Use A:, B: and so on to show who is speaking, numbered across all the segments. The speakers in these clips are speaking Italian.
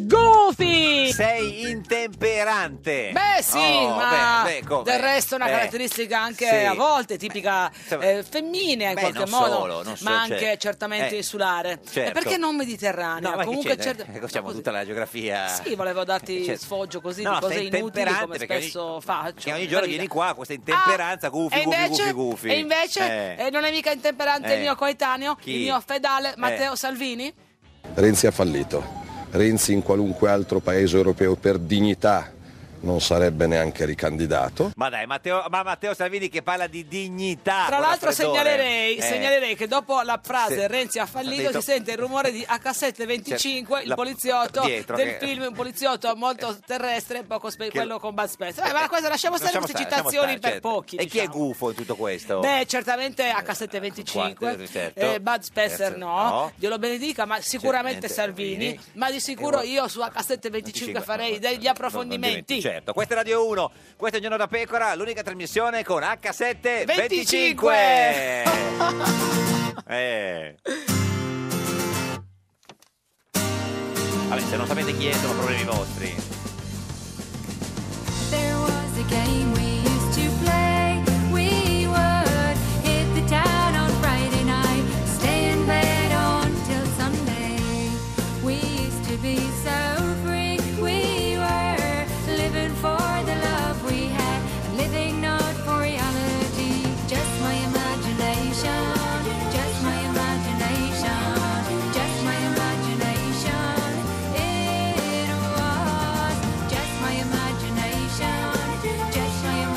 A: Goofy!
B: Sei intemperante.
A: Beh sì,
B: Oh,
A: ma
B: beh, beh, come? Eh.
A: del resto è una
B: Beh,
A: caratteristica anche
B: sì.
A: a volte tipica
B: insomma-
A: eh, femminea in
B: Beh,
A: qualche
B: non
A: modo,
B: solo, non so-
A: ma
B: cioè,
A: anche certamente
B: eh,
A: insulare. E
B: certo.
A: perché non mediterranea?
B: No, ma
A: Comunque
B: Comunque c'è,
A: certe-
B: eh, facciamo tutta la geografia.
A: Sì, volevo darti
B: Certo.
A: sfoggio così
B: No,
A: di cose
B: sei
A: inutili
B: intemperante
A: come
B: perché ogni-
A: spesso faccio.
B: Che ogni giorno
A: Marina.
B: vieni qua, questa intemperanza, gufi,
A: Ah, e
B: gufi, gufi,
A: invece,
B: gufi.
A: e invece,
B: Eh.
A: eh, non è mica intemperante il
B: Eh.
A: mio coetaneo,
B: Chi? Eh.
A: il mio fedale Matteo Salvini?
C: Renzi ha fallito. Renzi in qualunque altro paese europeo per dignità non sarebbe neanche ricandidato.
B: Ma dai, Matteo, ma Matteo Salvini che parla di dignità.
A: Tra
B: con la
A: l'altro
B: freddore.
A: segnalerei,
B: Eh,
A: segnalerei che dopo la frase
B: Sì.
A: Renzi ha fallito
B: Ha detto-
A: si sente il rumore di H725,
B: Cioè,
A: il
B: la-
A: poliziotto
B: dietro,
A: del
B: che-
A: film, un poliziotto molto terrestre, poco
B: Che-
A: spe-
B: Eh,
A: quello con Bud Spencer. Vabbè, ma questa lasciamo stare
B: lasciamo
A: queste
B: lasciamo
A: citazioni
B: stare,
A: per
B: certo.
A: pochi.
B: E chi è
A: diciamo.
B: gufo in tutto questo?
A: Beh, certamente H725,
B: Quante- certo.
A: eh, Bud Spencer
B: Spencer
A: no,
B: no.
A: Dio lo benedica, ma sicuramente
B: Certamente
A: Salvini,
B: Salvini.
A: ma di sicuro
B: E-
A: io su H725 farei degli approfondimenti.
B: Certo, questa è Radio 1, questo è Giorno da Pecora, l'unica trasmissione con H7
A: 25.
B: eh. Vabbè, se non sapete chi è sono problemi vostri.
D: There was a game we used to play. We would hit the town on Friday night, stay in bed until Sunday. We used to be so free. We were living for the love we had, and living not for reality. Just my imagination, just my imagination, just my imagination. It was just my imagination, just my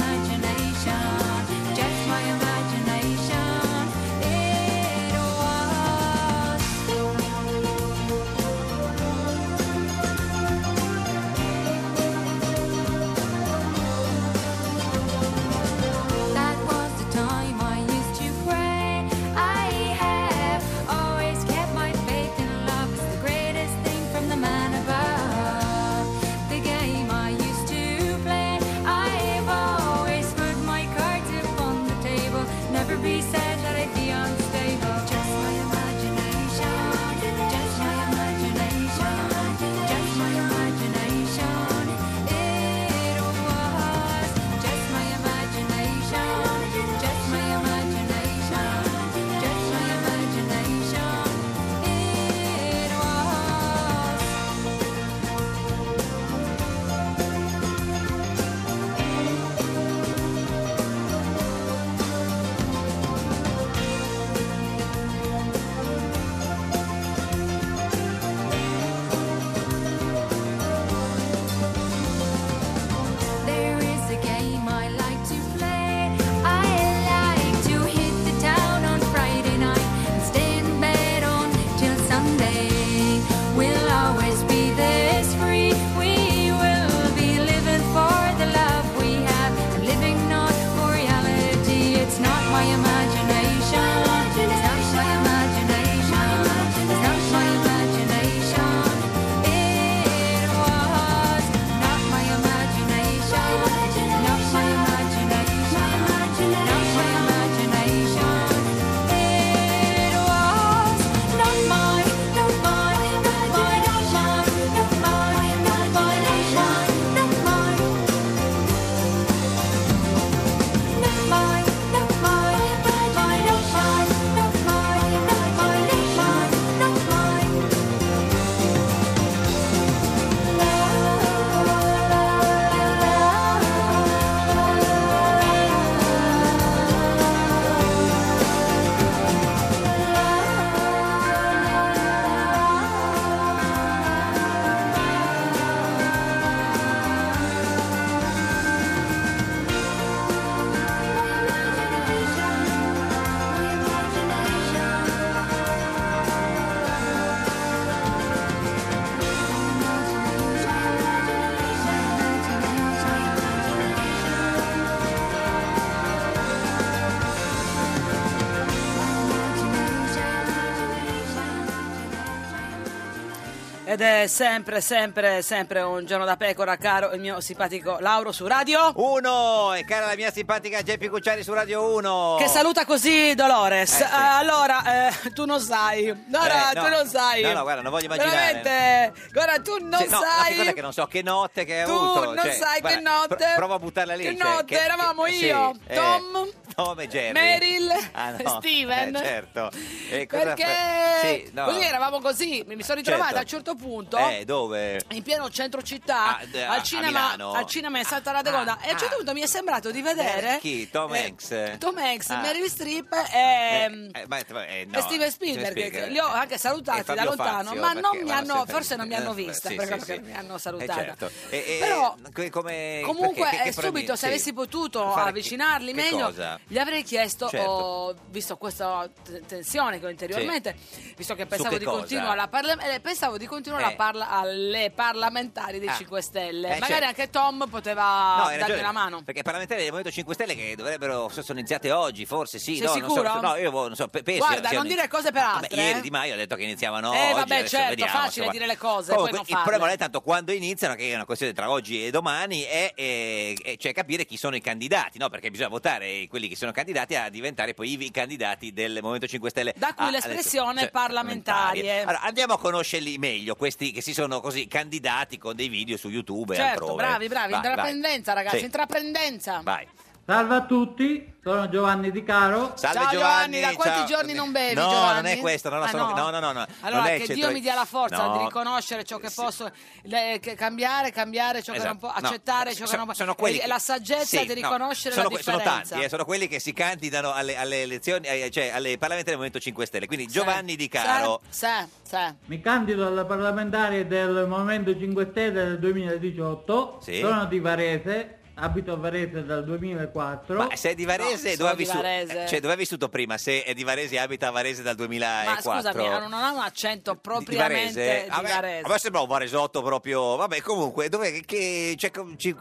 A: Ed è sempre, sempre, sempre un giorno da pecora, caro il mio simpatico Lauro su Radio
B: Uno e cara la mia simpatica Geppi Cucciari su Radio 1.
A: Che saluta così Dolores.
B: Eh, sì.
A: Eh, Allora, eh, tu non sai. No, no,
B: Eh,
A: tu non sai.
B: No, no, guarda, non voglio immaginare.
A: Veramente. Guarda, tu non
B: Sì, no, la
A: sai.
B: seconda è che non so che notte che hai
A: Tu
B: avuto. cioè,
A: non sai che notte.
B: pro- provo a buttarla lì.
A: Che
B: cioè,
A: notte, eravamo
B: sì,
A: io,
B: eh,
A: Tom,
B: Tom e Jerry.
A: Meryl,
B: Ah, no,
A: Steven.
B: eh, certo. E cosa
A: Perché
B: fa- Sì, no.
A: così eravamo così, mi mi sono ritrovata
B: Certo.
A: a un certo punto
B: Eh, dove?
A: in pieno centro città
B: Ah, d- a- a
A: al, cinema,
B: Milano. Ah,
A: al cinema in Santa Radegonda e a un certo punto mi è sembrato di vedere
B: Chi? Tom
A: eh,
B: Hanks.
A: Tom Hanks,
B: Ah.
A: Meryl Streep
B: Eh,
A: e, ehm,
B: eh, ma- eh, no, Eh,
A: e Steven Spielberg, che li ho anche
B: E
A: salutati
B: Fabio
A: da lontano,
B: Fazio,
A: ma
B: perché
A: non mi
B: vanno
A: hanno,
B: sempre-
A: forse non mi hanno
B: eh,
A: vista,
B: sì,
A: perché
B: sì, sì.
A: mi hanno
B: Eh,
A: salutata.
B: certo. E- e-
A: Però
B: co- come-
A: Comunque,
B: perché- che-
A: eh,
B: che
A: subito,
B: premi-
A: se
B: sì.
A: avessi potuto
B: Fare che-
A: avvicinarli
B: che
A: meglio,
B: cosa?
A: gli avrei chiesto,
B: Certo.
A: oh, visto questa t- tensione che ho interiormente, visto che pensavo
B: che
A: di
B: cosa?
A: continuare la parla- eh, pensavo di continuare la
B: Eh.
A: parla- alle parlamentari dei
B: Ah.
A: 5 Stelle.
B: Eh,
A: Magari
B: certo.
A: anche Tom poteva
B: No, hai
A: darmi
B: ragione,
A: una mano.
B: Perché i parlamentari del Movimento 5 Stelle che dovrebbero sono iniziate oggi, forse sì.
A: Sei
B: no, non so,
A: sicuro?
B: no, io boh, non so, pe- penso
A: Guarda,
B: siano
A: non dire cose per
B: Vabbè,
A: altre, eh.
B: ieri Di Maio ha detto che iniziavano
A: Eh,
B: oggi.
A: vabbè,
B: adesso
A: certo,
B: vediamo,
A: facile
B: insomma.
A: dire le cose,
B: Comunque,
A: poi non
B: il
A: farle.
B: problema non è tanto quando iniziano, che è una questione tra oggi e domani, è, eh, eh, cioè capire chi sono i candidati, no? Perché bisogna votare quelli che sono candidati a diventare poi i, i candidati del Movimento 5 Stelle.
A: Da qui
B: a-
A: l'espressione eh.
B: alle- cioè,
A: parlamentarie.
B: Ah, Allora, andiamo a conoscerli meglio, questi che si sono così candidati con dei video su YouTube e
A: certo,
B: altrove.
A: bravi, bravi,
B: Vai, vai.
A: intraprendenza, ragazzi,
B: Sì,
A: intraprendenza.
B: vai.
E: Salve a tutti, sono Giovanni Di Caro.
B: Salve Giovanni,
A: Ciao, Giovanni, da quanti
B: ciao.
A: giorni non bevi,
B: No,
A: Giovanni?
B: non è questo, no, no,
A: Ah,
B: sono-
A: no?
B: no, no, no, no,
A: Allora,
B: non è
A: che
B: centro-
A: Dio mi dia la forza
B: No.
A: di riconoscere ciò che
B: Sì.
A: posso, le- che- cambiare, cambiare ciò che non
B: Esatto,
A: può,
B: no,
A: accettare ciò che
B: so-
A: non può,
B: sono quelli
A: e
B: che-
A: la saggezza
B: sì,
A: di
B: no,
A: riconoscere
B: sono,
A: la
B: que- sono
A: differenza.
B: tanti eh, sono quelli che si candidano alle, alle elezioni eh, cioè alle parlamentari del Movimento 5 Stelle quindi Giovanni Di Caro
A: Sì, sì.
E: Mi candido alla parlamentare del Movimento 5 Stelle del 2018.
B: Sì.
E: Sono di Varese, abito a Varese dal 2004.
B: ma sei di Varese
A: No,
B: dove ha
A: sono di
B: vissuto
A: Varese.
B: eh, cioè dove ha vissuto prima se è di Varese e abita a Varese dal
A: Ma
B: 2004
A: scusami, non ha un accento
B: di
A: propriamente
B: Varese,
A: di
B: Ah, beh,
A: Varese.
B: a me sembra un varesotto proprio vabbè comunque dove, che, cioè, com- ci,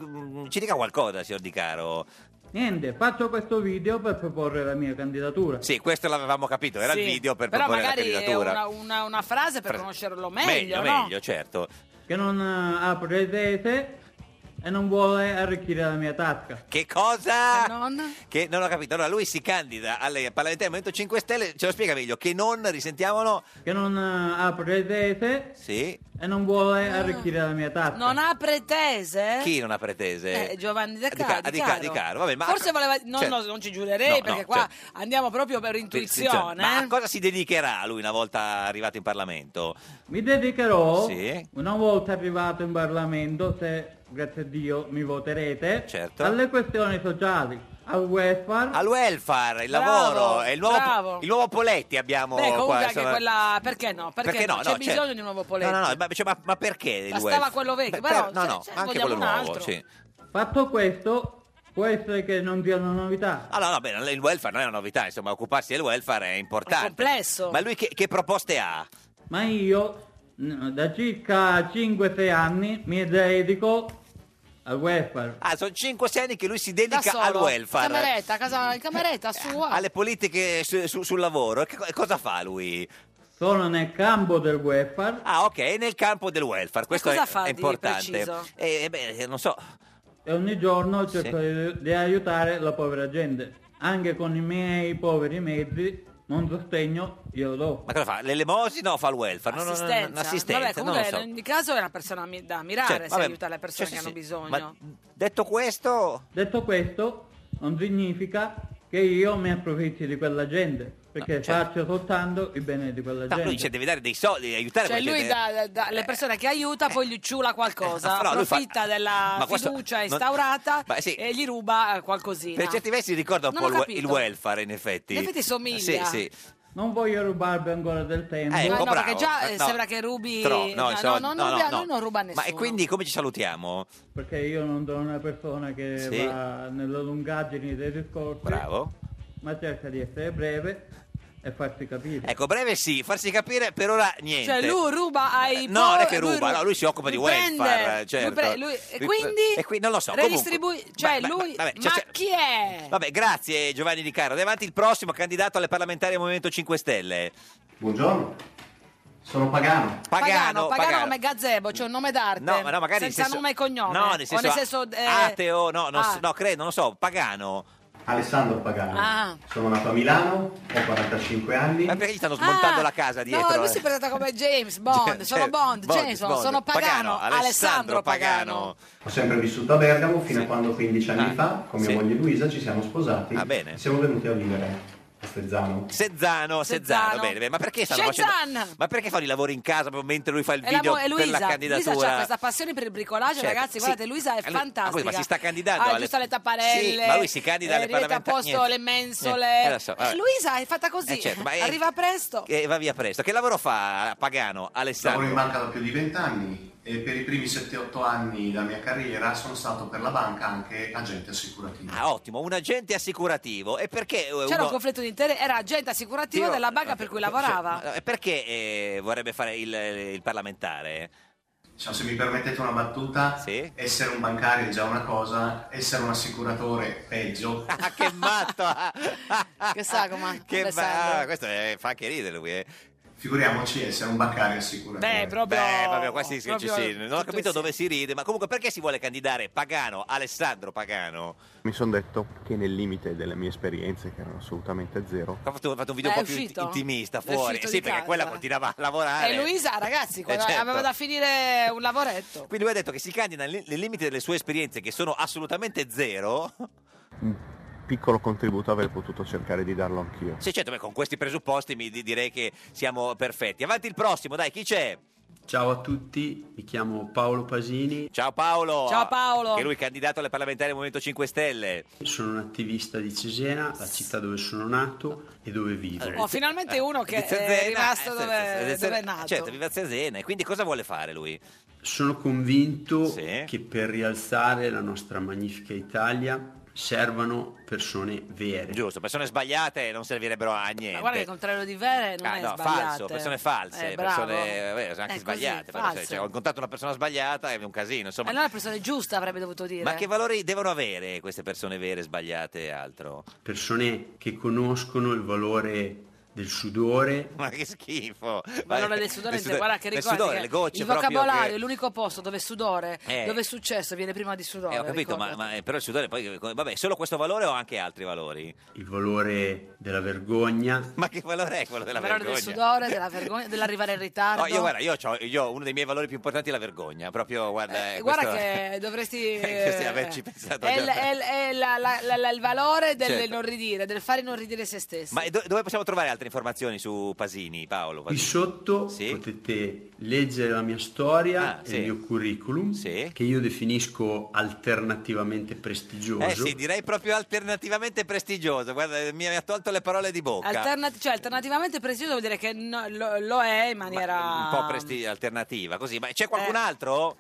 B: ci dica qualcosa signor Di Caro
E: Niente, faccio questo video per proporre la mia candidatura.
B: sì questo l'avevamo capito era il
A: Sì.
B: video per
A: Però
B: proporre la
A: magari è
B: candidatura
A: una, una, una frase per
B: Fra-
A: conoscerlo meglio,
B: meglio,
A: no?
B: meglio, certo
E: Che non eh, apre le tese e non vuole arricchire la mia tasca.
B: che cosa
A: Se non-
B: Che non ho capito. Allora lui si candida alle parlamentari del Movimento 5 Stelle, ce lo spiega meglio, che non risentiamolo.
E: Che non eh, apre le tese
B: Sì.
E: e non vuole
A: Ah.
E: arricchire la mia tasca.
A: Non ha pretese?
B: Chi non ha pretese?
A: Eh, Giovanni De
B: Ca-
A: Caro,
B: ah, Di, Ca- Di Caro. Vabbè, ma
A: Forse voleva no,
B: Certo.
A: no, non ci giurerei
B: No,
A: perché
B: no,
A: qua
B: certo.
A: andiamo proprio per intuizione.
B: Ma a
A: eh.
B: cosa si dedicherà lui una volta arrivato in Parlamento?
E: Mi dedicherò,
B: Sì.
E: una volta arrivato in Parlamento, se grazie a Dio mi voterete,
B: Certo.
E: alle questioni sociali, al welfare,
B: Al welfare, il
A: Bravo,
B: lavoro, è il nuovo,
A: bravo.
B: il nuovo Poletti abbiamo
A: Beh, comunque
B: qua.
A: anche
B: insomma.
A: quella perché no? Perché, no? C'è bisogno
B: certo.
A: di un nuovo poletto.
B: No, no, no, ma, cioè, ma- ma perché il
A: Bastava
B: welfare?
A: quello vecchio,
B: Beh,
A: però,
B: no,
A: cioè,
B: no,
A: cioè,
B: anche
A: vogliamo
B: quello
A: un
B: nuovo,
A: altro.
B: sì.
E: fatto questo, può essere che non siano novità.
B: Ah, no, no, beh, il welfare non è una novità, insomma, occuparsi del welfare è importante.
A: È complesso.
B: Ma lui che, che proposte ha?
E: Ma io n- da circa 5-6 anni mi dedico al welfare.
B: Ah, sono 5-6 anni che lui si
A: Da
B: dedica
A: solo.
B: al welfare.
A: In cameretta, a casa, in cameretta sua.
B: Alle politiche su- su- sul lavoro. E Che, co- cosa fa lui?
E: Sono nel campo del welfare,
B: Ah, ok, è nel campo del welfare. Questo
A: cosa
B: è,
A: fa
B: è
A: di
B: importante.
A: preciso?
B: Eh, eh, beh, non so.
E: e ogni giorno cerco di- di aiutare la povera gente. Anche con i miei poveri mezzi, un sostegno glielo do.
B: Ma cosa fa? L'elemosina o fa il welfare? No, no, no, no,
A: assistenza.
B: un'assistenza,
A: Vabbè,
B: non lo
A: comunque
B: so.
A: in ogni caso è una persona mi- da ammirare
B: Certo,
A: se
B: vabbè,
A: aiuta le persone
B: sì,
A: che
B: sì,
A: hanno
B: sì.
A: bisogno.
B: Ma detto questo,
E: Detto questo, non significa che io mi approfitti di quella gente, perché
B: No, certo.
E: faccio soltanto il bene di quella
B: no,
E: gente.
B: lui ci deve dare dei soldi, deve aiutare
A: Cioè
B: quella
A: lui
B: gente.
A: dà, dà- le persone che aiuta poi gli ciula qualcosa,
B: No, lui fa-
A: approfitta della
B: Ma questo-
A: fiducia
B: non-
A: instaurata
B: Ma sì.
A: e gli ruba eh, qualcosina.
B: Per certi versi ricorda un
A: Non
B: po'
A: ho
B: il we-
A: capito.
B: il welfare, in effetti.
A: In effetti
B: Sì,
A: somiglia.
B: sì.
E: Non voglio rubarvi ancora del tempo.
B: Eh,
A: No,
B: un po'
A: no, perché
B: bravo.
A: già,
B: Eh,
A: eh, sembra che rubi-
B: Tro-
A: no, no,
B: insomma,
A: no, non rubiamo- noi non ruba
B: Ma e
A: nessuno.
B: quindi come ci salutiamo?
E: Perché io non sono una persona che
B: Sì.
E: va nelle lungaggini dei discorsi,
B: Bravo.
E: ma cerca di essere breve e farsi capire.
B: Ecco, breve sì, farsi capire per ora niente.
A: Cioè lui ruba ai
B: Eh, no, non è che
A: poveri-
B: ruba, no, lui si occupa di
A: lui prende,
B: welfare, eh,
A: lui
B: certo.
A: pre- lui- e
B: Lui-
A: quindi
B: e qui- non lo so,
A: redistribui-
B: comunque.
A: cioè
B: Ma- ma-
A: lui,
B: vabbè,
A: ma
B: cioè, cioè-
A: chi è?
B: Vabbè, grazie Giovanni Di Caro. Davanti il prossimo candidato alle parlamentari del Movimento 5 Stelle.
F: Buongiorno,
G: Sono pagano.
B: Pagano,
A: Pagano,
B: pagano.
A: come Gazebo, c'è un nome d'arte.
B: No, ma no, magari nel
A: senza
B: senso-
A: nome e cognome.
B: No, nel senso,
A: o nel senso eh,
B: ateo, no, non
A: ah.
B: so- no, credo, non lo so, pagano.
G: Alessandro Pagano.
A: Ah.
G: Sono nato a Milano, ho 45 anni.
B: Ma perché gli stanno smontando
A: Ah,
B: la casa dietro?
A: No, lui
B: eh?
A: si presenta come James Bond,
B: Cioè,
A: sono Bond, Jameson,
B: Bond,
A: sono Pagano, Alessandro Pagano.
G: Ho sempre vissuto a Bergamo fino a quando 15 anni
B: Ah,
G: fa, con mia
B: sì.
G: moglie Luisa, ci siamo sposati.
B: Ah, bene.
G: Siamo venuti a vivere a Stezzano.
B: Sezzano, Sezzano,
A: Sezzano.
B: bene, bene. Ma perché stanno
A: Shazam!
B: facendo? Ma perché fanno i lavori in casa proprio mentre lui fa il
A: E, la,
B: video
A: mo-
B: per
A: e
B: la
A: Luisa,
B: candidatura?
A: Luisa ha questa passione per il bricolaggio,
B: Certo,
A: ragazzi.
B: sì.
A: Guardate, Luisa
B: Ma
A: è
B: lui- ma scusi,
A: fantastica.
B: ma si sta candidando
A: Ah,
B: alle-
A: giusto le tapparelle.
B: Sì, ma lui si candida alle
A: rimette a
B: parlamentari-
A: posto
B: niente.
A: le mensole.
B: Niente, eh, lo so, vabbè.
A: Eh, Luisa è fatta così.
B: Eh, certo, ma è-
A: Arriva presto.
B: E va via presto. Che lavoro fa Pagano,
H: Lavoro in
B: Alessandro?
H: banca da più di vent'anni e per i primi 7-8 anni della mia carriera sono stato per la banca anche agente assicurativo.
B: Ah, ottimo, un agente assicurativo. E perché eh,
A: C'era
B: uno...
A: un conflitto di interesse, era agente assicurativo
B: Io-
A: della banca per cui lavorava.
B: Cioè, ma- e perché eh, vorrebbe fare il, eh, il parlamentare?
H: Diciamo, se mi permettete una battuta,
B: Sì.
H: essere un bancario è già una cosa, essere un assicuratore peggio.
B: Ah, che matto!
A: Che sagoma,
B: Che
A: Alessandro.
B: ma- questo eh, fa anche ridere lui, eh.
H: Figuriamoci essere un bancario assicurativo.
A: Beh, proprio.
B: Beh, vabbè, qua si- ci
A: proprio
B: si- non ho
A: tutto
B: capito
A: insieme.
B: dove si ride, ma comunque perché si vuole candidare Pagano, Alessandro Pagano?
I: Mi sono detto che nel limite delle mie esperienze, che erano assolutamente zero,
B: Ha fatto, ha fatto un video
A: Ma
B: un
A: è
B: po' più
A: uscito?
B: intimista
A: È
B: fuori,
A: uscito
B: sì,
A: di
B: perché
A: casa.
B: quella continuava a lavorare.
A: E Luisa, ragazzi,
B: Eh,
A: quando
B: certo.
A: aveva da finire un lavoretto.
B: Quindi lui ha detto che si candida nel nel limite delle sue esperienze, che sono assolutamente zero.
I: un piccolo contributo avrei potuto cercare di darlo anch'io.
B: Sì, certo, beh, con questi presupposti mi di- direi che siamo perfetti. Avanti il prossimo, dai, chi c'è?
J: Ciao a tutti, mi chiamo Paolo Pasini,
B: Ciao Paolo.
A: Ciao Paolo.
B: Oh, Che lui è candidato alle parlamentari del Movimento 5 Stelle.
J: sono un attivista di Cesena, la città dove sono nato e dove vivo.
A: Oh, finalmente uno
B: Di
A: che
B: Cesena,
A: è rimasto
B: eh,
A: dove,
B: Cesena,
A: dove è nato.
B: Certo, vive a Cesena. E quindi cosa vuole fare lui?
J: Sono convinto
B: Sì.
J: che per rialzare la nostra magnifica Italia servano persone vere.
B: Giusto, persone sbagliate non servirebbero a
A: Ma
B: niente.
A: guarda che il contrario di vere non
B: Ah,
A: è
B: no,
A: sbagliate.
B: falso, persone false,
A: Eh, bravo.
B: persone eh, vero, sono anche
A: Eh, così,
B: sbagliate. però,
A: false. Eh,
B: sai, cioè, ho incontrato una persona sbagliata è un casino, insomma.
A: Allora la persona giusta avrebbe dovuto dire.
B: Ma che valori devono avere queste persone vere, sbagliate e altro?
J: Persone che conoscono il valore del sudore,
B: Ma che schifo!
A: Ma allora del sudore,
B: del sudore-
A: guarda che
B: del
A: ricordi
B: sudore,
A: che
B: le gocce
A: il
B: proprio
A: vocabolario
B: che-
A: è l'unico posto dove sudore,
B: Eh.
A: dove è successo, viene prima di sudore.
B: Eh, ho capito, ma,
A: ricordati.
B: ma- eh, però il sudore poi... come- Vabbè, solo questo valore o anche altri valori?
J: il valore della vergogna,
B: Ma che valore è quello della
A: Il valore del
B: vergogna?
A: sudore, della vergogna, dell'arrivare in ritardo.
B: No, io guarda, io, c'ho- io uno dei miei valori più importanti è la vergogna, proprio guarda...
A: Eh,
B: eh,
A: guarda
B: questo-
A: che dovresti
B: Dovresti
A: eh,
B: averci pensato
A: è,
B: già.
A: il- è il- è la- la- la- la- il valore del
B: Certo.
A: non ridire del fare non ridire se stessi
B: Ma e do- dove possiamo trovare altre informazioni su Pasini, Paolo?
J: Qui
B: Pasini?
J: sotto
B: Sì.
J: potete leggere la mia storia
B: Ah,
J: e
B: sì.
J: il mio curriculum,
B: Sì.
J: che io definisco alternativamente prestigioso.
B: Eh sì, direi proprio alternativamente prestigioso. Guarda, Eh, mi ha tolto le parole di bocca.
A: Alterna- cioè, alternativamente prezioso vuol dire che no- lo, lo è in
B: Ma-
A: maniera
B: Un po' presti- alternativa, così. Ma c'è
A: Eh.
B: qualcun altro?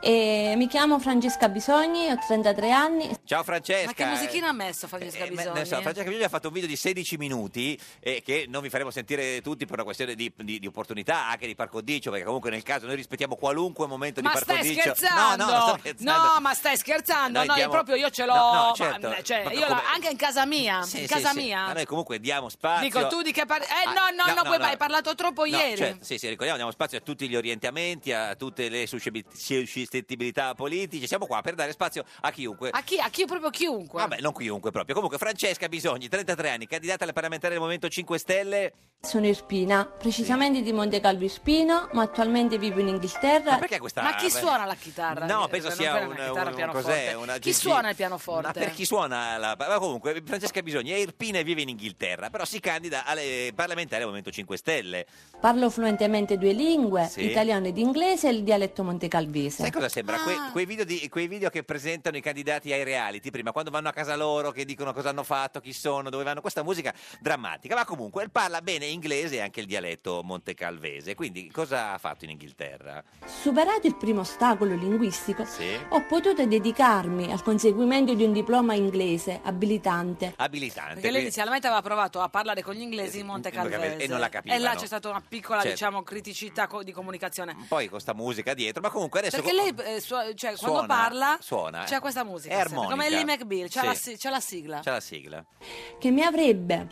K: E mi chiamo Francesca Bisogni, ho 33 anni.
B: Ciao Francesca.
A: ma che musichina ha messo Francesca
B: Eh, ma-
A: Bisogni?
B: non so, Francesca Bisogni ha fatto un video di 16 minuti eh, che non vi faremo sentire tutti per una questione di, di- di opportunità, anche di par condicio, perché comunque nel caso noi rispettiamo qualunque momento
A: ma
B: di par
A: stai
B: condicio.
A: scherzando?
B: No, no, non sto scherzando.
A: No, ma stai scherzando?
B: Noi
A: no,
B: diamo-
A: proprio io ce l'ho.
B: No, no,
A: ma-
B: certo.
A: cioè,
B: Ma
A: io la-
B: come-
A: anche in casa mia.
B: Sì,
A: in
B: sì,
A: casa
B: sì.
A: mia.
B: Ma noi comunque diamo spazio.
A: Dico tu di che parli. Eh,
B: Ah,
A: no, no, no, poi vai, hai parlato troppo
B: No,
A: ieri.
B: certo, sì, sì, ricordiamo, diamo spazio a tutti gli orientamenti, a tutte le suscebi- suscettibilità politiche. Siamo qua per dare spazio a chiunque.
A: A chi? A chi proprio chiunque?
B: Vabbè, non chiunque proprio. Comunque, Francesca Bisogni, 33 anni, candidata alle parlamentari del Movimento 5 Stelle.
K: Sono Irpina, precisamente di Monte Calvo Irpino, ma attualmente vivo in
B: Ma
K: Inghilterra.
B: perché questa.
A: Ma chi suona la chitarra?
B: No,
A: Eh,
B: penso
A: non
B: sia
A: prende
B: un,
A: una chitarra,
B: un-
A: pianoforte.
B: cos'è, una
A: Chi
B: GG.
A: suona il pianoforte?
B: Ma per chi suona la ma comunque Francesca Bisogni è irpina e vive in Inghilterra, però si candida alle parlamentari del Movimento 5 Stelle.
K: Parlo fluentemente due lingue,
B: Sì.
K: italiano ed inglese e il dialetto montecalvese.
B: Sai cosa sembra? Que-
A: Ah.
B: quei, video di- quei video che presentano i candidati ai reality prima, quando vanno a casa loro, che dicono cosa hanno fatto, chi sono, dove vanno, questa musica drammatica. Ma comunque parla bene inglese e anche il dialetto montecalvese. Quindi cosa ha fatto in Inghilterra?
K: Superato il primo ostacolo linguistico,
B: Sì.
K: ho potuto dedicarmi al conseguimento di un diploma inglese abilitante.
B: Abilitante.
A: Perché lei
B: quindi-
A: inizialmente aveva provato a parlare con gli inglesi in Monte Calvese
B: Eh, E non la capivano.
A: E là c'è stata una piccola,
B: Certo.
A: diciamo, criticità co- di comunicazione.
B: Poi con sta musica dietro, ma comunque adesso...
A: Perché lei, eh, suo- cioè,
B: Suona,
A: quando parla,
B: suona, eh.
A: c'è questa musica.
B: È
A: sempre,
B: armonica.
A: Come Lee McBeal, c'è,
B: Sì.
A: la, si- c'è la sigla.
B: C'è la sigla.
K: che mi avrebbe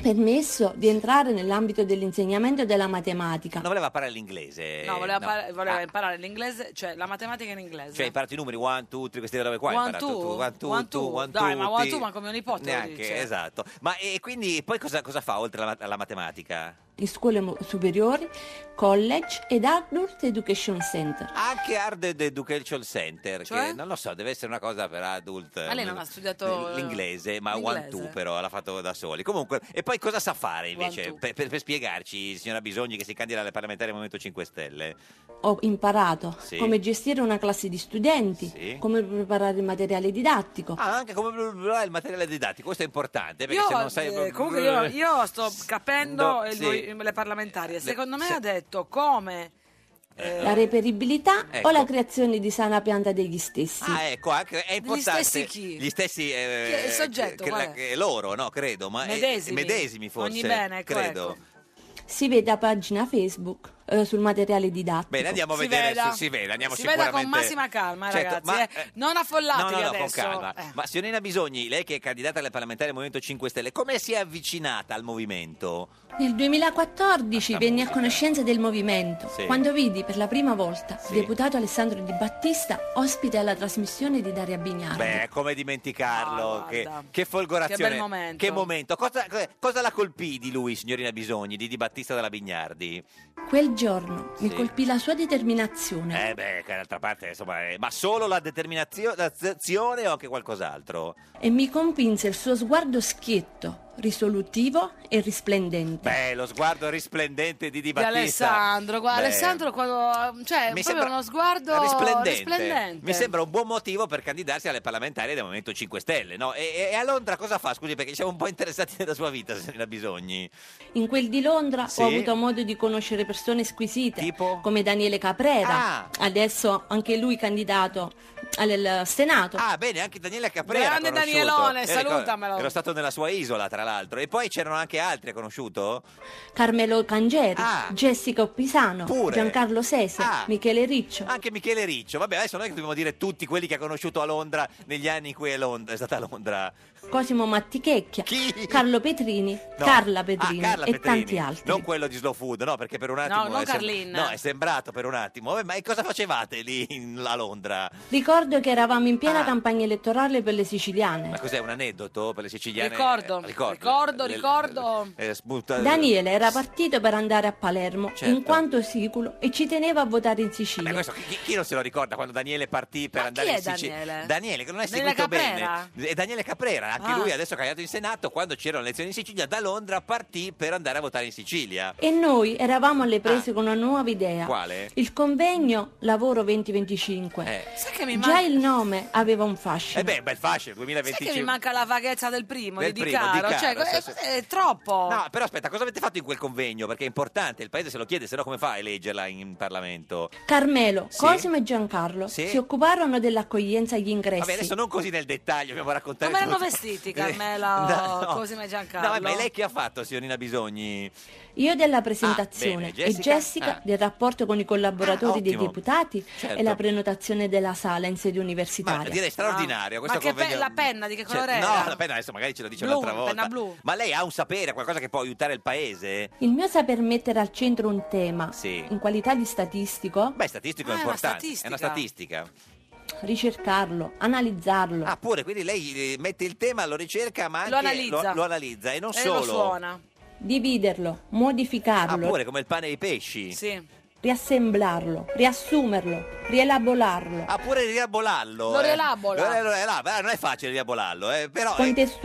K: permesso di entrare nell'ambito dell'insegnamento della matematica.
B: Non voleva parlare l'inglese.
A: No, voleva,
B: Eh, no. Ah.
A: par- voleva imparare l'inglese, cioè la matematica in inglese.
B: Cioè hai imparato i numeri, one, two, three, queste robe qua. hai
A: One,
B: imparato
A: two?
B: tu, one, two,
A: One,
B: two,
A: two.
B: one,
A: Dai,
B: two,
A: ma one,
B: ti-
A: two, ma come mio nipote lo dice.
B: Neanche, esatto. Ma e quindi poi cosa, cosa fa oltre alla, alla matematica?
K: In scuole mo- superiori, college ed adult education center.
B: Anche Hard Ed Education Center,
A: Cioè?
B: che non lo so, deve essere una cosa per adult.
A: Ma lei non ha studiato, eh,
B: L'inglese, ma
A: l'inglese?
B: One Two però l'ha fatto da soli. Comunque, e poi cosa sa fare
K: One,
B: invece? Per, per- per spiegarci, signora Bisogni, che si candida alle parlamentari del Movimento 5 Stelle.
K: Ho imparato
B: Sì.
K: come gestire una classe di studenti,
B: Sì.
K: come preparare il materiale didattico.
B: Ah, anche come bla bla bla, il materiale didattico, questo è importante perché
A: Io,
B: se non sai.
A: eh, comunque io, io sto capendo
B: No,
A: il
B: sì. Eh,
A: movi- le parlamentarie. Secondo me ha detto come... eh,
K: La reperibilità
B: Ecco.
K: o la creazione di sana pianta degli stessi.
B: Ah, ecco, anche, è importante.
A: stessi chi?
B: Gli stessi, eh,
A: Chi è il soggetto,
B: che- che-
A: qual è?
B: che loro, no, credo. Ma eh,
K: Medesimi.
B: medesimi forse.
K: Ogni bene, ecco,
B: credo.
K: Si vede a pagina Facebook eh, sul materiale didattico.
B: Bene, andiamo a
A: Si
B: vedere
A: veda.
B: se si vede. Andiamo
A: si veda
B: sicuramente.
A: con massima calma,
B: Certo,
A: ragazzi.
B: ma,
A: eh. Non affollatevi
B: No, no, no, con
A: adesso.
B: calma.
A: Eh.
B: Ma signorina Bisogni, lei che è candidata alle parlamentari del Movimento 5 Stelle, come si è avvicinata al movimento?
K: Nel 2014 venni a conoscenza del movimento
B: Ah, Sì.
K: quando vidi per la prima volta
B: Sì.
K: il deputato Alessandro Di Battista ospite alla trasmissione di Daria Bignardi.
B: Beh, come dimenticarlo? che, che folgorazione.
K: Che bel momento.
B: Che momento. Cosa, cosa la colpì di lui, signorina Bisogni, di Di Battista della Bignardi?
K: Quel giorno mi
B: Sì.
K: colpì la sua determinazione.
B: Eh beh, che d'altra parte, insomma, eh, ma solo la determinazione o anche qualcos'altro?
K: E mi convinse il suo sguardo schietto, risolutivo e risplendente.
B: Beh, lo sguardo risplendente di Di
A: Di
B: Battista.
A: Alessandro, guarda,
B: Beh,
A: Alessandro quando, cioè,
B: mi
A: proprio
B: sembra
A: uno sguardo
B: risplendente.
A: risplendente.
B: Mi sembra un buon motivo per candidarsi alle parlamentari del Movimento 5 Stelle, no? E, e- e a Londra cosa fa? Scusi, perché siamo un po' interessati della sua vita, se ne ha bisogni.
K: In quel di Londra
B: Sì.
K: ho avuto modo di conoscere persone squisite come Daniele Caprera,
B: Ah.
K: adesso anche lui candidato al Senato.
B: Ah, bene, anche Daniele Caprera.
K: Grande
B: ha conosciuto.
K: Danielone,
B: Eh, ricordo-
K: salutamelo.
B: Ero stato nella sua isola, tra l'altro. E poi c'erano anche altri, ha conosciuto?
K: Carmelo Cangeri, Jessica Pisano,
B: Ah. Pure. Ah.
K: Giancarlo Sese, Michele Riccio.
B: Anche Michele Riccio. Vabbè, adesso noi dobbiamo dire tutti quelli che ha conosciuto a Londra negli anni in cui è, Londra, è stata a Londra.
K: Cosimo Mattichecchia, Carlo Petrini,
B: No.
K: Carla Petrini
B: Ah, Carla
K: e
B: Petrini.
K: tanti altri.
B: Non quello di Slow Food, no, perché per un attimo...
K: non
B: è sem-
K: Carlin.
B: no, è sembrato per un attimo. Vabbè, Ma e cosa facevate lì in- a Londra?
K: Ricordo che eravamo in
B: Ah.
K: piena campagna elettorale per le siciliane.
B: Ma cos'è, un aneddoto per le siciliane?
K: Ricordo,
B: Eh,
A: ricordo,
B: Le-
A: ricordo.
B: eh, sputa-
K: Daniele era partito per andare a Palermo
B: Certo.
K: in quanto siculo e ci teneva a votare in Sicilia.
B: Beh, questo chi, chi non se lo ricorda quando Daniele partì per andare
K: chi
B: in
K: è
B: Sicilia?
K: Daniele?
B: che non è
K: Daniele
B: seguito
K: Caprera?
B: bene. E Daniele Caprera, anche
K: Ah.
B: lui adesso candidato in Senato, quando c'erano le elezioni in Sicilia, da Londra partì per andare a votare in Sicilia.
K: E noi eravamo alle prese con una nuova idea.
B: Ah. Quale? Eh.
K: Il convegno Lavoro 2025.
A: Sai che mi
K: Già
A: manca-
K: il nome aveva un fascino.
B: E Eh beh, bel fascio,
A: Sai
B: 2025.
A: che mi manca la vaghezza del primo,
B: Del
A: di
B: primo,
A: Caro?
B: Di Caro,
A: Cioè,
B: sì,
A: è, è troppo.
B: No, però aspetta, cosa avete fatto in quel convegno? Perché è importante, il paese se lo chiede, se no come fa a eleggerla in Parlamento?
K: Carmelo, Cosimo e Giancarlo
B: Sì.
K: si occuparono dell'accoglienza agli
A: Eh
K: ingressi.
B: Vabbè, adesso non così nel dettaglio, dobbiamo raccontare
A: Come erano
B: tutto. Eh,
A: vestiti Carmela,
B: No, no.
A: Cosima e
B: No,
A: Giancarlo?
B: vabbè, lei che ha fatto, signorina Bisogni?
K: Io della presentazione
B: Ah, bene, Jessica?
K: e Jessica
B: Ah.
K: del rapporto con i collaboratori
B: Ah,
K: dei
B: ottimo.
K: deputati
B: Certo.
K: e la prenotazione della sala in sede
B: Ma
K: universitaria.
B: direi straordinario.
A: Ah, Ma
B: questo
A: che pe-
B: convegno...
A: la penna di che
B: Cioè,
A: colore era?
B: No, la penna adesso magari ce lo dice
A: Blu,
B: un'altra volta.
A: penna blu.
B: Ma lei ha un sapere, qualcosa che può aiutare il paese?
K: Il mio saper mettere al centro un tema,
B: Sì.
K: in qualità di statistico,
B: Beh, statistico
K: Ah,
B: è
K: è una
B: importante. È una
K: statistica.
B: statistica.
K: ricercarlo, analizzarlo.
B: Ah, pure, quindi lei eh, mette il tema, lo ricerca, ma anche
K: Lo analizza.
B: lo, lo analizza e non
K: E
A: Eh,
B: solo.
K: lo suona. Dividerlo, modificarlo,
B: Ah, pure come il pane e i pesci.
K: riassemblarlo, riassumerlo, rielaborarlo,
B: Ah, pure riabolarlo.
K: Lo
B: eh.
K: rielabora.
B: Lo rielabora. Eh, Non è facile riabolarlo, eh, però. eh,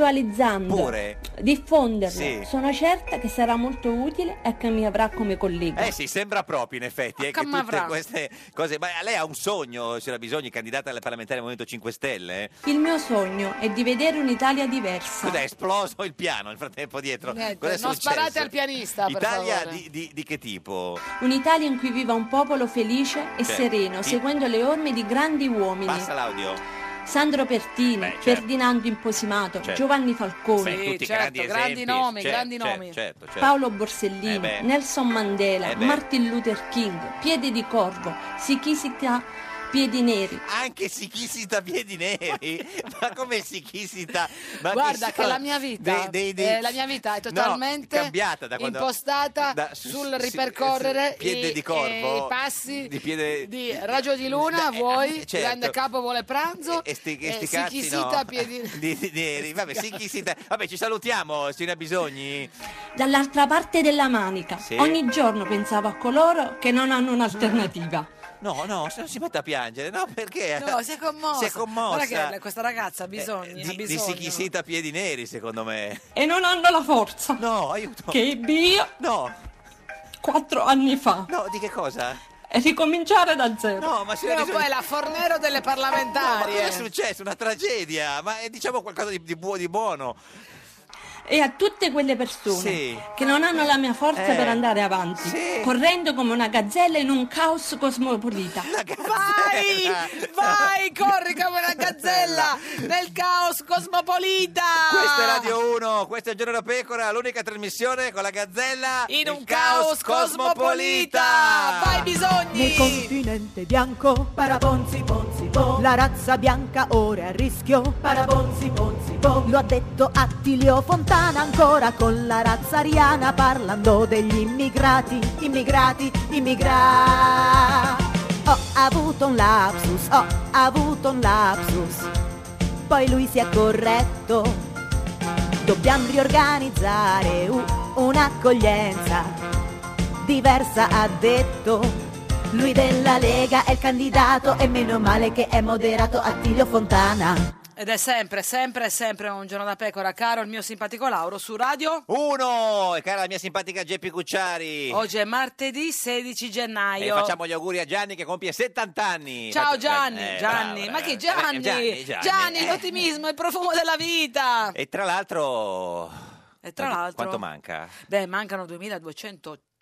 K: contestualizzando,
B: pure.
K: diffonderlo.
B: Sì.
K: Sono certa che sarà molto utile e che mi avrà come collega.
B: Eh sì, sembra proprio in effetti eh, che
K: Come
B: tutte
K: avrà?
B: queste cose. Ma lei ha un sogno, c'era bisogno, candidata alle parlamentari del Movimento 5 Stelle?
K: Il mio sogno è di vedere un'Italia diversa.
B: Cos'è? È esploso il piano nel frattempo dietro.
A: Niente,
B: Cos'è
A: non
B: successo?
A: sparate al pianista, per
B: Italia
A: favore.
B: di, di- di che tipo?
K: Un'Italia in cui viva un popolo felice e
B: Cioè,
K: sereno,
B: chi-
K: seguendo le orme di grandi uomini.
B: Passa l'audio.
K: Sandro Pertini,
B: Beh, certo.
K: Ferdinando Imposimato,
B: Certo.
K: Giovanni Falcone,
B: Beh, tutti grandi esempi. Certo, certo, certo, certo.
K: Paolo Borsellino,
B: Eh beh.
K: Nelson Mandela,
B: Eh beh.
K: Martin Luther King, Piede di Corvo, Sikisita piedi neri.
B: Anche sichissita piedi neri? ma come sichissita? Ma
L: Guarda
B: chissà-
L: che la mia vita,
B: dei- dei- dei-
L: eh, la mia vita è
B: No,
L: totalmente
B: cambiata da quando-
L: impostata
B: da- su-
L: sul
B: sì,
L: ripercorrere
B: sì, piede
L: i,
B: di corvo,
L: eh, i passi
B: di piede-
L: di Raggio di Luna, vuoi,
B: certo.
L: grande capo vuole pranzo,
B: E sti, e
L: eh,
B: sti
L: si
B: cazzi
L: chisita
B: no.
L: piedi...
B: Di- di- neri. Vabbè, sì, chi si ta- Vabbè, ci salutiamo, se ne ha bisogni.
K: Dall'altra parte della manica.
B: Sì.
K: Ogni giorno pensavo a coloro che non hanno un'alternativa.
B: No, no, se non si mette a piangere, no, perché?
L: No, si è commossa.
B: Si è eh, commossa. Eh,
L: Guarda che questa ragazza ha bisogno, ha
B: Di, di
L: bisogno.
B: sichisita piedi neri, secondo me.
K: E non hanno la forza.
B: No, aiuto.
K: Che ebbi io
B: No.
K: quattro anni fa.
B: No, di che cosa?
K: E ricominciare da zero.
B: No, ma se
L: Però poi è la Fornero delle eh.
B: Ma cosa
L: parlamentarie.
B: è successo? Una tragedia, ma eh, diciamo qualcosa di, di buo- di buono.
K: E a tutte quelle persone
B: Sì.
K: che non hanno la mia forza
B: Eh.
K: per andare avanti, correndo come una gazzella in un caos cosmopolita.
L: Vai, vai, corri come una gazzella nel caos cosmopolita.
B: Questa è Radio 1, questo è Il Giorno da Pecora, l'unica trasmissione con la gazzella
L: In
B: il
L: un caos cosmopolita. Vai, bisogni.
M: Nel continente bianco, parabonzi bonzi bo. La razza bianca ora è a rischio, parabonzi bonzi bo. Lo ha detto Attilio Fontana ancora con la razza ariana parlando degli immigrati, immigrati, immigrati. Ho avuto un lapsus, ho avuto un lapsus. Poi lui si è corretto. Dobbiamo riorganizzare u- un'accoglienza diversa ha detto. Lui della Lega è il candidato e meno male che è moderato Attilio Fontana.
A: Ed è sempre, sempre, sempre un giorno da pecora, caro il mio simpatico Lauro su Radio.
B: Uno, e cara la mia simpatica Geppi Cucciari.
A: Oggi è martedì 16
B: E
A: gennaio.
B: facciamo gli auguri a Gianni che compie 70 anni.
A: Ciao
B: Faccio-
A: Gianni,
B: eh,
A: Gianni,
B: bravo,
A: ma
B: bravo.
A: chi
B: Eh,
A: Gianni?
B: Gianni, Gianni, eh.
A: l'ottimismo, il profumo della vita.
B: E tra l'altro...
A: E tra l'altro...
B: Quanto manca?
A: Beh, mancano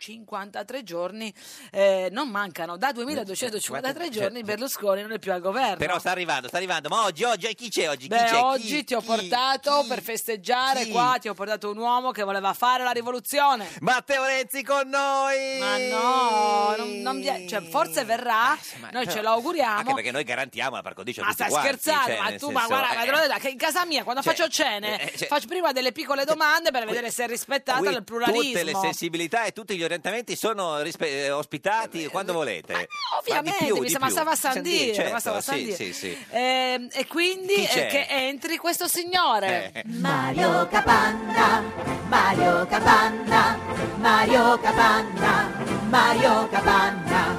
A: 2253 giorni, eh, non mancano, da 2253 giorni Berlusconi non è più al governo.
B: Certo, Però sta arrivando, sta arrivando. Ma oggi, oggi, chi c'è oggi? Chi
A: Beh,
B: c'è? Chi?
A: oggi ti ho portato per festeggiare qua, ti ho portato un uomo che voleva fare la rivoluzione.
B: Matteo Renzi con noi!
A: Ma no, non- non vi- cioè, forse
B: Eh,
A: verrà, noi ce
B: Anche
A: lo auguriamo.
B: perché noi garantiamo la par condicio a
A: Ma
B: tutti
A: stai
B: quanti,
A: scherzando,
B: cioè,
A: ma tu
B: nel
A: ma
B: senso,
A: guarda,
B: eh,
A: ma te l'ho detto, che in casa mia quando
B: cioè,
A: faccio cene
B: eh, cioè-
A: faccio prima delle piccole domande per vedere se è rispettata
B: Qui
A: il pluralismo.
B: Tutte le sensibilità e tutti gli orientamenti sono rispe- eh, ospitati quando volete.
A: ovviamente,
B: Ma di più,
A: mi
B: di
A: sa-
B: più.
A: ma stava a San
B: San
A: Dire,
B: Dire,
A: ma stava a
B: certo,
A: San
B: sì, sì,
A: Dire.
B: sì.
A: Ehm, e quindi
B: Chi
A: eh,
B: c'è?
A: che entri questo signore.
B: Eh.
M: Mario Capanna, Mario Capanna, Mario Capanna, Mario Capanna,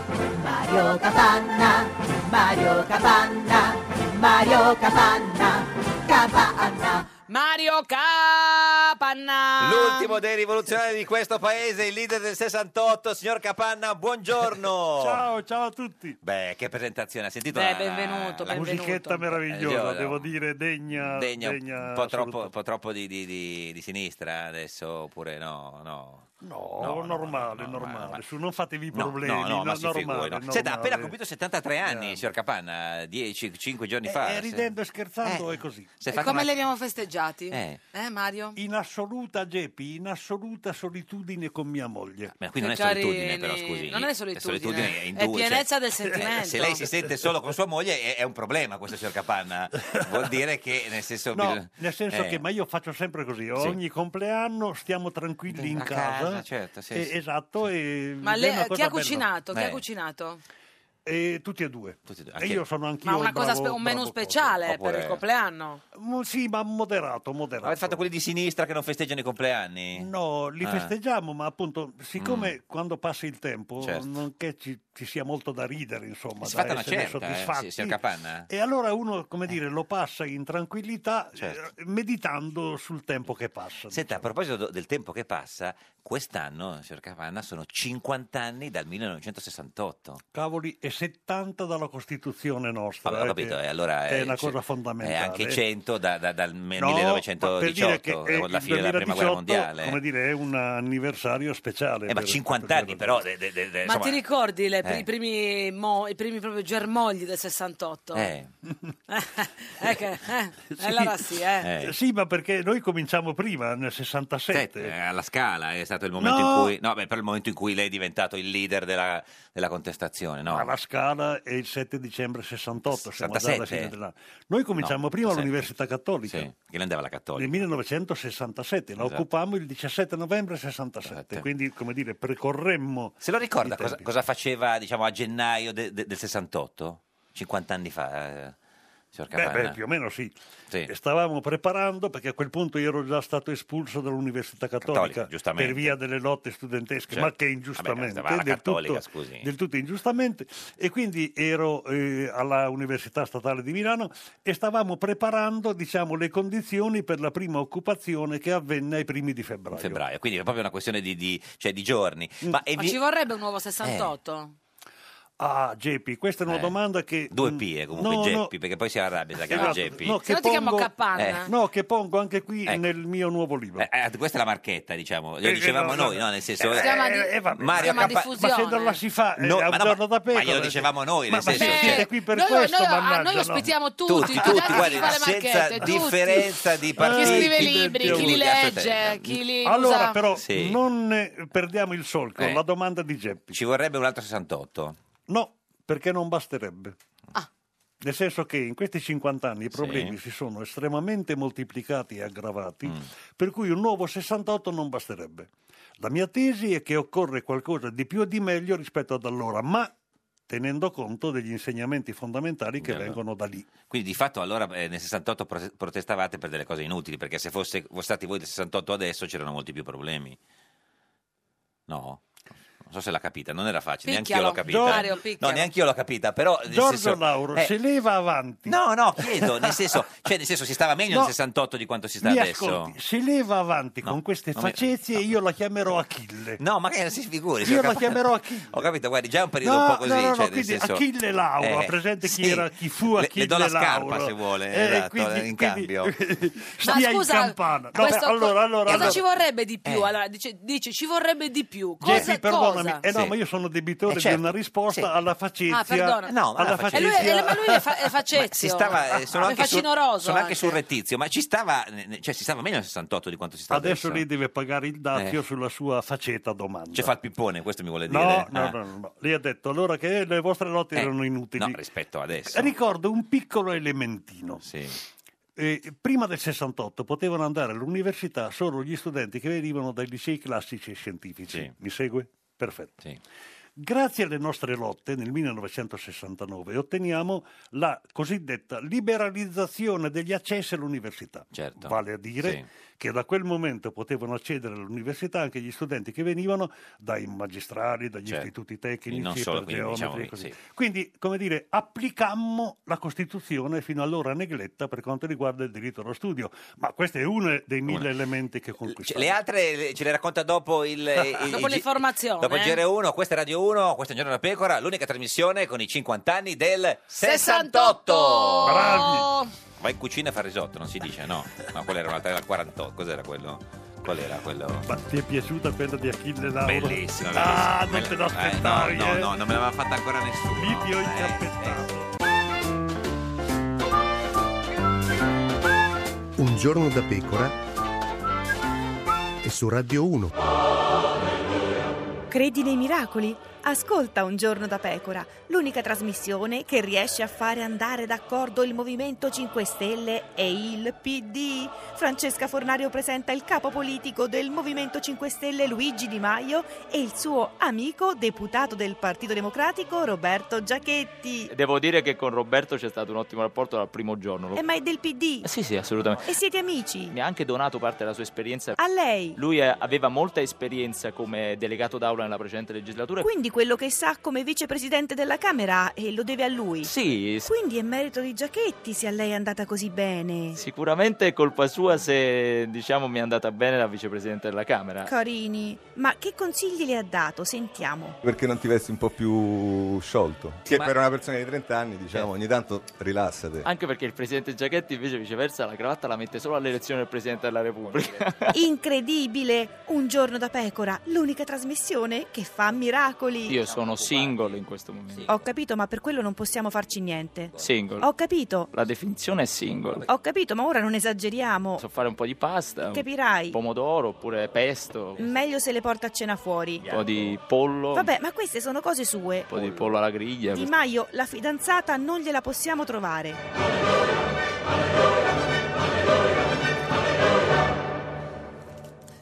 M: Mario Capanna, Mario Capanna, Mario Capanna, Capanna.
A: Mario Capanna.
B: L'ultimo dei rivoluzionari di questo paese, il leader del 68, signor Capanna, buongiorno.
N: Ciao, ciao a tutti.
B: Beh, che presentazione, ha sentito?
N: Beh,
B: la-
N: benvenuto,
B: la-
N: benvenuto.
A: Eh,
N: Musichetta meravigliosa,
B: Meravigliosa.
N: devo dire degna-
B: Degna
N: degna
B: un po' troppo,
N: assoluta.
B: un po' troppo di, di- di- di sinistra adesso, oppure no? No,
N: No, Oh, normale, normale. Su, non fatevi
B: No,
N: problemi.
B: no, no, ma si
N: normale,
B: figuri, no.
N: normale.
B: Senta, ha appena compiuto 73 anni, signor Capanna, 10, 5 giorni
N: Eh,
B: fa.
N: eh,
B: se-
N: ridendo e scherzando è così.
B: eh,
N: Ecco,
B: se
A: E
B: fa
A: come
B: una-
A: li abbiamo festeggiati?
B: Eh.
A: Mario?
N: In assoluta, Geppi, in assoluta solitudine con mia moglie.
B: Ma qui non è solitudine, però scusi.
A: Non è solitudine,
B: solitudine in
A: è
B: due,
A: pienezza
B: cioè,
A: del
B: eh,
A: sentimento.
B: Se lei si sente solo con sua moglie è, è un problema questo, signor Capanna. Vuol dire che nel senso...
N: No,
B: bisogna-
N: nel senso
B: eh,
N: che, ma io faccio sempre così, ogni compleanno stiamo tranquilli in
B: A
N: casa.
B: casa, certo, sì,
N: Eh,
B: sì.
N: Esatto. E
A: Ma
N: è
A: lei-
N: una
A: chi
N: cosa
A: ha
N: bella.
A: cucinato? Chi ha cucinato?
N: Eh, tutti e due. E
B: anche-
N: io sono anch'io
A: Ma una
N: un bravo,
A: cosa spe- un menù
N: bravo cuoco.
A: speciale per
B: Oppure-
A: il compleanno.
N: Mm, Sì, ma moderato, moderato.
B: Avete fatto quelli di sinistra che non festeggiano i compleanni?
N: No, li
B: Ah.
N: festeggiamo, ma appunto, siccome quando passa il tempo
B: Mm. Certo.
N: non che ci, ci sia molto da ridere, insomma,
B: Si è
N: da
B: fatta una
N: essere
B: certa, eh,
N: soddisfatti.
B: sì, signor Capanna.
N: E allora uno, come dire, lo passa in tranquillità,
B: Certo.
N: eh, meditando sul tempo che passa.
B: Senta, a proposito do- del tempo che passa, quest'anno, signor Capanna, sono 50 anni dal 1968.
N: Cavoli, è 70 dalla Costituzione nostra.
B: Vabbè,
N: eh,
B: ho capito,
N: che
B: eh, allora,
N: è
B: eh,
N: una
B: cioè,
N: cosa fondamentale.
B: E anche 100 da- da- dal me-
N: No, ma per dire
B: 1918,
N: che, eh,
B: la
N: il
B: fine della prima
N: 2018,
B: guerra mondiale.
N: Come dire, è un anniversario speciale.
B: Eh, ma
N: per-
B: 50 anni però... de- de- de- de-
A: Ma
B: Eh, insomma,
A: ti ricordi le-
B: eh.
A: i primi, mo- i primi proprio germogli del 68?
B: Eh.
A: Eh, che- eh, allora sì, eh.
N: Sì, ma perché noi cominciamo prima, nel 67.
B: eh, alla scala, è stato il momento
N: No.
B: in cui... No, beh, per il momento in cui lei è diventato il leader della, della contestazione, no?
N: Ma la scala è il 7 dicembre 68, siamo già alla
B: 67?
N: fine dell'anno. Noi cominciamo
B: No,
N: prima
B: 67.
N: all'Università Cattolica.
B: Sì, che lei andava alla cattolica.
N: Nel 1967, la
B: Esatto.
N: occupammo il 17 novembre 67, quindi come dire precorremmo.
B: Se lo ricorda
N: i
B: cosa,
N: tempi.
B: cosa faceva, diciamo, a gennaio de- de- del 68? 50 anni fa, eh, signor
N: Beh,
B: Capanna?
N: beh, più o meno sì.
B: Sì.
N: E Stavamo preparando perché a quel punto io ero già stato espulso dall'Università Cattolica
B: Cattolica, giustamente.
N: per via delle lotte studentesche,
B: Certo.
N: ma che
B: Vabbè,
N: ingiustamente,
B: stava alla
N: del,
B: Cattolica,
N: tutto,
B: scusi.
N: del tutto ingiustamente. E quindi ero eh, alla Università Statale di Milano e stavamo preparando diciamo, le condizioni per la prima occupazione che avvenne ai primi di febbraio.
B: Febbraio, quindi è proprio una questione di, di- cioè, di giorni.
N: Mm.
B: Ma, e
A: Ma
B: vi-
A: ci vorrebbe un nuovo
N: Eh.
A: 68?
N: Ah, Geppi, questa è una
B: Eh.
N: domanda che...
B: Due P eh, comunque,
N: No, no.
B: Geppi, perché poi si arrabbia se la chiama
N: Esatto.
B: Geppi.
N: No, che
A: no ti chiamo
N: pongo-
A: Cappanna.
N: Eh. No, che pongo anche qui
B: Ecco.
N: nel mio nuovo libro.
B: Eh, eh, questa è la marchetta, diciamo, lo
N: Eh, eh,
B: dicevamo
N: no, no,
B: noi,
N: no.
B: no? Nel senso...
N: Eh, Si chiama di- eh, vabbè,
B: Mario
N: si chiama
B: Cappa-
N: diffusione. Ma se non la si fa, eh, a un
B: ma
N: giorno da
B: Ma glielo
N: pecora,
B: dicevamo noi,
N: Ma-
B: nel
N: ma
B: senso...
N: sì, siete qui per
A: noi,
N: questo,
A: noi- ah,
N: mannaggia,
A: noi
N: no?
A: ospettiamo tutti,
B: Tutti, tutti,
A: guardi,
B: guarda, senza differenza di partiti.
A: Chi scrive libri,
B: Tutti
A: chi li
B: a sorella.
A: legge, chi li
N: Allora,
A: usa.
N: però, non eh, perdiamo il solco.
B: Eh.
N: La domanda di Geppi.
B: Ci vorrebbe un altro 68.
N: No, perché non basterebbe.
A: Ah.
N: Nel senso che in questi 50 anni i problemi si sono estremamente moltiplicati e aggravati,
B: Mm.
N: per cui un nuovo 68 non basterebbe. La mia tesi è che occorre qualcosa di più e di meglio rispetto ad allora, ma tenendo conto degli insegnamenti fondamentali che vengono da lì.
B: Quindi di fatto allora eh, nel 68 pro- protestavate per delle cose inutili, perché se fosse, foste stati voi del 68 adesso c'erano molti più problemi. No? Non so se l'ha capita, non era facile, neanche io l'ho
N: Picchialo.
B: capita. eh.
N: Mario,
B: no,
N: picchialo.
B: neanche io l'ho capita, però... nel
N: Giorgio
B: senso-
N: Lauro
B: eh,
N: si leva avanti.
B: No, no, chiedo, nel senso, cioè, nel senso si stava meglio
N: No.
B: nel 68 di quanto si sta
N: Mi
B: adesso?
N: ascolti, si leva avanti con queste
B: non mi-
N: facezie e io la chiamerò Achille.
B: No, ma che si figuri?
N: Io
B: signor
N: la
B: Capano.
N: chiamerò Achille.
B: Ho capito, guardi, già è un periodo
N: No,
B: un po' così.
N: no, no, no,
B: cioè, nel
N: quindi
B: senso- eh,
N: Achille Lauro, ha presente chi era- chi fu
B: Le- Le
N: Achille
B: do la scarpa
N: Lauro.
B: se vuole,
N: Eh,
B: esatto,
N: quindi-
B: in
N: quindi-
B: cambio.
N: Stia in campana. No, beh, allora, allora,
A: cosa
N: allora.
A: ci vorrebbe di
B: Eh.
A: più? Allora, dice, dice, ci vorrebbe di più. Cosa,
N: Geppi, perdonami,
A: cosa?
N: eh no, ma io sono debitore
B: Eh, certo,
N: di una risposta
B: sì.
N: alla facezia.
A: Ah, perdona.
B: Eh, No, alla
N: alla
B: facezia.
A: E lui,
N: facezia.
A: è- ma lui è, fa- è
B: Si
A: facezio.
B: stava, eh, sono
A: è
B: anche, sul-
A: facinoroso
B: sono anche
A: anche.
B: surrettizio, ma ci stava, ne- ne- cioè, si stava meglio nel 68 di quanto si sta adesso.
N: Adesso lei deve pagare il dazio
B: Eh.
N: sulla sua faceta domanda.
B: Cioè fa il pippone, questo mi vuole
N: No,
B: dire.
N: no,
B: Ah.
N: no, no, no. Lei ha detto allora che le vostre lotte
B: Eh,
N: erano inutili.
B: no, rispetto a adesso.
N: Ricordo un piccolo elementino.
B: Sì.
N: Eh, prima del 68 potevano andare all'università solo gli studenti che venivano dai licei classici e scientifici. Mi segue? Perfetto. Grazie alle nostre lotte nel 1969 otteniamo la cosiddetta liberalizzazione degli accessi all'università. Vale a dire
B: Certo. Sì.
N: che da quel momento potevano accedere all'università anche gli studenti che venivano dai magistrali, dagli
B: Certo.
N: istituti tecnici,
B: Non solo,
N: per
B: quindi,
N: geometri
B: diciamo,
N: e così.
B: sì.
N: Quindi, come dire, applicammo la Costituzione fino allora negletta per quanto riguarda il diritto allo studio, ma questo è uno dei mille elementi che
B: Cioè,
N: conquistiamo.
B: le altre le- ce le racconta dopo il, il-
A: Dopo
B: il- eh.
A: l'informazione. eh.
B: dopo il GR1, questa è Radio 1, questo è Un Giorno da Pecora, l'unica trasmissione con i 50 anni del 68.
A: Bravi.
B: Vai in cucina e fa risotto, non si dice, no. No, quella era un'altra, era il 48, cos'era quello? Qual era quello?
N: Ma ti è piaciuta quella di Achille Lauro?
B: cioè, Bellissima, bellissima.
N: Ah, non te lo
B: Eh, no,
N: aspettavi,
B: no,
N: eh?
B: no, non me l'aveva fatta ancora nessuno.
N: Video
B: Eh,
O: Un giorno da pecora e su Radio 1.
P: Credi nei miracoli? Ascolta Un giorno da pecora, l'unica trasmissione che riesce a fare andare d'accordo il Movimento 5 Stelle e il PD. Francesca Fornario presenta il capo politico del Movimento 5 Stelle Luigi Di Maio e il suo amico deputato del Partito Democratico Roberto Giachetti.
Q: Devo dire che con Roberto c'è stato un ottimo rapporto dal primo giorno. Lo-
P: E Eh, ma è del PD?
Q: Eh, Sì, sì, assolutamente.
P: E siete amici?
Q: Mi ha anche donato parte della sua esperienza.
P: A lei?
Q: Lui eh, aveva molta esperienza come delegato d'aula nella precedente legislatura.
P: Quindi quello che sa come vicepresidente della Camera e lo deve a lui.
Q: Sì, s-
P: Quindi è merito di Giachetti se a lei è andata così bene.
Q: sicuramente è colpa sua se diciamo mi è andata bene la vicepresidente della Camera.
P: Ecco. Carini, ma che consigli le ha dato? Sentiamo.
R: Perché non ti vesti un po' più sciolto? Che per una persona di 30 anni, diciamo, ogni tanto rilassate.
Q: Anche perché il presidente Giachetti invece viceversa la cravatta la mette solo all'elezione del presidente della Repubblica.
P: Incredibile! Un giorno da pecora, l'unica trasmissione canzone che fa miracoli.
Q: Io sono single in questo momento.
P: Ho capito, ma per quello non possiamo farci niente.
Q: Single.
P: Ho capito.
Q: La definizione è single.
P: Ho capito, ma ora non esageriamo.
Q: So fare un po' di pasta, un
P: Capirai.
Q: pomodoro oppure pesto, un
P: Meglio se le porta a cena fuori.
Q: po' di pollo,
P: Vabbè, ma queste sono cose sue.
Q: un po' di pollo alla griglia.
P: Di Maio, la fidanzata non gliela possiamo trovare.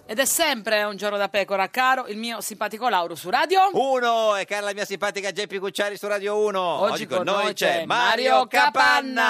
A: Ed è sempre un giorno da pecora, caro il mio simpatico Lauro su Radio.
B: Uno e cara la mia simpatica Geppi Cucciari su Radio 1. Oggi, con noi c'è Mario
A: Capanna.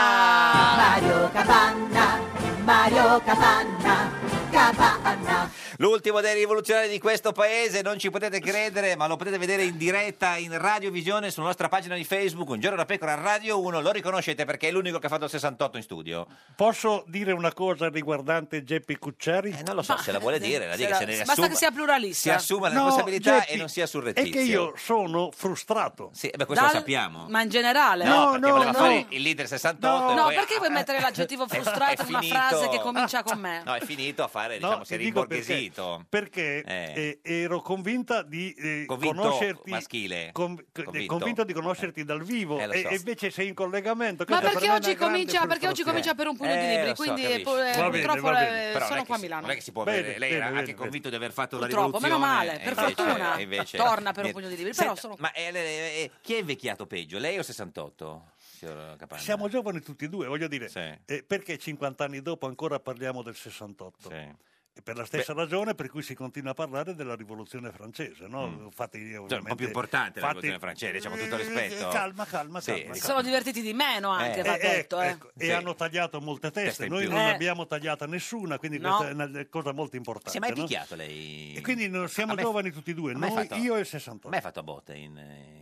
M: Mario Capanna, Mario Capanna, Capanna.
B: L'ultimo dei rivoluzionari di questo paese, non ci potete credere, ma lo potete vedere in diretta in radiovisione sulla nostra pagina di Facebook, Un giorno da pecora Radio 1, lo riconoscete perché è l'unico che ha fatto il 68 in studio.
N: Posso dire una cosa riguardante Geppi Cucciari?
B: Eh, non lo so se la vuole dire, la
N: Ah, se
B: dica,
N: la-
B: se ne
N: basta
B: assuma-
N: che sia pluralista.
B: Si assuma la
N: No,
B: responsabilità
N: Geppi,
B: e non sia
N: È
B: surrettizio.
N: che io sono frustrato.
B: Sì, eh beh, questo
A: Dal-
B: lo sappiamo.
A: Ma in generale.
B: No, perché voleva fare il leader 68 e
A: No,
B: poi-
A: perché vuoi mettere l'aggettivo
B: È- è
A: frustrato in una
B: finito.
A: frase che comincia con me?
B: No, è finito a fare,
N: No,
B: diciamo, si
N: ti
B: è
N: dico perché.
B: rimborghesito.
N: Perché
B: Eh.
N: eh, ero convinta di eh,
B: Convinto
N: conoscerti
B: maschile.
N: con- eh,
B: Convinto.
N: convinto. di conoscerti dal vivo
B: Eh, lo so.
N: e e invece sei in collegamento.
A: Ma
N: Questa per
A: perché
N: me è una
A: oggi,
N: grande
A: comincia, perché oggi
N: frustrazione.
A: comincia per un pugno di
B: Eh,
A: libri,
B: lo so,
A: quindi
B: capisci.
A: eh,
B: Va bene,
A: purtroppo
B: va
A: eh,
B: bene. Però non è
A: sono
B: che
A: qua a
B: si-
A: Milano.
B: Non è che si può
A: Bene,
B: avere, lei era
A: bene,
B: anche
A: bene.
B: convinto di aver fatto
A: Purtroppo,
B: la
A: meno
B: rivoluzione.
A: male,
B: e
A: per
B: invece-
A: fortuna.
B: e invece-
A: Torna per un
B: Niente.
A: pugno di libri,
B: Senta,
A: però sono-
B: Ma eh, eh, eh, chi è invecchiato peggio, lei o 68, signor Capanna?
N: Siamo giovani tutti e due, voglio dire,
B: Sì.
N: eh, perché 50 anni dopo ancora parliamo del 68? E per la stessa ragione per cui si continua a parlare della rivoluzione francese, no?
B: Mm.
N: Fatti,
B: Cioè, un po' più importante la rivoluzione francese, diciamo tutto il rispetto.
N: Calma, calma,
B: Sì,
N: calma.
B: sì.
A: Si sono divertiti di meno Mm, anche,
N: Eh,
A: va
N: eh,
A: detto. eh.
N: ecco, E hanno tagliato molte
B: Testa
N: teste,
B: in
N: noi
B: più.
N: non
B: Eh.
N: ne abbiamo tagliata nessuna, quindi
B: No.
N: questa è una cosa molto importante.
B: Si è mai
N: no?
B: picchiato lei?
N: E quindi non siamo
B: A me-
N: giovani tutti e due,
B: a me
N: noi,
B: hai fatto-
N: io e il 68.
B: A me ha fatto a botte in,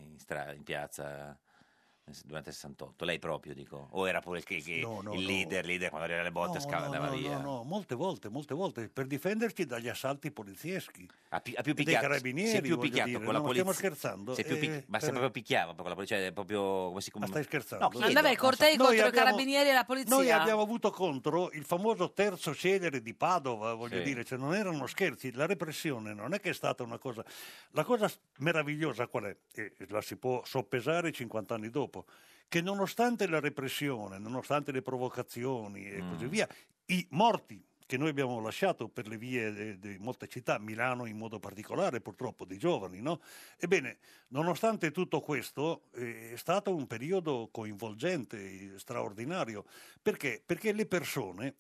B: in stra- in piazza eh, durante il 68, lei proprio dico, o era pure il, che- che-
N: No, no,
B: il
N: no.
B: leader, leader quando era le botte
N: No,
B: scava
N: no,
B: andava
N: no,
B: via.
N: no, no, molte volte, molte volte, per difenderci dagli assalti polizieschi.
B: Ha, pi- ha più
N: E dei
B: picchiato,
N: carabinieri,
B: si è più
N: voglio
B: picchiato
N: dire,
B: con la
N: no?
B: polizia.
N: Stiamo scherzando?
B: Si è più pic-
N: Eh,
B: ma se
N: per-
B: proprio picchiava con la polizia, è proprio come si
N: Ma stai scherzando?
B: No, chiedo,
A: Andava ai
B: non so.
A: cortei
N: Noi
A: contro i
N: abbiamo-
A: carabinieri e la polizia.
N: Noi abbiamo avuto contro il famoso terzo celere di Padova, voglio
B: Sì.
N: dire, cioè non erano scherzi, la repressione non è che è stata una cosa... La cosa s- meravigliosa qual è? E la si può soppesare 50 anni dopo, che nonostante la repressione, nonostante le provocazioni e
B: Mm.
N: così via, i morti che noi abbiamo lasciato per le vie de- di molte città, Milano in modo particolare purtroppo, di giovani, no? Ebbene, nonostante tutto questo, eh, è stato un periodo coinvolgente, eh, straordinario. Perché? Perché le persone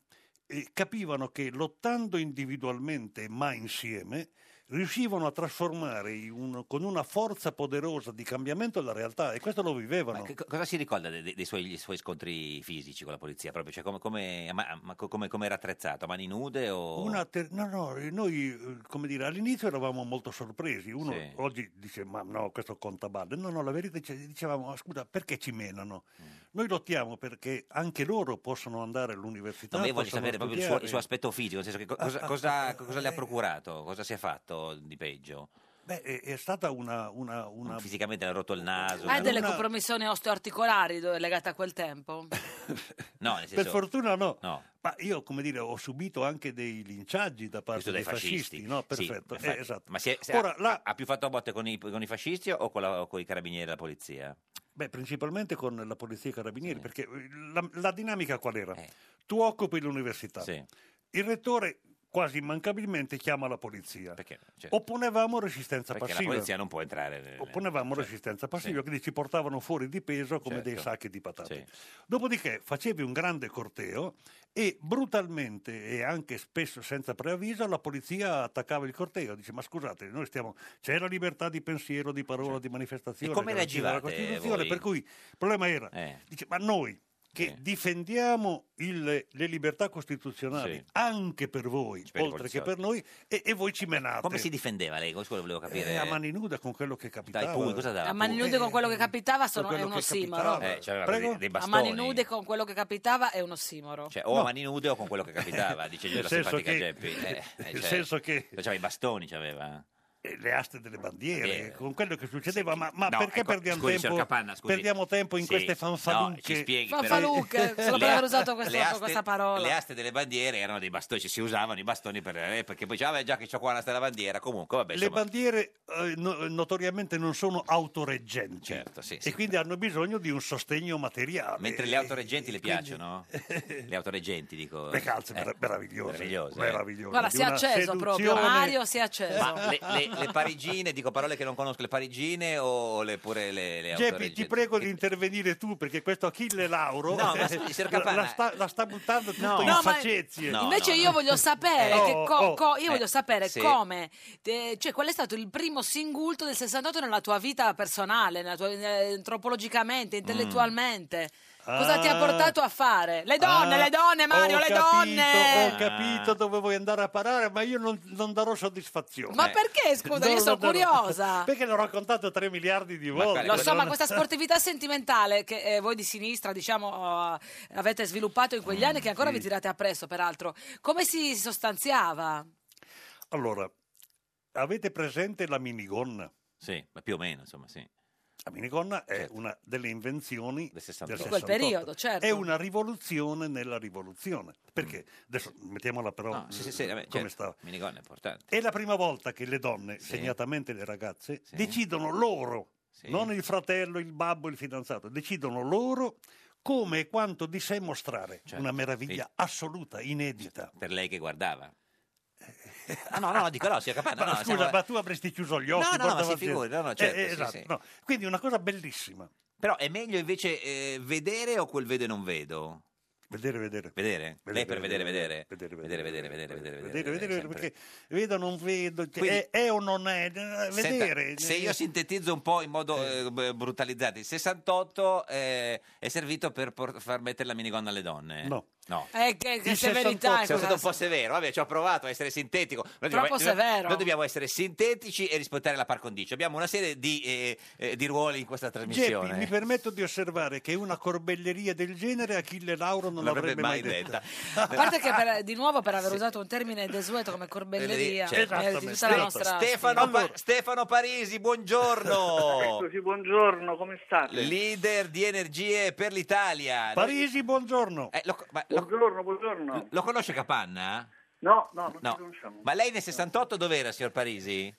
N: eh, capivano che lottando individualmente ma insieme riuscivano a trasformare in un- con una forza poderosa di cambiamento la realtà e questo lo vivevano.
B: Co- Cosa si ricorda de- de- dei, suoi, dei suoi scontri fisici con la polizia? Proprio? Cioè, come, come- ma- ma co- come- come era attrezzato? A Mani nude o...
N: Una ter- no, no, eh, noi eh, come dire, all'inizio eravamo molto sorpresi. Uno
B: Sì.
N: oggi dice: Ma no, questo conta balle. No, no, la verità è che dicevamo: "Ma Scusa, perché ci menano?
B: Mm.
N: Noi lottiamo perché anche loro possono andare all'università.
B: No, ma io voglio
N: possono
B: sapere proprio il suo, il suo
N: studiare."
B: aspetto fisico, nel senso che co- cosa,
N: eh. Ah, ah,
B: cosa-
N: ah,
B: cosa le ha procurato, cosa si è fatto di peggio?
N: Beh, è, è stata una. una, una-
B: Fisicamente le Eh, ha rotto il naso?
A: Hai
B: le-
A: Ah, delle compromissioni osteoarticolari do- legate a quel tempo?
B: No, nel senso...
N: Per fortuna no.
B: No.
N: Ma io, come dire, ho subito anche dei linciaggi da parte
B: Questo
N: dei
B: dai
N: fascisti.
B: fascisti,
N: no?
B: Sì,
N: Perfetto.
B: infatti.
N: eh, esatto.
B: Ma si è- si è-
N: Ora, la-
B: ha più fatto a botte con i, con i fascisti o con, la- o con i carabinieri e la polizia?
N: Beh, principalmente con la polizia e i carabinieri, perché eh, la, la dinamica qual era?
B: Eh.
N: Tu occupi l'università, il rettore quasi immancabilmente chiama la polizia.
B: Cioè,
N: Opponevamo resistenza
B: perché la
N: passiva.
B: polizia non può entrare... nel-
N: Opponevamo resistenza passiva, quindi ci portavano fuori di peso come dei
B: Certo.
N: sacchi di patate.
B: Sì.
N: Dopodiché facevi un grande corteo e brutalmente e anche spesso senza preavviso la polizia attaccava il corteo. Dice ma scusate, noi stiamo... c'è la libertà di pensiero, di parola, di manifestazione.
B: Certo. E come
N: garantita dalla
B: reagivate
N: Costituzione,
B: voi? Eh.
N: Per cui il problema era, dice ma noi che difendiamo il- le libertà costituzionali
B: Sì.
N: anche per voi,
B: per i
N: oltre che
B: poliziotti.
N: per noi, e, e voi ci menate.
B: Come si difendeva lei? Questo lo volevo capire.
N: Eh, a mani nuda con quello che capitava.
B: Dai, pugni, cosa dava?
A: A mani nude con quello che capitava sono,
N: quello
A: è un
N: che
A: ossimoro.
N: capitava.
B: Eh, c'era
N: Prego?
B: dei- dei
A: A
B: bastoni.
A: mani nude con quello che capitava è un ossimoro.
B: Cioè, o a mani nude o con quello che capitava, dice io la
N: Nel senso
B: simpatica
N: che-
B: Geppi. Eh, eh,
N: nel
B: cioè,
N: senso che-
B: Faceva i bastoni, c'aveva.
N: eh, le aste delle bandiere,
B: Bandiere.
N: con quello che succedeva, ma, ma
B: No,
N: perché
B: ecco,
N: perdiamo,
B: scusi,
N: tempo,
B: signor Capanna, scusi.
N: perdiamo tempo in
B: Sì,
N: queste
B: no,
N: fanfalucche?
B: ci spieghi, però- eh,
A: Fanfalucche, solo per
B: Le-
A: aver usato questo-
B: le aste-
A: questa parola.
B: Le aste delle bandiere erano dei bastoni, cioè si usavano i bastoni per eh, perché poi diceva, "Vabbè, già che c'ho qua la stella bandiera, comunque vabbè,
N: le
B: insomma,
N: bandiere eh, no- notoriamente non sono autoreggenti e quindi hanno bisogno di un sostegno materiale.
B: Certo, mentre le autoreggenti le piacciono, le autoreggenti dico. Eh,
N: Le calze merav- meravigliose,
B: meravigliose. eh.
N: meravigliose.
A: Guarda, si è acceso proprio. Mario si è acceso.
B: Ma le, le- le parigine, dico parole che non conosco, le parigine o le, pure le, le
N: Geppi, ti
B: autoreggenti?
N: prego di intervenire tu perché questo Achille Lauro eh,
B: No, ma scusi, signor
N: la,
B: Capanna-
N: la sta, la sta buttando tutto
B: No.
N: in
B: No, ma-
N: facezie.
B: No,
A: Invece io voglio sapere,
N: Eh,
A: che
N: oh,
A: co-
N: oh,
A: co- io
N: eh,
A: voglio sapere
N: sì.
A: come, eh, cioè qual è stato il primo singulto del 68 nella tua vita personale, nella tua- eh, antropologicamente, intellettualmente. Cosa ti ha
N: Mm. Ah.
A: portato a fare? Le donne,
N: Ah,
A: le donne, Mario,
N: ho
A: le
N: capito,
A: donne!
N: Ho capito dove vuoi andare a parare, ma io non, non darò soddisfazione. Eh,
A: Ma perché, scusa,
N: Non
A: io
N: lo
A: sono
N: darò.
A: curiosa.
N: Perché l'ho raccontato 3 miliardi di volte.
A: Lo so, ma
N: Non-
A: questa sportività sentimentale che eh, voi di sinistra, diciamo, eh, avete sviluppato in quegli anni, che ancora
N: sì.
A: vi tirate appresso, peraltro, come si sostanziava?
N: Allora, avete presente la minigonna?
B: Sì, ma più o meno, insomma, sì. Certo.
N: La minigonna è una delle invenzioni del
B: 68.
A: Di quel periodo, certo.
N: È una rivoluzione nella rivoluzione. Perché, adesso mettiamola però
B: Mm. No, sì, sì, sì, vabbè, certo,
N: come sta.
B: minigonna è importante.
N: È la prima volta che le donne, segnatamente le ragazze, decidono loro, non il fratello, il babbo, il fidanzato, decidono loro come e quanto di sé mostrare. Una meraviglia
B: Certo, sì.
N: assoluta, inedita.
B: Per lei che guardava. Ah, no, no, no, dico no, signor Capanna.
N: Ma
B: no,
N: scusa,
B: siamo-
N: ma tu avresti chiuso gli occhi.
B: No, no, no,
N: guarda
B: ma si
N: davanti-
B: figuri, no, no, certo, sì,
N: esatto,
B: sì.
N: no. Quindi una cosa bellissima.
B: Però è meglio invece eh, vedere o quel vedo e non vedo?
N: Vedere, vedere.
B: Vedere? Lei per vedere,
N: vedere,
B: vedere. Vedere, vedere, vedere, vedere,
N: Vedere, vedere,
B: sempre.
N: perché vedo, non vedo, cioè,
B: Quindi-
N: è, è o non è, eh,
B: Senta,
N: vedere. eh,
B: se io sintetizzo un po' in modo eh, b- brutalizzato, il 68 eh, è servito per por- far mettere la minigonna alle donne?
N: No.
B: No.
A: Eh, che, che
B: Il 68.
A: severità è ecco.
B: Sono stato
A: questa.
B: un po' severo, vabbè, ci ho provato a essere sintetico. Noi
A: Troppo
B: dobbiamo-
A: severo.
B: Noi dobbiamo essere sintetici e rispettare la par condicio. Abbiamo una serie di, eh, eh, di ruoli in questa
N: Geppi,
B: trasmissione.
N: mi permetto di osservare che una corbelleria del genere Achille Lauro non,
B: Non l'avrebbe
N: l'avrebbe
B: mai
N: mai detta.
A: A parte che per- di nuovo per aver usato un termine desueto come corbelleria,
B: Certo.
A: eh, di tutta la nostra
B: Stefano, Pa- Stefano Parisi, buongiorno.
S: Eccoci, buongiorno, come state?
B: Leader di Energie per l'Italia.
N: Parisi, buongiorno.
B: Eh, lo, ma lo-
S: Buongiorno, buongiorno.
B: lo conosce Capanna?
S: No, no, non
B: No.
S: ci conosciamo.
B: Ma lei nel 68 dov'era, signor Parisi?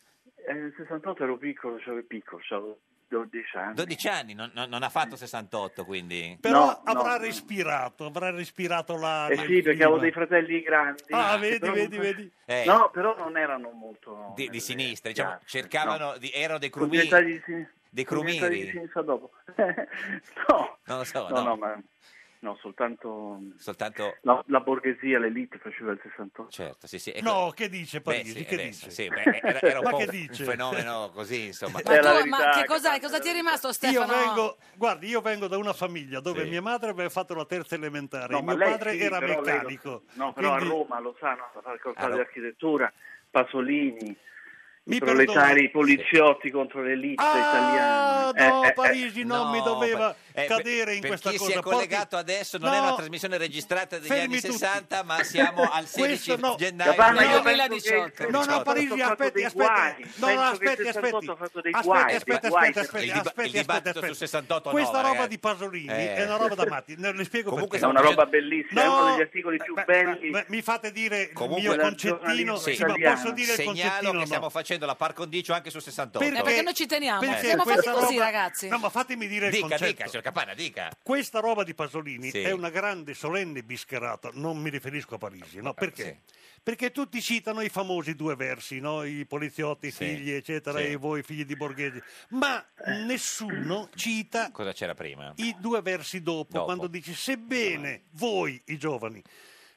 S: Eh, nel 68 ero piccolo, cioè piccolo, avevo 12 anni.
B: 12 anni, non, non- non ha fatto 68 quindi.
N: Però
S: No, no,
N: avrà
S: no.
N: respirato, avrà respirato l'aria.
S: Eh sì,
N: il
S: perché avevo
N: clima.
S: dei fratelli grandi.
N: Ah,
S: che
N: vedi,
S: però
N: vedi,
S: non-
N: vedi.
B: Eh.
S: No, però non erano molto...
B: Di, di sinistra, diciamo, cercavano, di, erano dei
S: Sono
B: crumiri.
S: diventati di sin-
B: Dei
S: sono diventati di
B: crumiri,
S: sinistra dopo. no,
B: non lo so,
S: no,
B: no.
S: no, ma... No, soltanto...
B: Soltanto...
S: La, la borghesia, l'elite faceva il 68.
B: Certo, sì, sì.
N: No, che dice Parisi?
B: Beh, sì,
N: che
B: adesso,
N: dice?
B: sì, beh, era, era un
N: Ma
B: po'
N: che
B: un-
N: dice?
B: un fenomeno così, insomma.
A: Ma, tu- ma che cosa, cosa ti è rimasto
N: Io
A: Stefano?
N: vengo, guardi, io vengo da una famiglia dove
B: Sì.
N: mia madre aveva fatto la terza elementare,
S: No, ma
N: mio
S: lei
N: padre
S: sì,
N: era
S: però lei lo-
N: meccanico.
S: no, però
N: Quindi-
S: a Roma lo sanno, la facoltà
N: Ah, no.
S: di architettura, Pasolini,
N: Mi
S: i proletari,
N: perdoni.
S: i poliziotti contro l'elite
N: Ah,
S: italiana.
N: no,
S: Eh, eh,
N: Parisi non mi doveva
B: Eh,
N: cadere in
B: per
N: questa
B: chi
N: cosa.
B: si è
N: Porti-
B: collegato adesso non
N: No,
B: è una trasmissione registrata degli
N: fermi
B: anni
N: tutti.
B: 60 ma siamo al
N: Questo
B: 16
N: no.
B: gennaio
N: Gabbana,
S: io
B: del
S: penso che-
B: 2018.
N: No, no,
B: 18.
N: Parisi,
S: Ho fatto
N: aspetti,
S: dei
N: aspetti.
S: guai.
N: No, no,
S: Penso che
N: aspetti,
S: il
N: aspetti.
S: 68 ha fatto dei
N: Aspetti,
S: guai,
N: aspetti,
S: dei guai
N: aspetti,
S: per-
N: aspetti,
S: Il dib-
N: aspetti,
B: il dibattito
N: aspetti,
B: su
N: aspetti.
B: 68 no,
N: Questa roba
B: ragazzi.
N: di Pasolini
B: Eh.
N: è una roba da matti, ne le spiego
B: Comunque
N: perché.
S: Ecco è una roba bellissima, è uno degli articoli più
N: beh,
S: belli.
N: beh, mi fate dire il
B: Comunque-
N: mio
B: Del
N: concettino,
S: giornalismo
N: sì, ma
S: italiano.
N: posso dire il
B: segnalo
N: concettino?
B: che
N: no?
B: stiamo facendo la par condicio anche su 68
A: Eh, perché noi ci teniamo,
N: perché
A: siamo fatti
N: questa
A: così
N: roba-
A: ragazzi.
N: No, ma fatemi dire il
B: dica dica
N: concetto.
B: signor Capanna dica
N: Questa roba di Pasolini
B: Sì.
N: è una grande solenne bischerata, non mi riferisco a Parigi,
B: Eh,
N: no? Perché? Perché tutti citano i famosi due versi, no? i poliziotti, i figli, eccetera,
B: Sì.
N: e voi figli di borghesi, ma nessuno cita
B: cosa c'era prima
N: i due versi dopo,
B: Dopo.
N: quando dici sebbene voi i giovani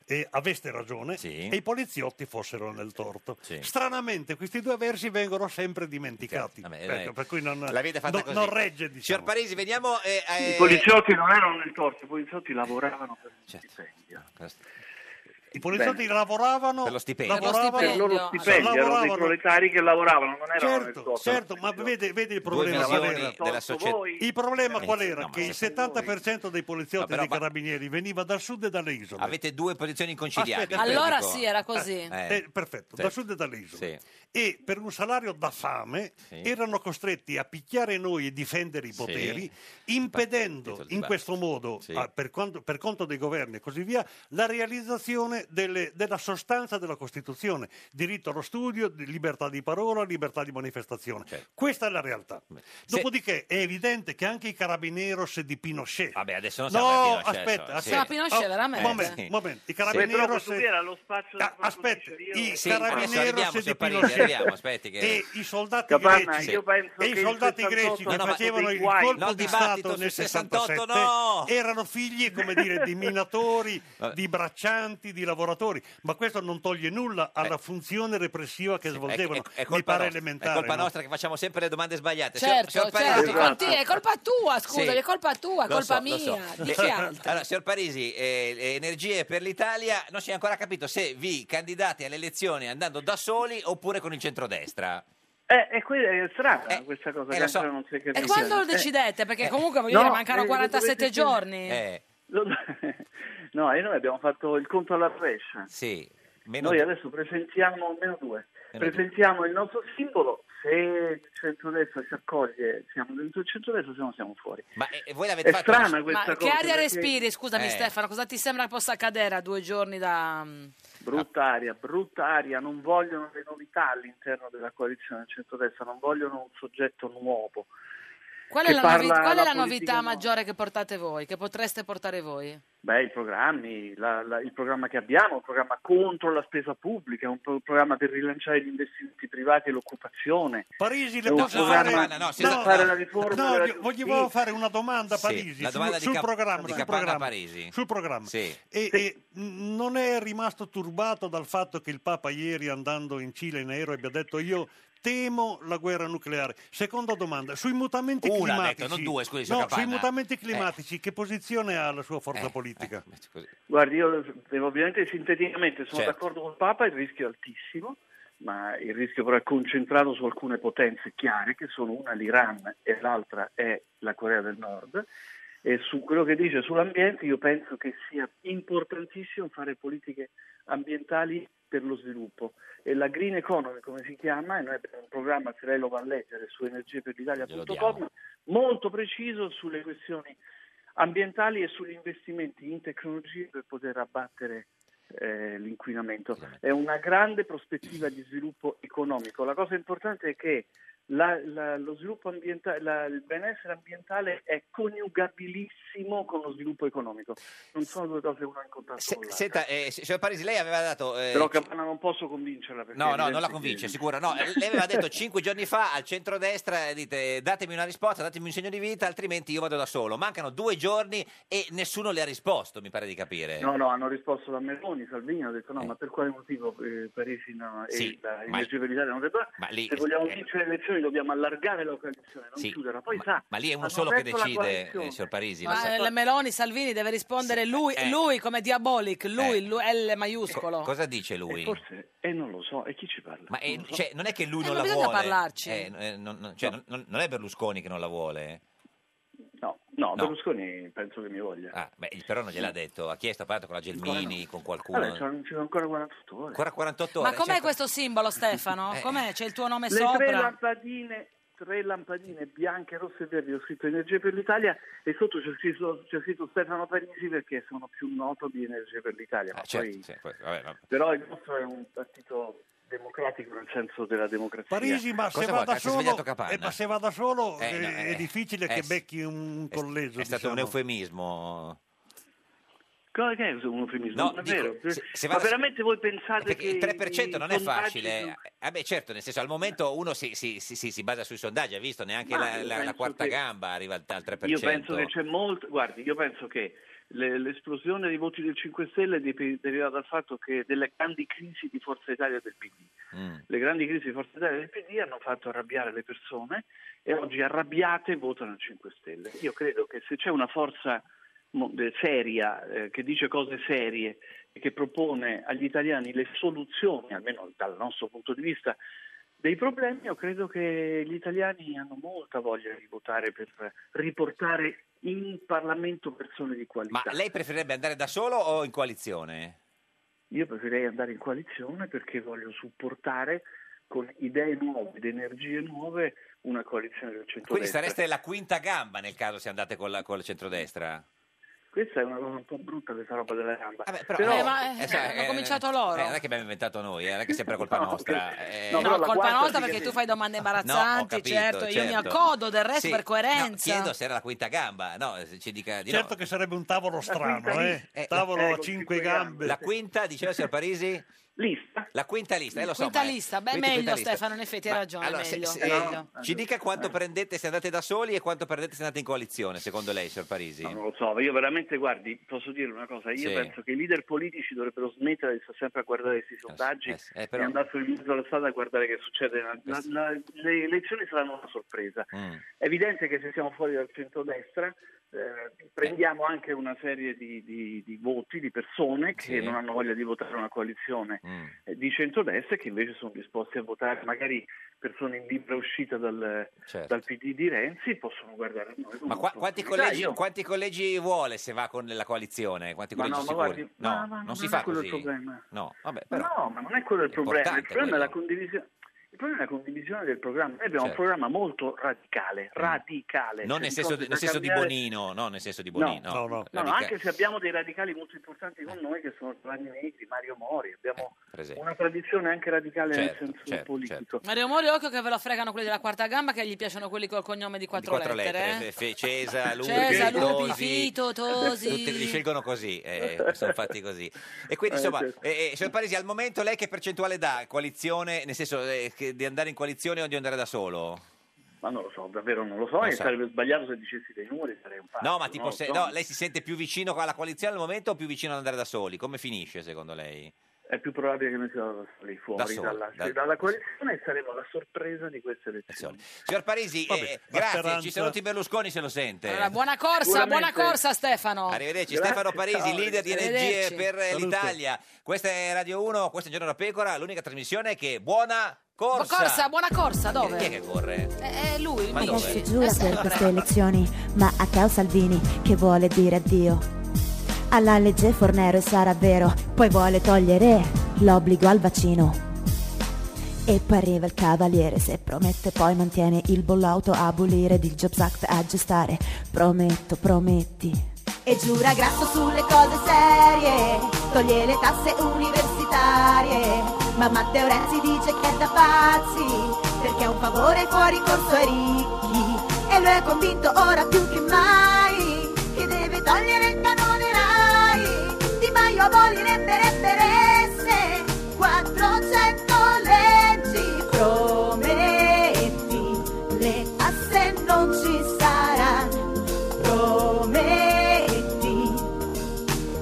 N: eh, aveste ragione e i poliziotti fossero nel torto. Stranamente questi due versi vengono sempre dimenticati,
B: Vabbè,
N: Ecco,
B: dai.
N: per cui non,
B: la vita è fatta
N: non-
B: così
N: non regge. Diciamo.
B: signor Parisi veniamo eh, eh, Certo.
S: I poliziotti non erano nel torto, i poliziotti lavoravano per il stipendio.
N: I poliziotti
B: Beh.
N: lavoravano
B: Per lo stipendio.
N: lavoravano-
S: Per loro stipendi, erano dei
N: lavoravano-
S: proletari che lavoravano, non erano nel
N: Certo,
S: corpo.
N: certo, ma vede, vede il problema qual
B: visioni
N: era?
B: della società. Voi-
N: Il problema qual
B: Veramente,
N: era?
B: no, ma
N: che il
B: se-
N: 70% dei poliziotti
B: No,
N: e
B: però,
N: dei
B: ma-
N: carabinieri veniva dal sud e dalle isole.
B: Avete due posizioni inconciliabili.
N: Aspetta,
A: Allora
B: dico-
A: sì, era così.
B: Eh.
N: Eh, perfetto,
B: Sì.
N: da sud e dalle isole.
B: Sì.
N: E per un salario da fame
B: Sì.
N: erano costretti a picchiare noi e difendere i
B: Sì.
N: poteri, impedendo in
B: dibattito.
N: questo modo,
B: Sì.
N: ah, per, quanto- per conto dei governi e così via, la realizzazione delle- della sostanza della Costituzione, diritto allo studio, di- libertà di parola, libertà di manifestazione.
B: Certo.
N: Questa è la realtà. Dopodiché è evidente che anche i carabineros di Pinochet... Vabbè,
B: adesso
N: no,
B: non siamo a Pinochet,
N: aspetta,
B: insomma, sì.
N: aspetta.
A: Sono a Pinochet,
N: Oh,
A: veramente.
N: Momento,
B: Eh, sì.
N: momento. I
S: Beh, però
N: carabineros...
S: questo qui era lo spazio
N: Ah, aspetta, i
B: Sì, adesso
N: carabinieri
B: arriviamo,
N: di
B: signor Parisi,
N: Pinochet
B: arriviamo, aspetti che-
N: e i soldati
S: Capanna,
N: greci
S: io penso
N: e i
S: che il
N: soldati
S: 68
N: greci che
S: no, no, ma-
N: facevano il
S: dei guai-
N: colpo
S: no,
N: di
S: dibattito
N: Stato
S: sul
N: nel
S: 68
N: 67
S: no!
N: erano figli, come dire, di minatori, di braccianti, di lavoratori, ma questo non toglie nulla alla funzione repressiva che svolgevano.
B: Eh. È, è
N: Mi
B: colpa,
N: pare
B: nostra, è
N: elementare.
B: colpa
N: no?
B: nostra che facciamo sempre le domande sbagliate. Signor-
A: Certo,
B: signor
A: certo,
B: Parisi-
S: Esatto.
A: conti- è colpa tua, scusami,
B: Sì.
A: è colpa tua, è
B: Lo
A: colpa
B: so, lo
A: mia.
B: so.
A: Dici
B: Eh,
A: altro.
B: Allora, signor Parisi, eh, le Energie per l'Italia, non si è ancora capito se vi candidate alle elezioni andando da soli oppure con il centrodestra.
S: Eh, e qui è strana
A: Eh,
S: questa cosa che ancora non si è capita.
A: E quando lo
S: Eh,
A: decidete? Perché
S: eh,
A: comunque, voglio
S: no,
A: dire, mancano
S: eh,
A: 47
S: dovete-
A: giorni.
B: Eh.
S: Lo- no, e noi abbiamo fatto il conto alla rovescia.
B: Sì.
S: Noi adesso presentiamo almeno due.
B: Meno
S: presentiamo il nostro simbolo. Se il centrodestra ci accoglie, siamo dentro il centrodestra, se no siamo fuori.
B: Ma eh, voi l'avete
S: È
B: fatto...
S: strana questa
A: Ma
S: cosa.
A: che aria
S: perché-
A: respiri, scusami
S: Eh.
A: Stefano, cosa ti sembra possa accadere a due giorni da... mm,
S: Brutta aria, brutta aria, non vogliono le novità all'interno della coalizione del centrodestra, non vogliono un soggetto nuovo.
A: Qual è
S: Che
A: la,
S: parla
A: novi- qual è
S: la
A: la
S: politica
A: novità
S: nuova.
A: maggiore che portate voi, che potreste portare voi?
S: Beh, i programmi, la- la- il programma che abbiamo, un programma contro la spesa pubblica, un pro- programma per rilanciare gli investimenti privati e l'occupazione.
N: Parisi
S: È
N: le
S: un
N: posso
S: programma-
N: fare,
S: no, si sa- fare la riforma
N: no,
S: della
N: io volevo
S: giustizia.
N: fare una domanda a
B: Sì,
N: Parisi
B: la
N: sul-
B: domanda
N: sul,
B: di Cap-
N: programma,
B: di
N: sul
B: Capanna
N: programma,
B: Parisi.
N: sul programma.
B: Sì.
N: E, e, mh, non è rimasto turbato dal fatto che il Papa ieri andando in Cile in aereo abbia detto io temo la guerra nucleare. Seconda domanda, sui mutamenti
B: Una ha
N: climatici.
B: detto, non due, scusi, signor
N: no, sui
B: Capanna.
N: mutamenti climatici che posizione ha la sua
B: Eh,
N: forza politica?
S: Guardi, io devo ovviamente sinteticamente sono
N: Certo.
S: d'accordo con il Papa, il rischio è altissimo, ma il rischio però è concentrato su alcune potenze chiare, che sono una l'Iran e l'altra è la Corea del Nord. E su quello che dice sull'ambiente io penso che sia importantissimo fare politiche ambientali per lo sviluppo. E la green economy, come si chiama, e noi abbiamo un programma, se lei lo va a leggere, su energieperlitalia.com, molto preciso sulle questioni ambientali e sugli investimenti in tecnologie per poter abbattere eh, l'inquinamento. È una grande prospettiva di sviluppo economico. La cosa importante è che la- la- lo sviluppo ambientale, la- il benessere ambientale è coniugabilissimo con lo sviluppo economico. Non sono due cose una in contatto con l'altra.
B: Senta, eh, signor Parisi, lei aveva dato... eh,
S: Però Capanna non posso convincerla. perché
B: No,
S: è
B: no, non la
S: evidente
B: convince,
S: che-
B: sicuro. No, eh, lei aveva detto cinque giorni fa al centrodestra, eh, dite datemi una risposta, datemi un segno di vita, altrimenti io vado da solo. Mancano due giorni e nessuno le ha risposto, mi pare di capire.
S: No, no, hanno risposto da Meloni, Salvini, hanno detto no, ma per quale motivo eh, Parisi no,
B: Sì,
S: e la
B: ma-
S: Energia per l'Italia non debba-
B: ma lì-
S: Se vogliamo vincere le elezioni dobbiamo allargare la coalizione, non
B: Sì,
S: chiuderla. Poi sa,
B: Ma lì è uno
S: hanno
B: solo che
S: aperto la
B: decide,
S: coalizione.
B: eh, signor Parisi. lo
A: Ma,
B: sa.
A: eh, la Meloni, Salvini deve rispondere lui,
B: eh.
A: lui come diabolic, lui,
B: Eh.
A: lui, L maiuscolo.
B: Cosa dice lui?
S: E forse, e non lo so, e chi ci parla?
B: Ma eh,
S: Non lo so.
B: cioè, non è che lui
A: Eh,
B: non
A: non
B: la
A: bisogna
B: vuole.
A: parlarci.
B: Eh, eh, non, non- cioè, non- non è Berlusconi che non la vuole.
S: No, no,
B: No.
S: Berlusconi penso che mi voglia.
B: Ah, beh, però non gliel'ha detto. Ha chiesto, ha parlato con la Gelmini, con qualcuno.
S: Vabbè, c'è- ci sono ancora 48 ore.
B: Ancora 48 ore.
A: Ma com'è
B: cioè,
A: questo simbolo Stefano?
B: Eh.
A: Com'è? C'è il tuo nome
S: Le tre
A: sopra?
S: lampadine, tre lampadine bianche, rosse e verdi, ho scritto Energia per l'Italia e sotto c'è scritto, c'è scritto Stefano Parisi perché sono più noto di Energia per l'Italia. ma
B: Ah, certo,
S: poi-
B: sì, questo- vabbè, vabbè.
S: Però il nostro è un partito democratico nel senso della democrazia.
N: Parisi, ma
B: Cosa
N: se,
B: vuoi,
N: va da
B: cazzo, svegliato
N: solo,
B: Capanna?
N: eh, ma se va da solo
B: Eh,
N: eh,
B: no, eh,
N: è difficile
B: eh,
N: che
B: sì.
N: becchi un collegio.
B: È stato un
N: diciamo.
B: eufemismo.
S: Cosa che è un eufemismo?
B: No,
S: Non è
B: dico,
S: vero.
B: se- se va
S: ma
B: da-
S: veramente voi pensate
B: Perché
S: che
B: il 3% non è
S: i sondaggi
B: facile.
S: sono-
B: Eh, beh, certo, nel senso, al momento uno si, si- si- si- si basa sui sondaggi, ha visto neanche
S: Ma
B: la,
S: io
B: la- la
S: penso
B: quarta
S: che-
B: gamba arriva al, al 3%.
S: Io penso che c'è molto, guardi, io penso che le- l'esplosione dei voti del 5 Stelle dip- deriva dal fatto che delle grandi crisi di Forza Italia e del PD.
B: Mm.
S: Le grandi crisi di Forza Italia e del PD hanno fatto arrabbiare le persone e oggi arrabbiate votano il 5 Stelle. Io credo che se c'è una forza mo- de- seria eh, che dice cose serie che propone agli italiani le soluzioni, almeno dal nostro punto di vista, dei problemi, io credo che gli italiani hanno molta voglia di votare per riportare in Parlamento persone di qualità.
B: Ma lei preferirebbe andare da solo o in coalizione?
S: Io preferirei andare in coalizione perché voglio supportare con idee nuove, ed energie nuove, una coalizione del centrodestra.
B: Quindi sareste la quinta gamba nel caso se andate con, la, con il centrodestra?
S: Questa è una cosa un po' brutta, questa roba della gamba.
B: Vabbè,
S: però,
A: Eh, ma, eh,
B: cioè,
A: hanno
B: eh,
A: cominciato loro.
B: eh, non è che abbiamo inventato noi, eh, non è che è sempre colpa
S: No,
B: nostra.
S: che-
B: eh.
S: no,
A: No,
S: però la
A: colpa
S: quarta
A: nostra
S: sì
A: perché
S: che-
A: tu fai domande
B: No, ho
A: imbarazzanti,
B: capito,
A: certo, Io mi accodo del resto
B: Sì,
A: per coerenza.
B: no, chiedo se era la quinta gamba, no, se ci dica di
N: Certo
B: no.
N: che sarebbe un tavolo strano,
B: quinta
N: eh?
B: lista. Eh,
N: tavolo
B: eh,
N: a
B: con
N: cinque gambe.
B: La quinta, diceva il signor Parisi?
S: Lista.
B: La quinta lista, eh, lo so.
A: Quinta
B: ma è-
A: lista, beh,
B: quinta-
A: meglio
B: quinta lista.
A: Stefano, in effetti hai
B: Ma,
A: ragione,
B: allora, se-
A: meglio.
B: se-
A: meglio.
B: eh, ci dica quanto prendete se andate da soli e quanto prendete se andate in coalizione, secondo lei, signor Parisi?
S: non lo so, io veramente, guardi, posso dire una cosa, io
B: Sì.
S: penso che i leader politici dovrebbero smettere di stare sempre a guardare questi sondaggi
B: eh, eh, però- Eh
S: e andarsene in mezzo alla strada a guardare che succede. La- la-
B: Questo-
S: la- le elezioni saranno una sorpresa.
B: Mm.
S: È evidente che se siamo fuori dal centrodestra eh, prendiamo anche una serie di, di- di voti, di persone che
B: Sì.
S: non hanno voglia di votare una coalizione
B: Mm.
S: eh, di centrodestra e che invece sono disposti a votare magari persone in libera uscita dal,
B: Certo.
S: dal PD di Renzi possono guardare a noi. con
B: Ma qua-
S: molta
B: quanti,
S: ostilità.
B: collegi,
S: Io-
B: quanti collegi vuole se va con la coalizione? Quanti
S: Ma
B: collegi
S: no, ma
B: sicuri?
S: guardi,
B: no,
S: ma- ma
B: non
S: non
B: si
S: è
B: fa
S: quello
B: così.
S: il problema. Eh,
B: No, vabbè,
S: Ma
B: però.
S: no, ma non è quello il problema. Il
B: importante
S: problema è
B: quello.
S: la condivisione. Il problema è la condivisione del programma. Noi abbiamo
B: Certo. Mm.
S: un programma molto radicale, radicale.
B: non
S: Cioè,
B: nel
S: di
B: senso,
S: cose da
B: nel senso di
S: cambiare-
B: Bonino, no, nel senso di Bonino.
S: No,
B: no,
S: No, no, anche se abbiamo dei radicali molto importanti con noi che sono Giovanni Negri, Mario Mori, abbiamo
B: Eh, per esempio.
S: una tradizione anche radicale
B: Certo,
S: nel senso
B: certo,
S: politico.
A: Mario Mori, occhio che ve lo fregano quelli della quarta gamba che gli piacciono quelli col cognome di
B: Di
A: quattro,
B: quattro lettere,
A: eh.
B: eh, Fe- Cesa, Lupi,
A: Cesa, Lupi,
B: Tosi.
A: Fito, Tosi.
B: Tutti li scelgono così, eh, sono fatti così. E quindi,
S: Eh,
B: insomma,
S: certo.
B: eh, eh, signor Parisi, al momento lei che percentuale dà? Coalizione, nel senso eh, che- di andare in coalizione o di andare da solo?
S: Ma non lo so, davvero non lo so,
B: Lo
S: e
B: sa.
S: sarebbe sbagliato se dicessi dei numeri, sarei un pazzo.
B: No, ma tipo,
S: Ah, no?
B: se,
S: No.
B: no, lei si sente più vicino alla coalizione al momento o più vicino ad andare da soli? Come finisce secondo lei?
S: È più probabile che noi siamo lì fuori
B: Da soli,
S: dalla,
B: da-
S: dalla coalizione e saremo la sorpresa di queste elezioni.
B: Signor Parisi,
S: Vabbè,
B: eh,
S: la
B: grazie,
S: speranza-
B: ci saluti Berlusconi se lo sente.
A: Allora, buona corsa,
S: Sicuramente.
A: buona corsa Stefano.
B: Arrivederci, Stefano Parisi, leader di
A: Arrivederci.
B: Energie per eh,
A: Salute.
B: l'Italia. Questa è Radio 1, questo è Giorno da Pecora, l'unica trasmissione che buona corsa.
A: Corsa, buona corsa, dove?
B: Chi è che corre?
A: Eh, eh, lui,
B: Ma
A: il
B: dove?
A: Mici.
M: Si giura
A: Eh,
M: per
A: sempre.
M: queste elezioni, ma a causa Salvini che vuole dire addio. Alla legge Fornero e sarà vero, poi vuole togliere l'obbligo al vaccino. E poi arriva il cavaliere, se promette poi mantiene il bollauto, abolire il Jobs Act, aggiustare. Prometto, prometti. E giura grasso sulle cose serie, toglie le tasse universitarie. Ma Matteo Renzi dice che è da pazzi, perché è un favore fuori corso ai ricchi. E lui è convinto ora più che mai, che deve togliere il canone RAI. Di Maio abolirebbe le peresse, 400 leggi prometti, le tasse non ci saranno prometti,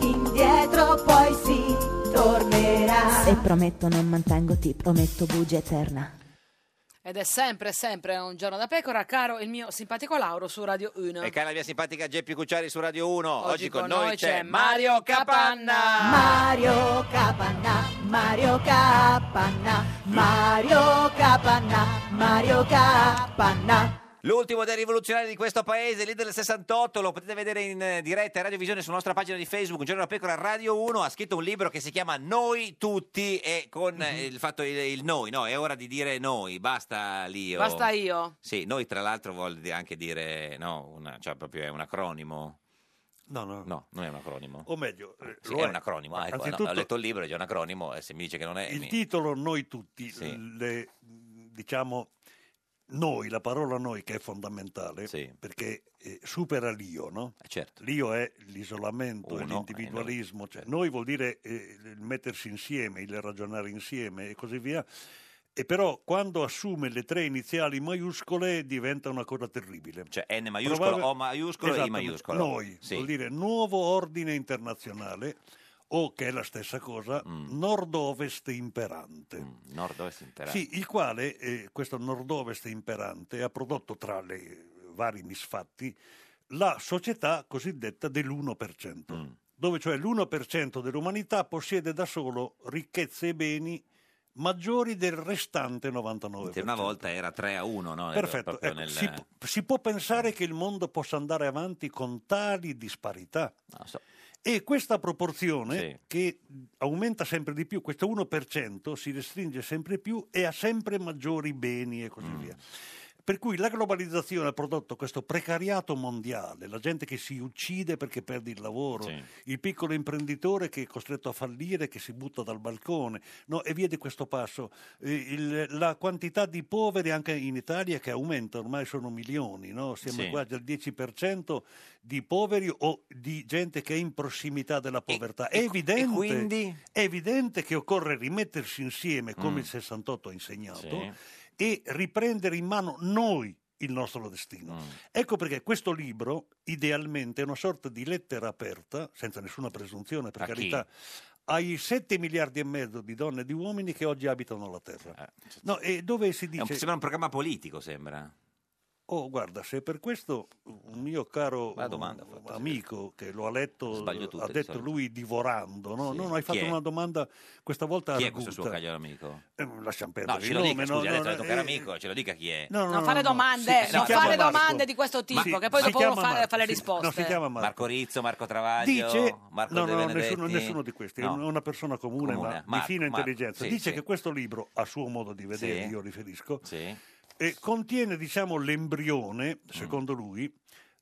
M: indietro poi si tornerà. Se prometto non mantengo, ti prometto bugia eterna.
A: Ed è sempre, sempre un giorno da pecora, caro il mio simpatico Lauro su Radio 1.
B: E cara la mia simpatica Geppi Cucciari su Radio 1. Oggi,
A: Oggi
B: con, noi, c'è Mario.
A: Capanna.
M: Mario Capanna, Mario Capanna, Mario Capanna, Mario Capanna.
B: L'ultimo dei rivoluzionari di questo paese, lì del 68, lo potete vedere in eh, diretta in radiovisione sulla nostra pagina di Facebook, Un giorno da pecora Radio 1, ha scritto un libro che si chiama Noi tutti e con
A: Mhm.
B: eh, il fatto il, il noi, no, è ora di dire noi, basta l'io.
A: Basta io.
B: Sì, noi tra l'altro vuol di- anche dire, no, una- cioè proprio è un acronimo.
N: No, no.
B: No, non è un acronimo.
N: O meglio, eh,
B: Sì,
N: lo
B: è un acronimo. ah, ecco, no,
N: Anzitutto,
B: ho letto il libro, è già un acronimo, e se mi dice che non è...
N: il
B: mi-
N: titolo Noi tutti,
B: Sì.
N: le- diciamo noi, la parola noi che è fondamentale, perché eh, supera l'io, no?
B: certo.
N: L'io è l'isolamento,
B: Uno, certo.
N: l'individualismo, cioè, noi vuol dire eh, il mettersi insieme, il ragionare insieme e così via. E però quando assume le tre iniziali maiuscole diventa una cosa terribile.
B: Cioè N maiuscolo, O maiuscolo e I
N: Esattamente.
B: maiuscolo.
N: Noi,
B: Sì.
N: vuol dire nuovo ordine internazionale o che è la stessa cosa,
B: Mm.
N: nord-ovest imperante.
B: Nord-ovest imperante.
N: Sì, il quale, eh, questo nord-ovest imperante, ha prodotto tra le eh, vari misfatti la società cosiddetta dell'1%. dove cioè l'1% dell'umanità possiede da solo ricchezze e beni maggiori del restante 99%.
B: Una volta era 3 a 1, no? Era
N: Perfetto,
B: proprio
N: ecco,
B: nel-
N: si, pu- si può pensare che il mondo possa andare avanti con tali disparità.
B: Ah,
N: E questa proporzione che aumenta sempre di più, questo 1% si restringe sempre più e ha sempre maggiori beni e così
B: Mm.
N: via. Per cui la globalizzazione ha prodotto questo precariato mondiale, la gente che si uccide perché perde il lavoro,
B: Sì.
N: il piccolo imprenditore che è costretto a fallire, che si butta dal balcone, no? e via di questo passo. Eh, il- la quantità di poveri anche in Italia che aumenta, ormai sono milioni, no? siamo
B: Sì.
N: quasi al 10% di poveri o di gente che è in prossimità della povertà. è, evidente,
B: quindi?
N: è evidente che occorre rimettersi insieme, come
B: Mm.
N: il 68 ha insegnato,
B: Sì.
N: e riprendere in mano noi il nostro destino.
B: Mm.
N: Ecco perché questo libro, idealmente, è una sorta di lettera aperta, senza nessuna presunzione, per
B: A chi?
N: carità, ai 7 miliardi e mezzo di donne e di uomini che oggi abitano la Terra. No, e dove si
B: Eh, certo. È un-
N: dice...
B: sembra un programma politico, sembra.
N: Oh, guarda, se per questo un mio caro um, amico che lo ha letto,
B: Sbaglio tutte,
N: ha
B: di
N: detto
B: solito.
N: lui divorando, no? No, no, hai
B: Chi
N: fatto
B: è?
N: una domanda questa volta
B: Chi è
N: arguta.
B: questo suo cagliaro amico?
N: Eh, lasciamo perdere
B: No, ce
N: il
B: lo
N: nome,
B: dica,
N: no,
B: scusi, ha
N: no,
B: detto,
N: no,
B: "Oh, caro
N: eh,
B: amico, ce lo dica chi è.
N: No, no,
A: non fare
N: no,
A: domande,
N: si- si
A: non
N: chiama
A: fare
N: Marco.
A: domande di questo tipo,
N: Sì,
A: che poi
N: si
A: dopo uno
N: chiama
A: fa,
N: Marco,
A: fa le
N: sì.
A: risposte.
N: No, si chiama Marco.
B: Marco Rizzo, Marco Travaglio,
N: Dice,
B: Marco
N: no,
B: De
N: no,
B: Benedetti.
N: nessuno, nessuno di questi, è
B: No.
N: una persona comune,
B: Comune,
N: ma
B: Marco,
N: di fine
B: Marco,
N: intelligenza.
B: sì,
N: Dice
B: sì.
N: che questo libro, a suo modo di vedere,
B: Sì.
N: io riferisco,
B: Sì.
N: eh, contiene diciamo, l'embrione,
B: Mm.
N: secondo lui,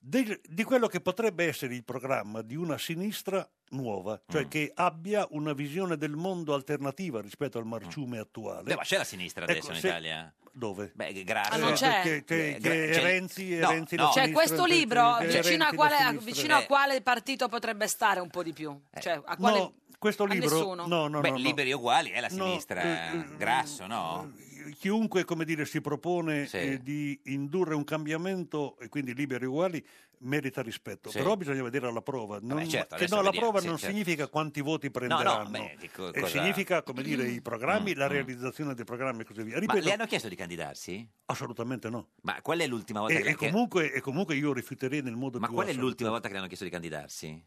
N: del- di quello che potrebbe essere il programma di una sinistra nuova,
B: Mm.
N: cioè che abbia una visione del mondo alternativa rispetto al marciume attuale.
B: Mm. Beh, ma c'è la sinistra
N: Ecco,
B: adesso in
N: se-
B: Italia?
N: Dove?
B: Beh, grazie.
A: Ah, non c'è?
N: Che- che-
B: Eh,
N: che
B: c'è-
N: Renzi-
B: no,
N: Renzi la
B: no.
A: Cioè, questo
N: Renzi-
A: libro
N: Renzi-
A: vicino, a
N: Renzi
A: quale,
N: da
A: a-
N: sinistra.
A: vicino a quale partito potrebbe stare un po' di più? Cioè, a quale...
N: Eh, No, questo
A: a
N: libro-
A: nessuno?
N: no, no,
B: Eh. Beh,
N: no, no.
B: liberi e uguali è la
N: No, eh,
B: sinistra. eh, Grasso, no?
N: chiunque come dire, si propone eh, di indurre un cambiamento e quindi liberi e uguali merita rispetto.
B: Sì.
N: Però bisogna vedere alla prova. Non-
B: certo,
N: che
B: adesso
N: no, la
B: vediamo,
N: prova
B: sì,
N: non
B: certo.
N: significa quanti voti prenderanno.
B: beh, dico,
N: Eh,
B: cosa-
N: Significa come dire, i programmi,
B: Mm,
N: la
B: mm.
N: realizzazione dei programmi e così via.
B: Ma
N: Ripeto,
B: le hanno chiesto di candidarsi?
N: Assolutamente no.
B: Ma qual è l'ultima volta
N: e,
B: che le
N: e comunque, e comunque io rifiuterei nel modo
B: Ma
N: più
B: qual è
N: assoluto.
B: l'ultima volta che le hanno chiesto di candidarsi?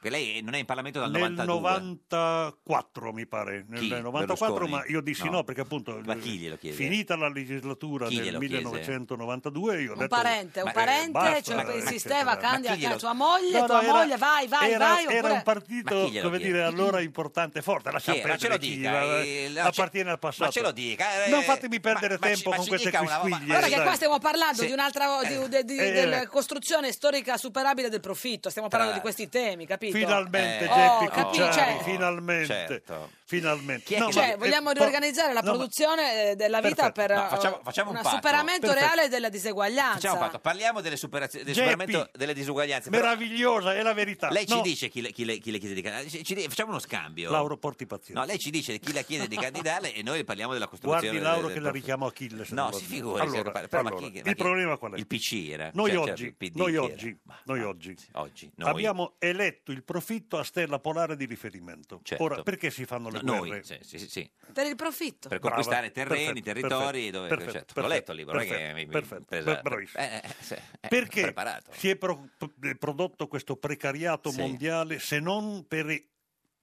B: Perché lei non è in Parlamento dal
N: Nel
B: 92.
N: 94 mi pare, nel
B: Chi?
N: 94,
B: Berlusconi?
N: ma io dissi no,
B: No.
N: perché appunto
B: Ma chi glielo chiese?
N: finita la legislatura
B: Chi
N: del
B: glielo chiese?
N: 1992 io ho
A: Un
N: detto,
A: parente, un
N: ma- eh,
A: parente,
N: basta,
A: cioè,
N: eh,
A: insisteva,
N: eccetera.
A: candida
N: Ma chi glielo-
A: tua cioè, moglie,
N: No,
A: tua
N: no, era-
A: moglie, vai, vai,
N: era,
A: vai.
N: era
A: oppure-
N: un
B: Ma
N: partito
B: chi glielo
N: come
B: chiede?
N: dire allora importante forte lasciamo
B: Chi era? Ce
N: perdere
B: lo
N: chi,
B: dica,
N: va-
B: eh, la-
N: appartiene al passato
B: ma ce lo dica, eh,
N: non fatemi perdere
B: ma ci-
N: tempo
B: ma
N: con
B: ci
N: queste
B: dica una- ma-
N: quisquiglie
A: Guarda che
N: dai.
A: qua stiamo parlando
N: Sì.
A: di un'altra di- di- di-
N: Eh,
A: della
N: eh.
A: costruzione storica superabile del profitto, stiamo
N: Tra
A: parlando di questi temi, capito?
N: Finalmente,
B: Eh.
A: Oh,
N: Geppi
A: capi-
N: Cucciari,
A: cioè-
N: finalmente.
B: Certo.
N: Finalmente. No,
A: cioè,
N: ma-
A: vogliamo
N: eh, po-
A: riorganizzare la
N: no, ma-
A: produzione eh, della vita
B: Perfetto.
A: per
B: No,
A: eh,
B: facciamo- facciamo un
A: una
B: patto.
A: superamento
B: Perfetto.
A: reale della diseguaglianza.
B: Facciamo un patto, parliamo delle superazio- del
N: Geppi,
B: superamento delle disuguaglianze. però
N: meravigliosa è la verità
B: lei
N: No,
B: ci dice chi le, chi le- chi le chiede di candidarsi. Ci- ci di- facciamo uno scambio.
N: Lauro porti pazienza
B: No, lei ci dice chi la chiede di candidarle e noi parliamo della costruzione.
N: guardi Lauro
B: del-
N: che
B: del-
N: la richiamo Achille se
B: No,
N: non
B: si
N: lo-
B: figuri.
N: Allora,
B: signor Pare- però ma chi-
N: allora,
B: ma chi-
N: il problema qual è?
B: Il PC era.
N: Noi
B: cioè, cioè,
N: oggi,
B: il PD
N: noi
B: chi era?
N: oggi, noi oggi,
B: Oggi, noi.
N: abbiamo eletto il profitto a stella polare di riferimento.
B: Certo.
N: Ora, perché si fanno le
B: No, noi,
N: guerre?
B: sì, sì, sì, sì.
A: Per il profitto.
B: Per
N: Brava,
B: conquistare terreni,
N: perfetto,
B: territori, dove
N: perfetto,
B: certo,
N: perfetto,
B: l'ho letto il libro, non è
N: perfetto,
B: che mi- mi-
N: perfetto,
B: presa-
N: bra- bravissimo.
B: Eh, eh, se- eh,
N: perché
B: preparato.
N: si è pro- p- prodotto questo precariato
B: Sì.
N: mondiale se non per, eh,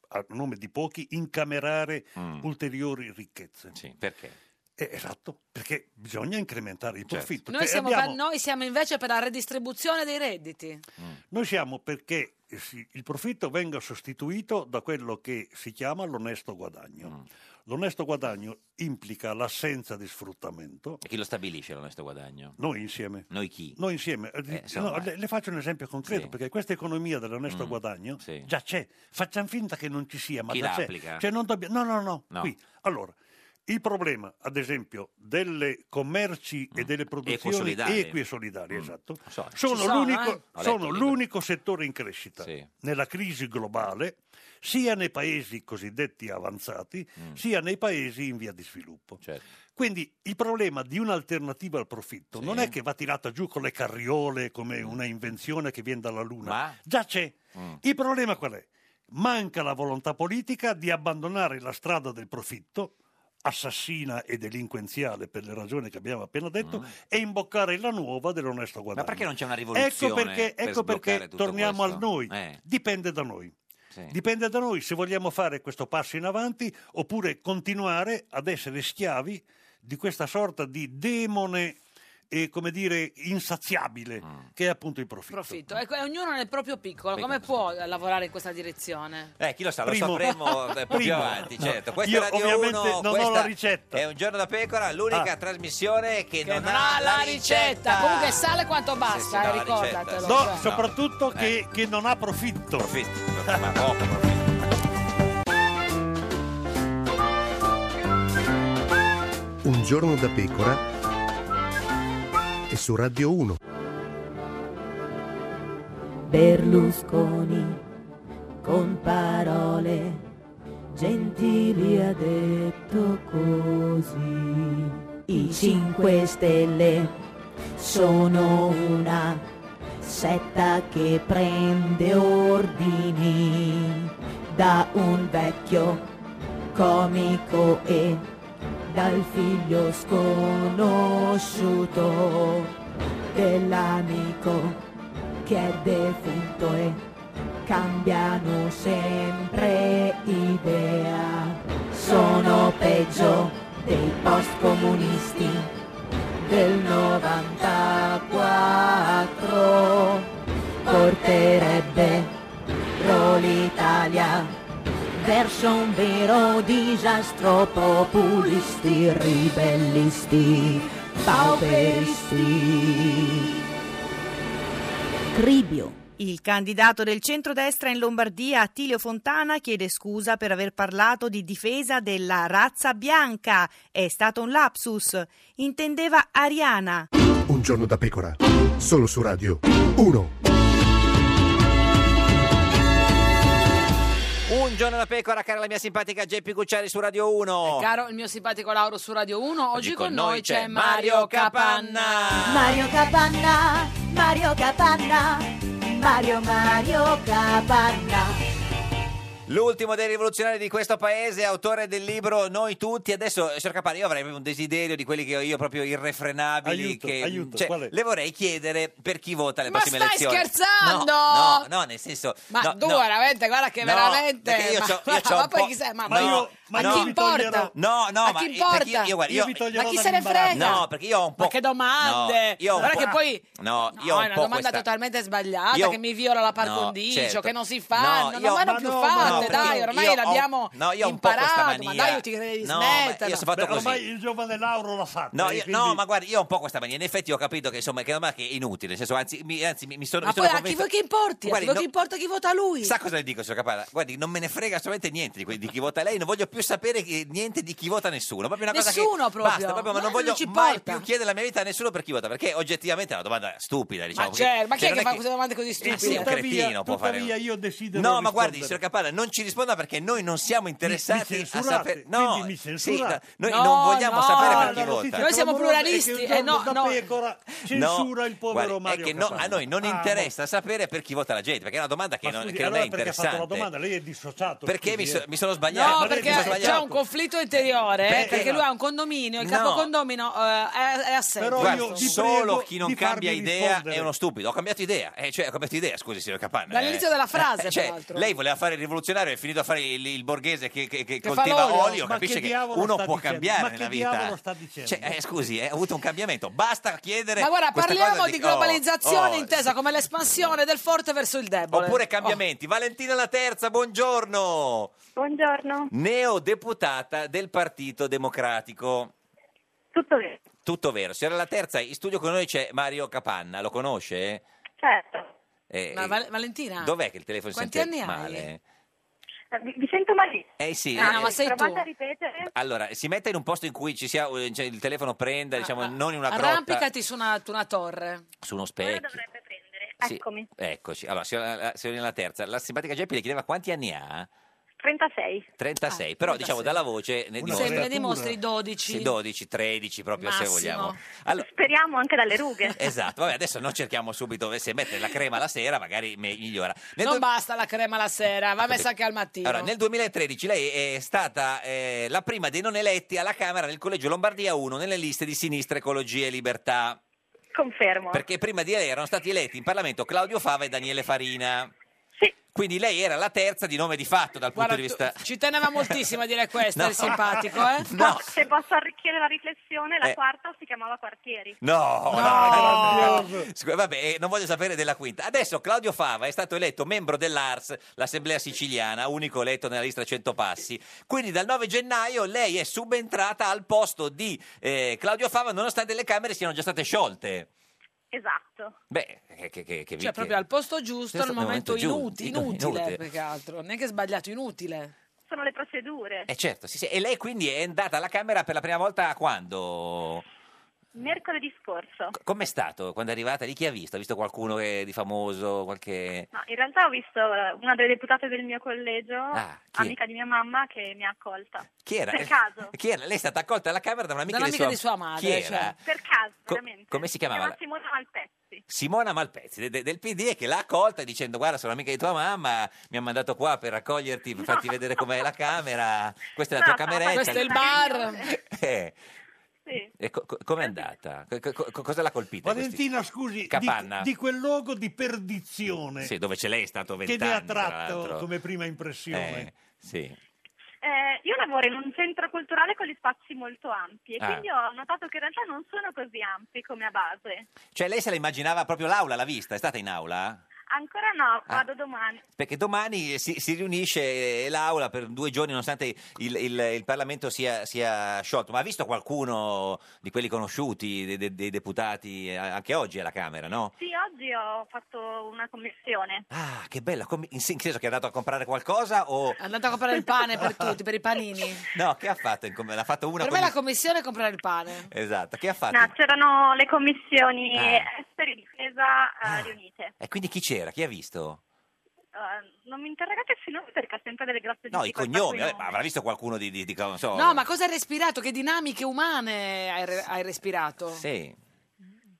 N: a nome di pochi, incamerare
B: Mm.
N: ulteriori ricchezze?
B: Sì, perché?
N: Eh, esatto, perché bisogna incrementare il
B: Certo.
N: profitto.
A: Noi
N: Cioè,
A: siamo,
N: abbiamo-
A: per- noi siamo invece per la redistribuzione dei redditi.
B: Mm.
N: Noi siamo perché eh, si- il profitto venga sostituito da quello che si chiama l'onesto guadagno.
B: Mm.
N: L'onesto guadagno implica l'assenza di sfruttamento.
B: E chi lo stabilisce l'onesto guadagno?
N: Noi insieme.
B: Noi chi?
N: Noi insieme. eh,
B: Eh,
N: no,
B: insomma,
N: le, le faccio un esempio concreto,
B: Sì.
N: perché questa economia dell'onesto
B: Mm,
N: guadagno
B: sì.
N: già c'è. Facciamo finta che non ci sia, ma
B: Chi
N: già
B: la
N: c'è.
B: applica?
N: Cioè, non dobbiamo- No, no, no.
B: No.
N: qui. Allora, il problema, ad esempio, delle commerci e delle produzioni
B: Equosolidari.
N: equi e solidari,
B: Mm.
N: esatto,
B: So.
N: sono,
B: Ci sono,
N: l'unico,
B: eh? Ho letto
N: sono
B: il libro.
N: l'unico settore in crescita nella crisi globale, sia nei paesi cosiddetti avanzati,
B: Mm.
N: sia nei paesi in via di sviluppo.
B: Certo.
N: Quindi il problema di un'alternativa al profitto non è che va tirata giù con le carriole come
B: Mm.
N: una invenzione che viene dalla Luna, già c'è. Il problema qual è? Manca la volontà politica di abbandonare la strada del profitto assassina e delinquenziale per le ragioni che abbiamo appena detto e imboccare la nuova dell'onesto guadagno.
B: Mm. Ma perché non c'è una rivoluzione
N: Ecco perché,
B: per
N: ecco perché
B: sbloccare tutto
N: torniamo
B: questo?
N: al noi.
B: Eh.
N: Dipende da noi.
B: Sì.
N: Dipende da noi se vogliamo fare questo passo in avanti oppure continuare ad essere schiavi di questa sorta di demone, eh, come dire, insaziabile,
B: Mm.
N: che è appunto il profitto.
A: Profitto. Ecco, e ognuno nel proprio piccolo, come può lavorare in questa direzione?
B: Eh, chi lo sa, lo
N: Primo.
B: sapremo eh, più
N: Primo.
B: avanti, certo.
N: No,
B: Questa
N: io
B: è Radio
N: ovviamente
B: 1,
N: non ho
B: questa
N: la ricetta. Ah.
B: È un giorno da pecora, l'unica trasmissione che, non,
A: Non ha Ah, la ricetta. Comunque sale quanto
B: Sì,
A: basta,
B: sì, no,
A: eh,
B: la ricetta,
A: ricordatelo. Cioè,
B: sì.
N: No,
B: No.
N: soprattutto Che, che non ha profitto.
B: ma poco profitto.
O: Un giorno da pecora e su Radio 1.
M: Berlusconi con parole gentili ha detto così. I 5 Stelle sono una setta che prende ordini da un vecchio comico e dal figlio sconosciuto dell'amico che è defunto e cambiano sempre idea. Sono peggio dei post comunisti del 94. Porterebbe l'Italia verso un vero disastro populisti, ribellisti, pauperisti. Cribio.
P: Il candidato del centrodestra in Lombardia, Attilio Fontana, chiede scusa per aver parlato di difesa della razza bianca. È stato un lapsus. Intendeva ariana.
O: Un giorno da pecora, solo su Radio 1.
B: Un giorno da pecora, cara la mia simpatica Geppi Cucciari su Radio 1.
A: Eh, Caro il mio simpatico Lauro su Radio 1, oggi, con noi c'è
B: Mario
A: Mario
B: Capanna.
A: Capanna.
M: Mario Capanna, Mario Capanna, Mario Mario Capanna.
B: L'ultimo dei rivoluzionari di questo paese, autore del libro Noi Tutti. Adesso, signor Capani, io avrei un desiderio di quelli che ho io proprio irrefrenabili.
N: Aiuto,
B: che,
N: aiuto,
B: cioè,
N: qual è?
B: Le vorrei chiedere per chi vota le
A: Ma
B: prossime
A: stai
B: elezioni.
A: scherzando?
B: No, no, no, nel senso.
A: Ma
B: no,
A: tu
B: no.
A: veramente, guarda che
B: No,
A: veramente.
B: perché io
A: ma,
B: c'ho- io c'ho
A: ma
B: un po'-
A: poi chi sei? Ma,
B: ma
A: ma-
B: io-
A: ma
B: ma no.
A: chi
B: Io vi toglierò-
A: importa?
B: No, no,
A: ma
B: ma-
A: chi
B: perché io-
A: importa?
B: io, guarda, io vi toglierò
A: ma chi
B: dal
A: se ne
B: imbarazzo.
A: frega?
B: No, perché io ho un po'-
A: Ma che domande?
B: No, io ho un
A: Guarda
B: po'-
A: che poi.
B: No, io ho un
A: No, è una
B: po'
A: domanda
B: questa-
A: totalmente sbagliata
B: Io-
A: che mi viola la par
B: No,
A: condicio,
B: certo.
A: che non si fanno,
B: No,
A: non
B: io-
A: vanno
B: ma
A: più
B: no, ma no,
A: fatte,
B: perché
A: dai,
B: io ho-
A: ormai l'abbiamo
B: no, io ho un po' questa
A: imparato, ma
B: mania.
A: dai, io ti devi
B: No, ma io
A: smetterla.
B: sono fatto
N: Beh,
B: così.
N: ormai il giovane Lauro l'ha fatta.
B: No,
N: eh,
B: io-
N: quindi-
B: no, ma guarda, io ho un po' questa mania. In effetti ho capito che insomma che, ormai che è inutile. Nel senso, anzi, mi, anzi, mi- mi sono,
A: Ma
B: mi sono
A: poi a chi
B: convinto-
A: vuoi che importi? A
B: Guardi,
A: chi vuoi
B: no-
A: che importa chi vota lui?
B: Sa cosa le dico, signor Capara? Guardi, non me ne frega assolutamente niente di, que- di chi vota lei, non voglio più sapere chi- niente di chi vota nessuno. Proprio una cosa che-
A: Nessuno proprio.
B: Basta, proprio, ma
A: Ma
B: non
A: non
B: voglio
A: ci
B: mai
A: importa.
B: più chiedere la mia vita a nessuno per chi vota, perché oggettivamente è una domanda stupida, diciamo.
A: Ma c'è, ma chi
B: cioè,
A: è che
B: non
A: fa queste domande così
B: Eh sì, un
A: stupide?
B: cretino può fare.
N: tuttavia io desidero
B: No, ma guardi,
N: rispondere.
B: signor Capara, non ci risponda perché noi non siamo interessati a
N: censurate,
B: sapere. No,
N: quindi mi
B: sì,
N: censurate.
B: no, noi
N: No,
B: non vogliamo
N: no,
B: sapere per chi
N: la notizia
B: vota.
A: Noi siamo
N: clamorosa è
A: pluralisti,
N: che il
A: eh, no,
N: giorno da
A: no.
N: pecora
B: No,
N: censura il povero
B: guardi,
N: Mario
B: è che no-
N: Capanna.
B: a noi non
N: Ah,
B: interessa sapere per chi vota la gente perché è una domanda che,
N: ma
B: non,
N: scusi,
B: che non
N: allora
B: è
N: perché ha fatto la
B: interessante
N: domanda? Lei è dissociato.
B: Perché
N: scusi,
B: mi, so-
N: eh.
B: mi sono sbagliato
A: No,
B: Mi sono
A: perché
B: sbagliato.
A: c'è un conflitto interiore, eh,
B: Perché-
A: perché lui ha un condominio, il
B: No.
A: capocondomino eh, è, è assente.
B: Guarda,
A: Insomma.
B: solo chi non
N: di
B: cambia
N: farmi
B: idea
N: rispondere.
B: è uno stupido. Ho cambiato idea, eh, cioè, ho cambiato idea, scusi, signor Capanna.
A: Dall'inizio
B: eh.
A: della frase,
B: Cioè,
A: peraltro.
B: lei voleva fare il rivoluzionario, è finito a fare il, il borghese che, che- che
A: fa
B: coltiva
A: l'olio.
B: olio.
A: Ma
B: Capisce
A: che
B: che,
A: diavolo
B: uno
A: sta
B: può
A: dicendo?
B: cambiare
A: Ma che
B: nella
A: diavolo
B: vita.
A: sta dicendo?
B: Cioè, eh, scusi, eh, ha avuto un cambiamento. Basta chiedere.
A: Ma guarda,
B: questa
A: parliamo
B: cosa
A: di, globalizzazione
B: oh, eh.
A: intesa come l'espansione del forte verso il debole.
B: Oppure
A: Oh.
B: cambiamenti. Valentina la terza, buongiorno.
T: Buongiorno,
B: Neodeputata del Partito Democratico.
T: tutto bene?
B: Tutto vero. Signora la terza, in studio con noi c'è Mario Capanna, lo conosce?
T: Certo.
B: Eh,
A: Ma
B: eh,
A: Val- Valentina,
B: Dov'è che il telefono si
A: Ah. Quanti
B: sente
A: anni hai?
B: male?
T: Eh, Vi, vi sento malissimo.
B: Eh sì.
A: Ah, no,
B: eh,
A: ma sei
T: Provate
A: tu.
T: a ripetere?
B: Allora, si metta in un posto in cui ci sia, eh, cioè, il telefono
A: Ah,
B: prenda, diciamo, non in una grotta,
A: Arrampicati su una, tu una torre.
B: su uno specchio. Sì,
T: Eccomi.
B: Eccoci. Allora, signora, la- signorina la terza, la simpatica Geppi le chiedeva quanti anni ha?
T: 36.
B: 36,
A: Ah,
B: però diciamo dalla voce ne dimostra-
A: Sempre dimostri 12.
B: Sì, 12, 13 proprio se
A: Massimo.
B: vogliamo. Allora,
T: Speriamo anche dalle rughe.
B: esatto, vabbè, adesso non cerchiamo subito, se mette la crema la sera magari me- migliora. Nel
A: Non
B: du-
A: basta la crema la sera, va messa anche al mattino.
B: Ah, Allora, nel 2013 lei è stata eh, la prima dei non eletti alla Camera del Collegio Lombardia 1 nelle liste di Sinistra, Ecologia e Libertà,
T: Confermo.
B: perché prima di lei erano stati eletti in Parlamento Claudio Fava e Daniele Farina. Quindi lei era la terza di nome di fatto dal punto
A: Guarda,
B: di vista...
A: tu- ci teneva moltissimo a dire questo,
B: No.
A: il simpatico, eh?
B: No.
T: Se posso arricchire la riflessione, la
B: Eh.
T: quarta si chiamava Quartieri.
B: No,
T: No!
B: no. Scusa, vabbè, eh, non voglio sapere della quinta. Adesso Claudio Fava è stato eletto membro dell'ARS, l'Assemblea Siciliana, unico eletto nella lista 100 passi. Quindi dal 9 gennaio lei è subentrata al posto di eh, Claudio Fava nonostante le Camere siano già state sciolte.
T: Esatto.
B: Beh, che, che, che, che-
A: Cioè, proprio al posto
B: Questo
A: giusto, al
B: è il
A: momento,
B: momento
A: inuti-
B: giusto,
A: inutile,
B: inutile.
A: più che altro. Neanche sbagliato, inutile.
T: Sono le procedure.
B: Eh, certo, sì, sì. E lei quindi è andata alla Camera per la prima volta quando?
T: Mercoledì scorso.
B: Com'è stato? Quando è arrivata lì chi ha visto? Ha visto qualcuno che è di famoso? Qualche...
T: No, in realtà ho visto eh, una delle deputate del mio collegio,
B: Ah, chi è?
T: amica di mia mamma, che mi ha accolta.
B: Chi era?
T: Per caso.
B: Chi era? Lei è stata accolta alla Camera da un'amica,
A: Da un'amica
B: di, sua...
A: di sua madre,
B: Chi era?
A: cioè.
T: Per caso,
B: Co-
T: veramente.
B: come si chiamava?
T: Era Simona Malpezzi.
B: Simona Malpezzi de- de- del PD e che l'ha accolta dicendo guarda sono amica di tua mamma, mi ha mandato qua per raccoglierti, per farti vedere com'è la camera, questa è la tua
T: No, no,
B: cameretta.
A: questo è il bar.
B: Eh,
T: Sì.
B: e co- co- com'è andata? Co- co- co- cosa l'ha colpita? questi-
N: Valentina, scusi, di-
B: Capanna.
N: Di, quel luogo di perdizione
B: Sì, dove c'è lei è stato
N: che
B: vent'anni
N: ne ha
B: tra
N: tratto
B: l'altro.
N: come prima impressione.
B: Eh, sì.
T: Eh, io lavoro in un centro culturale con gli spazi molto ampi e
B: Ah.
T: quindi ho notato che in realtà non sono così ampi come a base.
B: Cioè lei se la immaginava proprio l'aula, l'ha vista, è stata in aula?
T: Ancora
B: Eh.
T: no, vado domani.
B: Perché domani si, si riunisce eh, l'aula per due giorni, nonostante il, il- il Parlamento sia, sia sciolto. Ma ha visto qualcuno di quelli conosciuti, de- de- dei, deputati, eh, anche oggi alla Camera, no?
T: Sì, oggi ho fatto una commissione.
B: Ah, che bella! com- in sen- che senso che è andato a comprare qualcosa o...
A: È andata a comprare il pane per tutti, per i panini.
B: No, che ha fatto? in com- L'ha fatto una...
A: per me la
B: commis-
A: commissione è comprare il pane.
B: Esatto, che ha fatto?
T: No, c'erano le commissioni eh,
B: Ah.
T: esteri, difesa eh, riunite.
B: E quindi chi c'era? Chi ha visto?
T: Eh, non mi interrogate sui nomi perché ho sempre delle grosse
B: No, i
T: difficoltà
B: cognomi,
T: sui
B: vabbè,
T: nomi.
B: ma avrà visto qualcuno di... di- di- non so-
A: No, ma cosa hai respirato? Che dinamiche umane hai, re- hai respirato?
B: Sì.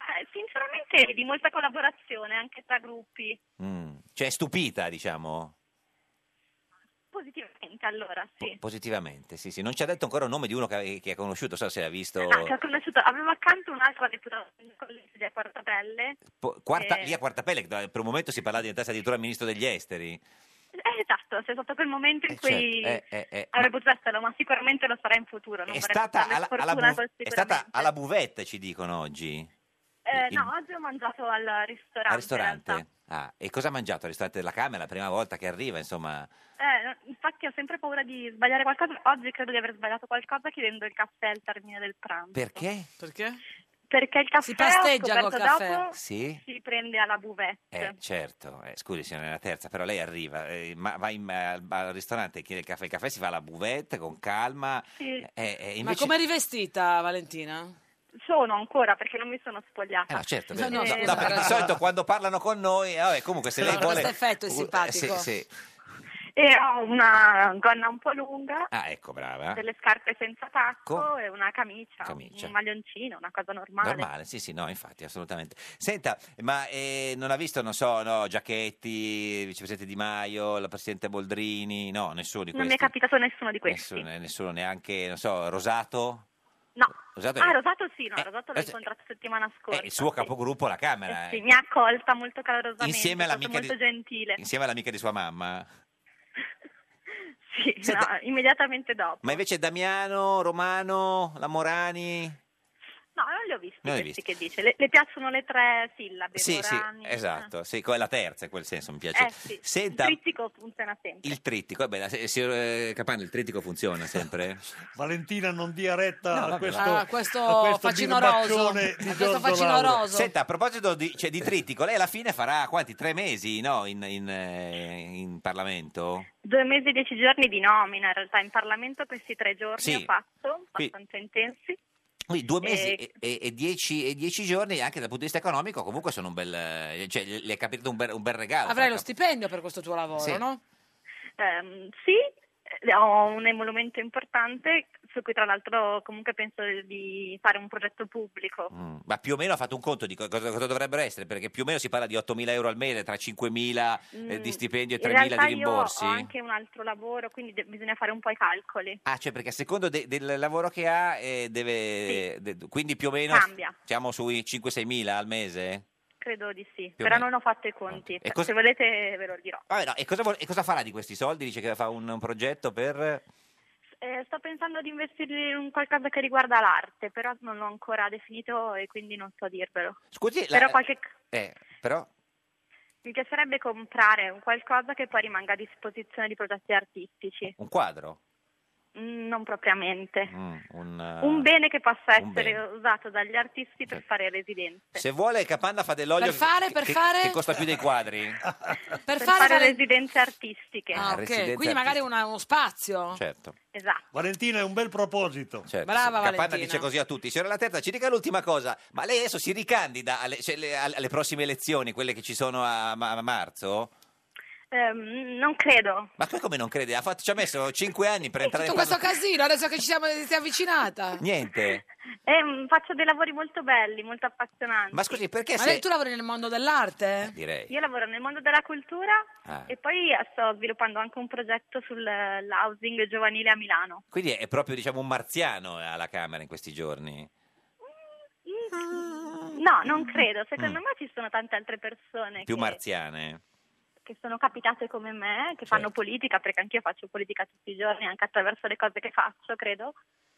T: Eh, sinceramente di molta collaborazione anche tra gruppi,
B: mm. Cioè, è stupita, diciamo.
T: positivamente allora, sì.
B: Positivamente, sì, sì. Non ci ha detto ancora il nome di uno che, che ha conosciuto, so se l'ha visto.
T: Ah,
A: Esatto,
T: che ho conosciuto, avevo accanto un'altra deputata del collegio di Quartapelle.
B: Po- quarta,
T: Eh.
B: Lì a Quartapelle, che da- per un momento si parlava di diventare addirittura ministro degli esteri.
T: Eh, esatto, c'è stato quel momento in
B: Eh, certo,
T: cui
B: eh, eh, eh,
T: avrei potuto esserlo, ma sicuramente lo sarà in futuro. Non
B: È
T: vorrei
B: stata,
T: portarle
B: alla, alla
T: sfortuna
B: bu-
T: col
B: è
T: sicuramente.
B: stata alla buvette, ci dicono oggi.
T: Eh,
B: in-
T: no, oggi ho mangiato al ristorante.
B: Al
T: in
B: ristorante. Ah, e cosa ha mangiato al ristorante della Camera la prima volta che arriva? Insomma,
T: realtà. Eh, infatti ho sempre paura di sbagliare qualcosa. Oggi credo di aver sbagliato qualcosa chiedendo il caffè al termine del pranzo.
B: perché?
A: Perché?
T: Perché il caffè
A: Si pasteggia
T: ho
A: col
T: scoperto
A: caffè.
T: dopo
B: Sì?
T: si prende alla buvette.
B: Eh, certo, eh, scusi, signora la terza, però lei arriva, eh, ma va in- al, al ristorante e chiede il caffè. Il caffè si fa alla buvette con calma.
T: Sì.
B: Eh, eh,
A: Ma
B: invece-
A: come rivestita, Valentina?
T: Sono ancora perché non mi sono spogliata.
B: Eh, ma certo,
A: No,
B: beh,
A: no,
B: no,
A: scusa,
B: no, perché
A: però-
B: di solito quando parlano con noi, eh, vabbè, comunque se lei
A: Allora,
B: vuole...
A: questo effetto è
B: Uh,
A: simpatico.
B: sì, sì.
T: E ho una gonna un po' lunga,
B: Ah, ecco, brava.
T: delle scarpe senza tacco
B: Co-
T: e una camicia,
B: Camicia.
T: un maglioncino, una cosa normale.
B: Normale, sì, sì, no, infatti, assolutamente. Senta, ma eh, non ha visto, non so, no, Giachetti, il vicepresidente Di Maio, la presidente Boldrini, no, nessuno di
T: Non
B: questi.
T: mi è capitato nessuno di questi.
B: Nessuno, eh, nessuno neanche, non so, Rosato?
T: No.
B: Rosato è-
T: ah, Rosato sì, no,
B: Eh,
T: Rosato l'ho
B: eh,
T: incontrato settimana scorsa.
B: È Eh, il suo capogruppo alla Camera.
T: Eh sì,
B: eh.
T: mi ha accolta molto calorosamente,
B: Insieme
T: è stato
B: all'amica
T: molto
B: di-
T: gentile.
B: Insieme all'amica di sua mamma.
T: Sì, no, immediatamente dopo.
B: Ma invece Damiano, Romano, la Morani?
T: No, non li ho visti
B: Non li hai
T: questi
B: visti.
T: che dice. Le, le piacciono le tre sillabe,
B: Sì, sì,
T: Morani,
B: esatto, sì, quella la terza in quel senso mi
T: eh.
B: piace.
T: Eh sì,
B: Senta,
T: il trittico funziona sempre.
B: il trittico, eh beh, la- se- signor eh, Capanna, il trittico funziona sempre?
N: Valentina, non dia retta
B: No,
N: a,
B: vabbè.
N: questo,
A: Ah, questo
T: Oh,
N: a questo
A: facinoroso.
N: birbaccione di
A: A questo
N: Giorgio
A: facinoroso.
N: Lauro.
B: Senta, a proposito di, cioè, di trittico, lei alla fine farà quanti? Tre mesi, no? In, in, eh, in Parlamento?
T: Due mesi e dieci giorni di nomina, in realtà in Parlamento questi tre giorni
B: Sì.
T: ho fatto,
B: Qui-
T: abbastanza intensi.
B: Quindi due mesi
T: Eh,
B: e, e- e dieci, e dieci giorni, anche dal punto di vista economico, comunque sono un bel... eh, Cioè, le le è capitato un bel, un bel regalo.
A: Avrai lo
B: Franca.
A: stipendio per questo tuo lavoro,
B: Sì.
A: no?
T: Ehm, sì, eh, ho un emolumento importante su cui tra l'altro comunque penso di fare un progetto pubblico.
B: mm, Ma più o meno ha fatto un conto di co- cosa, cosa dovrebbero essere, perché più o meno si parla di 8.000 euro al mese, tra 5.000 eh, di
T: Mm,
B: stipendio e
T: in
B: 3.000
T: realtà
B: di rimborsi.
T: Io ho anche un altro lavoro, quindi de- bisogna fare un po' i calcoli.
B: Ah, cioè perché a secondo de- del lavoro che ha, eh, deve, de- quindi più o meno
T: Cambia.
B: siamo sui 5-6 mila al mese?
T: Credo di sì,
B: Più o
T: però
B: meno.
T: non ho fatto i conti.
B: E cosa-
T: Se volete ve lo dirò.
B: Vabbè, no, e, cosa vuol- e cosa farà di questi soldi? Dice che fa un, un progetto per...
T: Eh, sto pensando di investirli in qualcosa che riguarda l'arte, però non l'ho ancora definito e quindi non so dirvelo.
B: Scusi, la-
T: Però qualche-
B: Eh, però...
T: mi piacerebbe comprare un qualcosa che poi rimanga a disposizione di progetti artistici,
B: Un quadro?
T: Mm, non propriamente.
B: Mm, un, eh,
T: Un bene che possa
B: un
T: essere
B: bene.
T: usato dagli artisti per fare residenze.
B: Se vuole Capanna fa dell'olio
T: Per fare,
B: che,
T: per
B: che-
T: fare?
B: che costa più dei quadri.
T: Per,
A: fare
T: fare,
A: vale-
T: residenze artistiche.
B: Ah,
A: ok,
B: residente
A: quindi magari una- uno spazio.
B: Certo.
T: Esatto.
N: Valentina è un bel proposito.
A: Brava
B: Capanna
A: Valentina.
B: dice così a tutti. Signora La Terza, ci dica l'ultima cosa. Ma lei adesso si ricandida alle, cioè, le- alle- alle prossime elezioni, quelle che ci sono a, ma- a marzo?
T: Ehm, non credo.
B: Ma poi come non crede? Ha fatto- ci ha messo 5 anni per entrare
A: Eh, Tutto
B: in
A: questo
B: Parlamento.
A: casino, adesso che ci siamo si è avvicinata.
B: Niente.
T: Ehm, faccio dei lavori molto belli, molto appassionanti.
B: Ma scusi, perché
A: Ma
B: se... Eh,
A: lei- tu lavori nel mondo dell'arte?
B: Direi.
T: Io lavoro nel mondo della cultura
B: Ah.
T: e poi sto sviluppando anche un progetto sull'housing giovanile a Milano.
B: Quindi è proprio diciamo un marziano alla Camera in questi giorni.
A: Ah.
T: Mm, No, non credo. Secondo
B: Mm.
T: me ci sono tante altre
A: Eh,
T: persone
B: Più
T: che,
B: marziane.
T: che sono capitate come me, che fanno
B: Certo.
T: politica, perché anch'io faccio politica tutti i giorni, anche attraverso le cose che faccio, credo.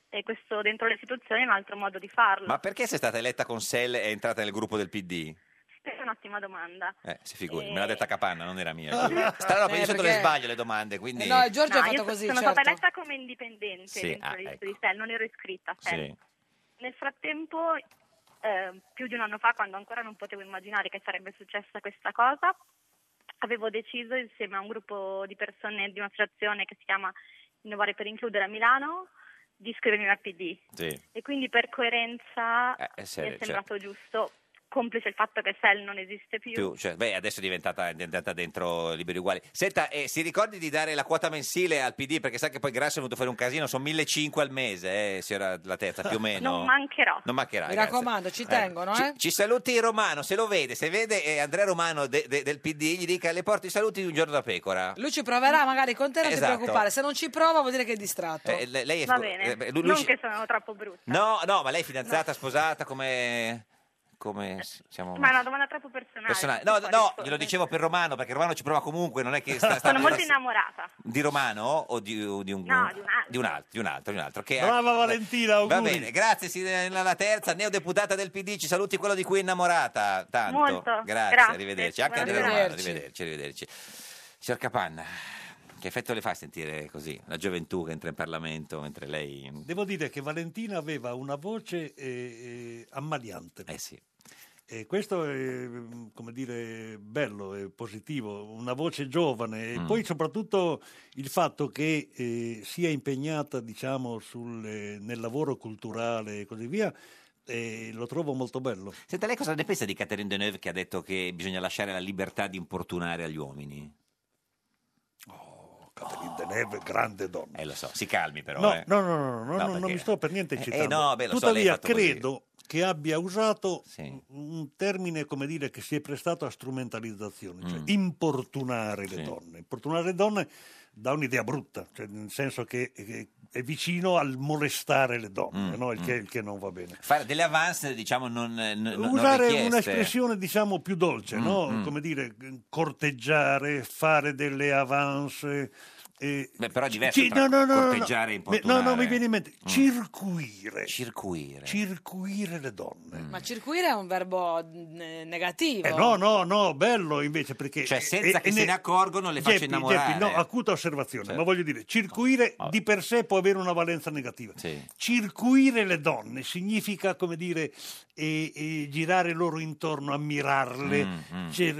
T: E questo dentro le istituzioni è un altro modo di
A: Mm.
T: farlo.
B: Ma perché se è stata eletta con Sell è entrata nel gruppo del PD?
T: Questa è un'ottima domanda.
B: Eh, si figuri,
T: Eh.
B: me l'ha detta Capanna, non era mia. Strano, perché
T: Eh,
B: io sotto le
T: perché-
B: sbaglio le domande, quindi...
A: Eh, no, è Giorgio
T: No,
A: ha fatto
T: io so-
A: così,
T: sono
A: certo.
T: stata eletta come indipendente
B: Sì,
T: dentro
B: ah,
T: le liste di Sell, non ero iscritta a Sell.
B: Sì.
T: Nel frattempo, eh, più di un anno fa, quando ancora non potevo immaginare che sarebbe successa questa cosa, avevo deciso insieme a un gruppo di persone di un'associazione che si chiama Innovare per Includere a Milano di iscrivermi al PD.
B: Sì.
T: E quindi per coerenza
B: Eh, eh, sì,
T: mi è
B: certo.
T: sembrato giusto, complice il fatto che Sell non esiste più.
B: Più, cioè, beh, adesso è diventata, è diventata dentro Liberi Uguali. Senta, eh, si ricordi di dare la quota mensile al PD? Perché sa che poi Grasso è venuto a fare un casino, sono 1.500 al mese, eh, signora La Terza, più o meno.
T: Non mancherò.
B: Non mancherà,
A: Mi
B: grazie.
A: raccomando, ci
B: Eh,
A: tengono,
B: ci,
A: eh.
B: ci saluti Romano, se lo vede, se vede eh, Andrea Romano de- de- del PD, gli dica le porti i saluti di un giorno da pecora.
A: Lui ci proverà magari con te, non ti
B: Esatto.
A: preoccupare. Se non ci prova vuol dire che è distratto.
B: Eh, le- lei è
T: Va
B: scu-
T: bene,
B: eh, beh, lui- lui
T: non
B: ci-
T: che sono troppo brutta.
B: No, no, ma lei è fidanzata, sposata, come... come s- siamo
T: Ma è una domanda troppo personale.
B: personale.
T: non
B: No,
T: si
B: no,
T: può
B: no,
T: rispondere.
B: glielo dicevo per Romano, perché Romano ci prova comunque, non è che sta, sta
T: Sono molto innamorata.
B: di Romano o di, o di un
T: No, di un altro.
B: di un altro, di un altro, di un altro, che-
N: Brava Valentina, auguri.
B: Va bene, grazie Sirena La Terza, neodeputata del PD, ci saluti quello di cui è innamorata. Tanto.
T: Molto,
B: Grazie,
T: grazie.
B: arrivederci. Anche
T: Buona
B: Andrea Romano,
T: serata.
B: arrivederci, arrivederci. Signor Capanna, che effetto le fa sentire così la gioventù che entra in Parlamento mentre lei
N: Devo dire che Valentina aveva una voce eh, eh, ammaliante.
B: Eh sì.
N: E questo è, mm, come dire, bello e positivo, una voce giovane e
B: Mm.
N: poi soprattutto il fatto che eh, sia impegnata, diciamo, sul, eh, nel lavoro culturale e così via, eh, lo trovo molto bello.
B: Senta, lei cosa ne pensa di Catherine Deneuve che ha detto che bisogna lasciare la libertà di importunare agli uomini?
N: Oh, Catherine Deneuve, grande donna.
B: Eh, lo so, si calmi però.
N: No,
B: eh.
N: no, no, no, no, no, non
B: perché-
N: mi sto per niente
B: Eh, eh,
N: eccitando.
B: no, beh, lo so, lei ha
N: Tuttavia,
B: fatto così.
N: credo che abbia usato un- un termine, come dire, che si è prestato a strumentalizzazioni, cioè
O: Mm.
N: importunare le
O: Sì.
N: donne. Importunare le donne dà un'idea brutta, cioè nel senso che che è vicino al molestare le donne,
B: Mm,
N: no? il, che,
B: mm.
N: il che non va bene.
B: Fare delle avance, diciamo, non, eh, n- n- non
N: Usare
B: richieste.
N: un'espressione diciamo più dolce,
B: Mm,
N: no?
B: mm.
N: come dire, corteggiare, fare delle avance. eh,
B: Beh, però è diverso
N: ci-
B: tra
N: no, no, no, no, no.
B: corteggiare e
N: Me- No,
B: importunare.
N: no, mi viene in mente
B: Mm.
N: circuire.
B: Circuire.
N: Circuire le donne.
A: Ma circuire è un verbo eh, negativo.
N: Eh, no, no, no, bello invece perché...
B: Cioè, senza
N: e-
B: che
N: e
B: se ne accorgono, le faccio
N: Geppi,
B: innamorare.
N: Geppi, no, acuta osservazione,
B: Certo. Oh,
N: ma voglio dire, circuire di per sé può avere una valenza negativa.
B: Sì.
N: Circuire le donne significa, come dire, eh, eh, girare loro intorno, ammirarle,
B: Mm, mm.
N: cioè,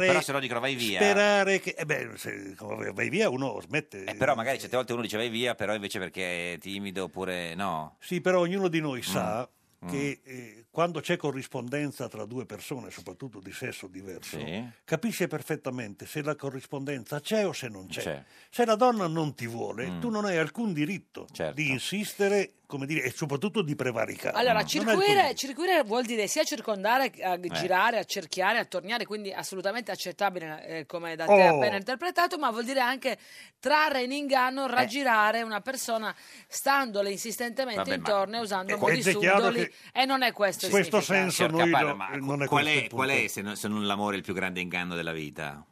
B: Sì, però se no dicono vai via.
N: Sperare che... Eh beh, se vai via uno smette...
B: Eh, però magari certe volte uno dice vai via, però invece perché è timido oppure no.
N: Sì, però ognuno di noi sa
B: Mm.
N: che eh, quando c'è corrispondenza tra due persone, soprattutto di sesso diverso, capisce perfettamente se la corrispondenza c'è o se non c'è.
B: C'è.
N: Se la donna non ti vuole,
B: Mm. Certo.
N: tu non hai alcun diritto di insistere, come dire, e soprattutto di prevaricare.
A: Allora,
N: Non hai alcun diritito.
A: circuire, circuire vuol dire sia circondare, a
B: Eh.
A: girare, accerchiare, attorniare, quindi assolutamente accettabile eh, come da te
N: Oh.
A: appena interpretato, ma vuol dire anche trarre in
B: Eh.
A: inganno, raggirare una persona standole insistentemente
B: Vabbè, ma-
A: intorno e usando
B: Eh,
A: modi
B: questo è chiaro
A: subdoli e non è questo il significato.
B: Signor Capanna, ma
N: non è
B: qual,
N: questo
B: è,
N: il punto.
B: qual è, se non, se non l'amore, il più grande inganno della vita?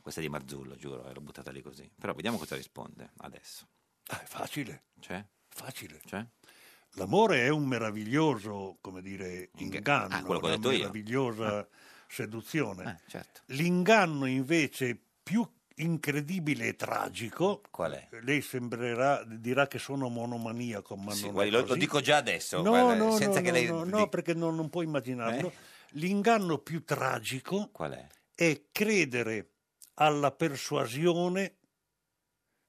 B: Questa è di Marzullo, giuro, l'ho buttata lì così. Però vediamo cosa risponde adesso.
N: Ah, è facile.
B: Cioè?
N: Facile. L'amore è un meraviglioso, come dire, inganno,
B: Ah, quello che ho
N: una
B: detto io.
N: meravigliosa seduzione.
B: Eh, certo.
N: L'inganno invece più incredibile e tragico,
B: Qual è?
N: lei sembrerà, dirà che sono monomaniaco, ma
B: Sì,
N: non
B: guardi,
N: è
B: lo, lo
N: così.
B: dico già adesso,
N: No,
B: guarda,
N: no,
B: senza
N: no,
B: che
N: no,
B: lei... Eh?
N: no, no, perché non, non puoi immaginarlo. L'inganno più tragico
B: Qual è?
N: è credere alla persuasione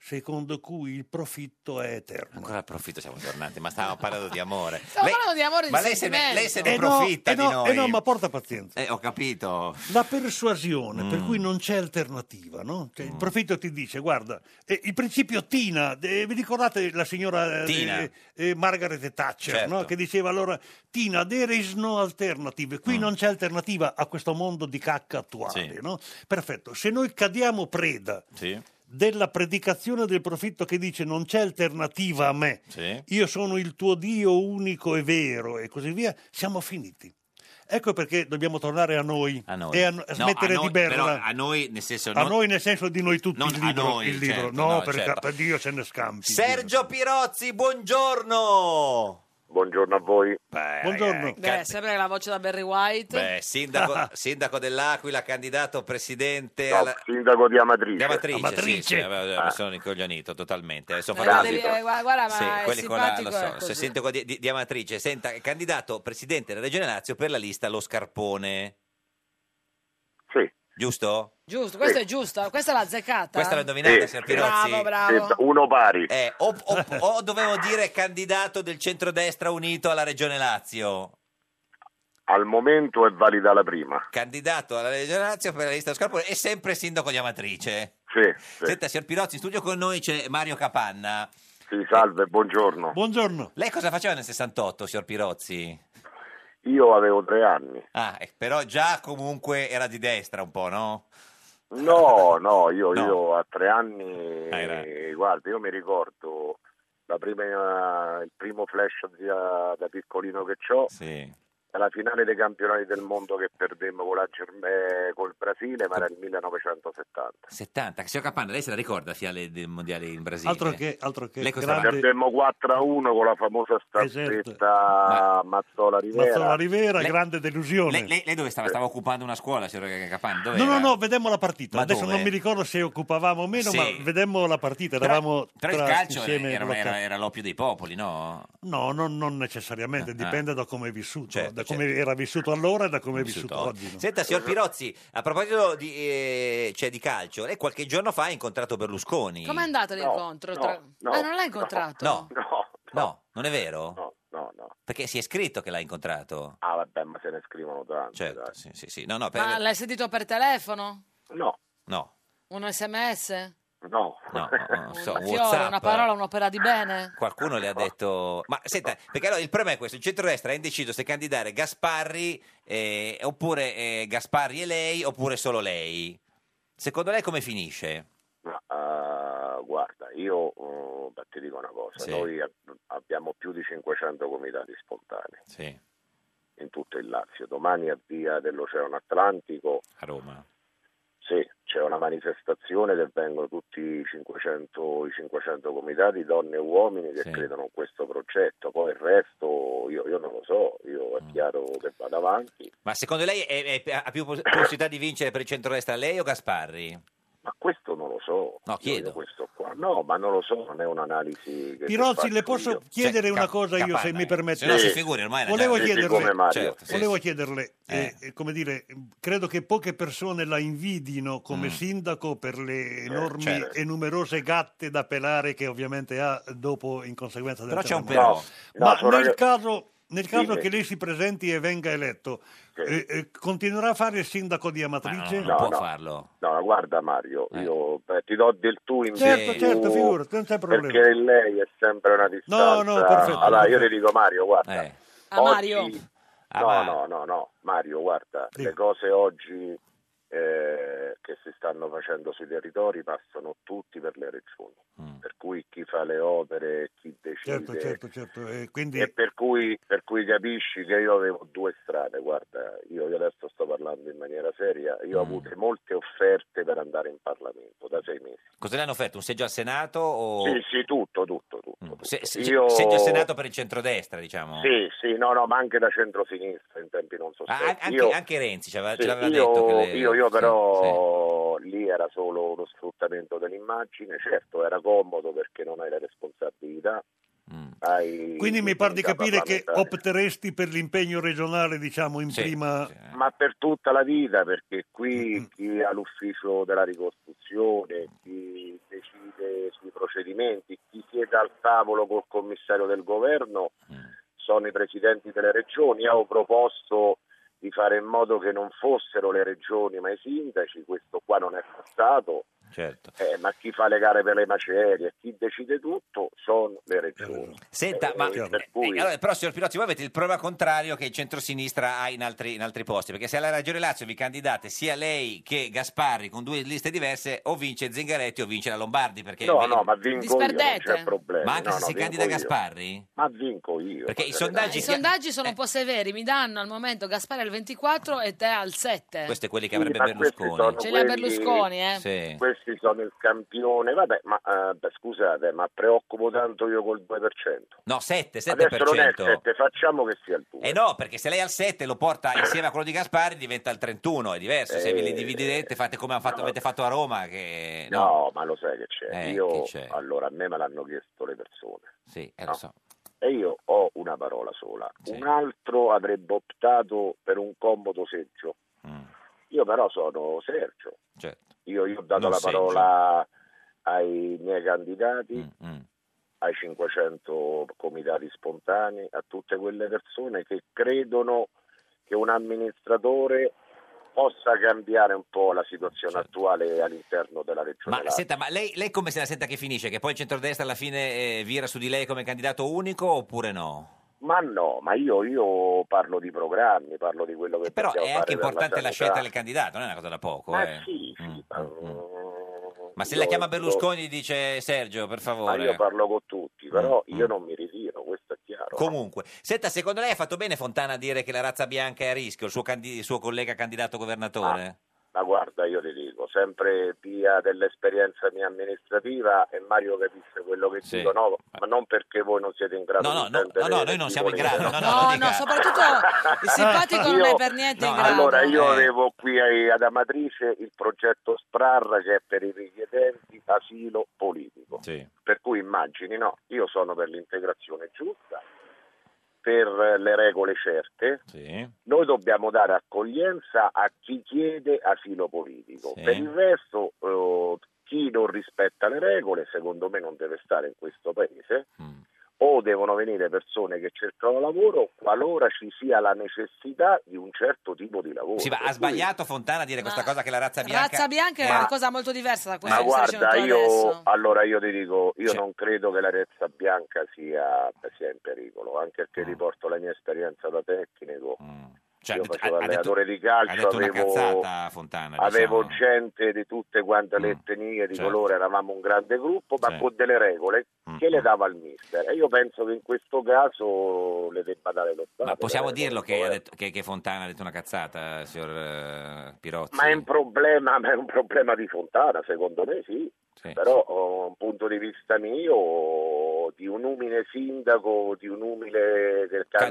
N: secondo cui il profitto è eterno.
B: Ancora approfitto, siamo tornati, ma stavamo parlando di amore.
A: Stiamo
B: Lei-
A: parlando di amore e di
B: ma lei se ne,
A: sentimento.
B: lei se ne
N: Eh no,
B: approfitta
N: eh
B: di
N: no,
B: noi.
N: eh no, ma porta pazienza.
B: Eh, ho capito.
N: La persuasione, per
B: Mm.
N: cui non c'è alternativa, no? Cioè, Il profitto ti dice, guarda, eh, il principio Tina, eh, vi ricordate la signora eh,
B: Tina.
N: eh, eh, Margaret Thatcher,
B: Certo.
N: no? che diceva allora, Tina, there is no alternative, qui non c'è alternativa a questo mondo di cacca attuale,
B: Mm. Sì.
N: no? Perfetto, se noi cadiamo preda
B: Sì,
N: della predicazione del profitto che dice non c'è alternativa a me,
B: sì.
N: io sono il tuo Dio unico e vero e così via, siamo finiti. Ecco perché dobbiamo tornare a noi, e a, a
B: No,
N: smettere
B: a noi-
N: di berla.
B: Però a noi, nel senso...
N: A
B: non-
N: noi nel senso di noi tutti
B: non
N: il
B: a
N: libro,
B: noi,
N: il libro.
B: certo,
N: no,
B: no,
N: per,
B: certo.
N: per Dio se ne scampi.
B: Sergio Pirozzi, buongiorno!
U: Buongiorno a voi.
N: Buongiorno.
A: Beh, sempre la voce da Barry White.
B: Eh, Beh, sindaco, sindaco dell'Aquila, candidato presidente
U: No,
B: alla...
U: Sindaco di Amatrice.
B: Di Amatrice, sì,
U: Amatrice.
B: sì, vabbè,
U: Ah.
B: mi sono incoglionito totalmente. Adesso
A: Eh,
B: faccio-
A: devi- eh, guarda, guarda, ma
B: Sì,
A: è
B: quelli con la, lo
A: simpatico, ecco, è
B: so,
A: così.
B: se sindaco di, di- di Amatrice. Senta, candidato presidente della Regione Lazio per la lista Lo Scarpone.
U: Sì.
B: Giusto?
A: Giusto, questo è giusto, questa l'ha azzeccata.
B: Questa l'ho indovinata,
U: Sì,
B: signor
U: sì.
B: Pirozzi?
A: Bravo, bravo. Sì,
U: uno pari.
B: Eh, o, o- o dovevo dire candidato del centrodestra unito alla Regione Lazio.
U: Al momento è valida la prima.
B: Candidato alla Regione Lazio per la lista Lo Scarpone e sempre sindaco di Amatrice.
U: Sì,
B: Senta, signor Pirozzi, in studio con noi c'è Mario Capanna.
U: sì, salve, buongiorno.
N: Buongiorno.
B: Lei cosa faceva nel 68, signor Pirozzi?
U: Io avevo tre anni.
B: Ah, eh, però già comunque era di destra un po', no?
U: No, no, io,
B: No.
U: io a tre anni,
B: Ah, era-
U: guarda, io mi ricordo la prima- il primo flash da, da piccolino che ho,
B: Sì.
U: alla finale dei campionati del mondo che perdemmo con la Germè col Brasile, ma era il 1970.
B: 70, signor Capanna, lei se la ricorda la finale del mondiale in Brasile?
N: Altro che, altro che
B: Lei cosa
N: grande
U: Perdemmo 4 a 1 con la famosa
B: Esatto.
U: staffetta Mazzola Rivera.
N: Mazzola Rivera,
B: Lei-
N: grande delusione.
B: Lei, lei- lei dove stava? Stava occupando una scuola, signor Capanna? Dove
N: No,
B: era?
N: no, no, vedemmo la partita.
B: Ma
N: Adesso
B: dove?
N: non mi ricordo se occupavamo o meno,
B: Sì.
N: ma vedemmo la partita.
B: Però-
N: Eravamo
B: Però il
N: tra-
B: calcio
N: insieme
B: era,
N: alla-
B: era- era l'oppio dei popoli, no?
N: No, non, non necessariamente,
B: Ah, Certo,
N: dipende da come è vissuto, da come era vissuto allora e da come è vissuto, oggi. no?
B: Senta, signor Pirozzi, a proposito di, eh, cioè, di calcio, lei qualche giorno fa ha incontrato Berlusconi.
A: Com'è andato l'incontro?
U: no,
A: tra-
U: no,
A: ah, non l'ha incontrato?
B: No,
U: no,
B: no, non è vero?
U: No, no, no.
B: Perché si è scritto che l'ha incontrato.
U: Ah, vabbè, ma se ne scrivono tanti.
B: Certo,
U: dai.
B: sì, sì, sì. No, no, per-
A: Ma l'hai sentito per telefono?
U: No,
B: no,
A: Un sms?
U: no.
B: no, no, non so,
A: Una fiore,
B: WhatsApp.
A: una parola, un'opera di bene?
B: Qualcuno le ha detto, ma senta, perché allora il problema è questo: il centrodestra è indeciso se candidare Gasparri eh, oppure eh, Gasparri e lei oppure solo lei. Secondo lei come finisce?
U: Ma, ah, guarda, io eh, beh, ti dico una cosa,
B: Sì.
U: noi ab- abbiamo più di 500 comitati spontanei
B: Sì,
U: in tutto il Lazio. Domani a Via dell'Oceano Atlantico
B: a Roma.
U: sì, c'è una manifestazione che vengono tutti i 500, i 500 comitati, donne e uomini che credono in questo progetto, poi il resto io, io non lo so, io
B: Mm.
U: è chiaro che vado avanti.
B: Ma secondo lei è- è- ha più pos- possibilità di vincere per il centrodestra lei o Gasparri?
U: Ma questo non lo so. Io-
B: No,
U: io
B: chiedo.
U: questo qua. No, ma non lo so, non è un'analisi che
N: Pirozzi,
U: faccio
N: le posso
U: io.
N: chiedere
U: Cioè,
N: una
U: Cap-
N: cosa io, se
U: Capanna,
N: mi permette?
U: se no si figuri,
B: ormai era
N: volevo
U: già- Sì, sì,
N: chiederle,
U: come Mario. Certo, sì,
N: volevo
U: sì.
N: chiederle
U: Eh.
N: eh, come dire, credo che poche persone la invidino come
U: Mm.
N: sindaco per le enormi
U: certo.
N: e numerose gatte da pelare che ovviamente ha dopo in conseguenza del
U: Però c'è un
N: terremoto.
U: però. No,
N: Ma
U: sono
N: nel
U: le-
N: caso Nel caso
U: Dimmi.
N: che lei si presenti e venga eletto, eh, eh, continuerà a fare il sindaco di Amatrice?
U: No, no. No, ma guarda Mario, io beh, ti do del tu in
N: Certo,
U: più,
N: certo, figurati, non c'è problema.
U: Perché lei è sempre una distanza.
N: no, perfetto,
U: Allora, io
N: perfetto.
U: le dico Mario, guarda.
A: Ah,
U: oggi-
A: Mario.
U: No, no, no, no, Mario, guarda, le cose oggi eh, che si stanno facendo sui territori passano tutti per le regioni. Per cui chi fa le opere, chi decide
N: Certo, certo, certo. eh, quindi,
U: e per cui, per cui capisci che io avevo due strade, guarda, io io adesso sto parlando in maniera seria, io
B: Mm.
U: ho avuto molte offerte per andare in Parlamento da sei mesi.
B: Cosa le hanno offerto? Un seggio al Senato? O... Mm.
U: Sì, sì, tutto, tutto, tutto.
B: Se- se-
U: Io-
B: Seggio al Senato per il centrodestra, diciamo.
U: Sì, sì, no, no, ma anche da centrosinistra in tempi non sospetti.
B: Ah, anche,
U: Io-
B: anche Renzi ci aveva,
U: sì,
B: ce l'aveva
U: io,
B: detto. Che le-
U: io, io
B: sì,
U: però lì era solo uno sfruttamento dell'immagine, certo era comodo perché non hai la responsabilità.
B: Mm.
U: hai
N: quindi mi pare di
U: l'immunità
N: capire che
U: parlamentare.
N: opteresti per l'impegno regionale, diciamo, in prima...
U: ma per tutta la vita perché qui chi ha l'ufficio della ricostruzione, chi decide sui procedimenti, chi siede al tavolo col commissario del governo sono i presidenti delle regioni. Io ho proposto di fare in modo che non fossero le regioni ma i sindaci, questo qua non è passato.
B: certo.
U: Eh, ma chi fa le gare per le macerie, chi decide tutto sono le regioni.
B: Senta,
U: Eh,
B: ma
U: per
B: eh,
U: cui-
B: allora, però, signor Pirozzi, voi avete il problema contrario che il centrosinistra ha in altri, in altri posti. Perché se alla Regione Lazio vi candidate sia lei che Gasparri con due liste diverse, o vince Zingaretti o vince la Lombardi. Perché
U: No, no, ma vinco io, non c'è problema.
B: Ma anche
U: No,
B: se
U: no,
B: si
U: vinco
B: candida
U: io.
B: Gasparri?
U: Ma vinco io.
B: Perché i
U: ma
B: sondaggi
A: Eh, I
B: chi-
A: sondaggi
B: Eh.
A: sono un po' severi, mi danno al momento Gaspare al 24 e te al 7.
B: Questo è quelli che
U: Sì,
B: avrebbe
U: ma questi
B: Berlusconi.
U: sono
A: Ce li ha
U: quelli-
A: Berlusconi, eh.
U: Questi sono il campione. Vabbè, ma eh, beh, scusate, ma preoccupo tanto io col 2%.
B: No, 7, 7%.
U: Adesso non è il 7, facciamo che sia il 2.
B: Eh no, perché se lei al 7 lo porta insieme a quello di Gasparri diventa il 31, è diverso. Se vi li
U: Eh,
B: dividete fate come hanno fatto- avete fatto a Roma. Che...
U: No, ma lo sai che c'è.
B: Eh,
U: io,
B: che c'è?
U: allora, a me me l'hanno chiesto le persone.
B: Sì, eh,
U: No.
B: lo so.
U: E io ho una parola sola. Un altro avrebbe optato per un comodo seggio. Io però sono Sergio.
B: Certo.
U: Io, io ho dato
B: Non
U: la
B: Sergio.
U: parola ai miei candidati,
B: Mm,
U: ai 500 comitati spontanei, a tutte quelle persone che credono che un amministratore possa cambiare un po' la situazione attuale all'interno della regione.
B: Certo. Ma
U: Lazio.
B: senta, ma lei, lei come se la senta che finisce? Che poi il centrodestra alla fine eh, vira su di lei come candidato unico oppure no?
U: Ma no, ma io, io parlo di programmi, parlo di quello che
B: Eh, Però
U: possiamo
B: è
U: fare
B: anche
U: per
B: importante la
U: sanità.
B: scelta del candidato, non è una cosa da poco.
U: Ma
B: eh. mm.
U: sì,
B: Ma se
U: io-
B: la chiama
U: io-
B: Berlusconi dice Sergio, per favore. Mm,
U: Ma io parlo con tutti, però io non mi ritiro, questo è chiaro.
B: Comunque, senta, secondo lei ha fatto bene Fontana a dire che la razza bianca è a rischio, il suo, candi- il suo collega candidato governatore?
U: Ah, Ma guarda, io ti dico, sempre via dell'esperienza mia amministrativa e Mario capisce quello che
B: Sì. Ah.
U: dico, no, ma non perché voi non siete in grado
B: No, no,
U: di
B: no,
U: intendere
B: no, no, noi non
U: chi
B: siamo in
U: volete.
B: grado, no, no,
A: No, no, soprattutto il simpatico non è per niente in grado.
U: Allora, io
A: Eh.
U: avevo qui ai- ad Amatrice il progetto SPRAR che è per i richiedenti asilo politico. Per cui immagini, no, io sono per l'integrazione giusta, per eh, le regole certe. Noi dobbiamo dare accoglienza a chi chiede asilo politico. Per il resto, eh, chi non rispetta le regole, secondo me, non deve stare in questo paese. O devono venire persone che cercano lavoro qualora ci sia la necessità di un certo tipo di lavoro.
B: Sì, ma
U: Per
B: ha
U: cui-
B: sbagliato Fontana a dire questa cosa che la razza bianca...
A: Razza bianca è
U: Ma-
A: una cosa molto diversa da quella
U: Ma
A: che stai dicendo
U: guarda,
A: tu
U: io
A: adesso.
U: allora io ti dico, io non credo che la razza bianca sia, sia in pericolo, anche perché riporto la mia esperienza da tecnico.
B: Mm. Cioè,
U: io
B: ha detto-
U: facevo
B: ha- ha
U: allenatore
B: detto-
U: di calcio,
B: ha detto una
U: avevo,
B: cazzata, Fontana,
U: avevo
B: diciamo.
U: gente di tutte quante le etnie, di
B: certo.
U: colore, eravamo un grande gruppo, ma
B: Sì. Mm,
U: con delle regole che le dava il mister. E io penso che in questo caso le debba dare lo Stato.
B: Ma possiamo
U: le
B: dirlo
U: regole.
B: che, ha detto- che- che Fontana ha detto una cazzata, signor eh, Pirozzi?
U: Ma è un problema, ma è un problema di Fontana, secondo me sì.
B: Sì,
U: Però da un punto di vista mio, di un umile sindaco, di un umile del
B: Candidato,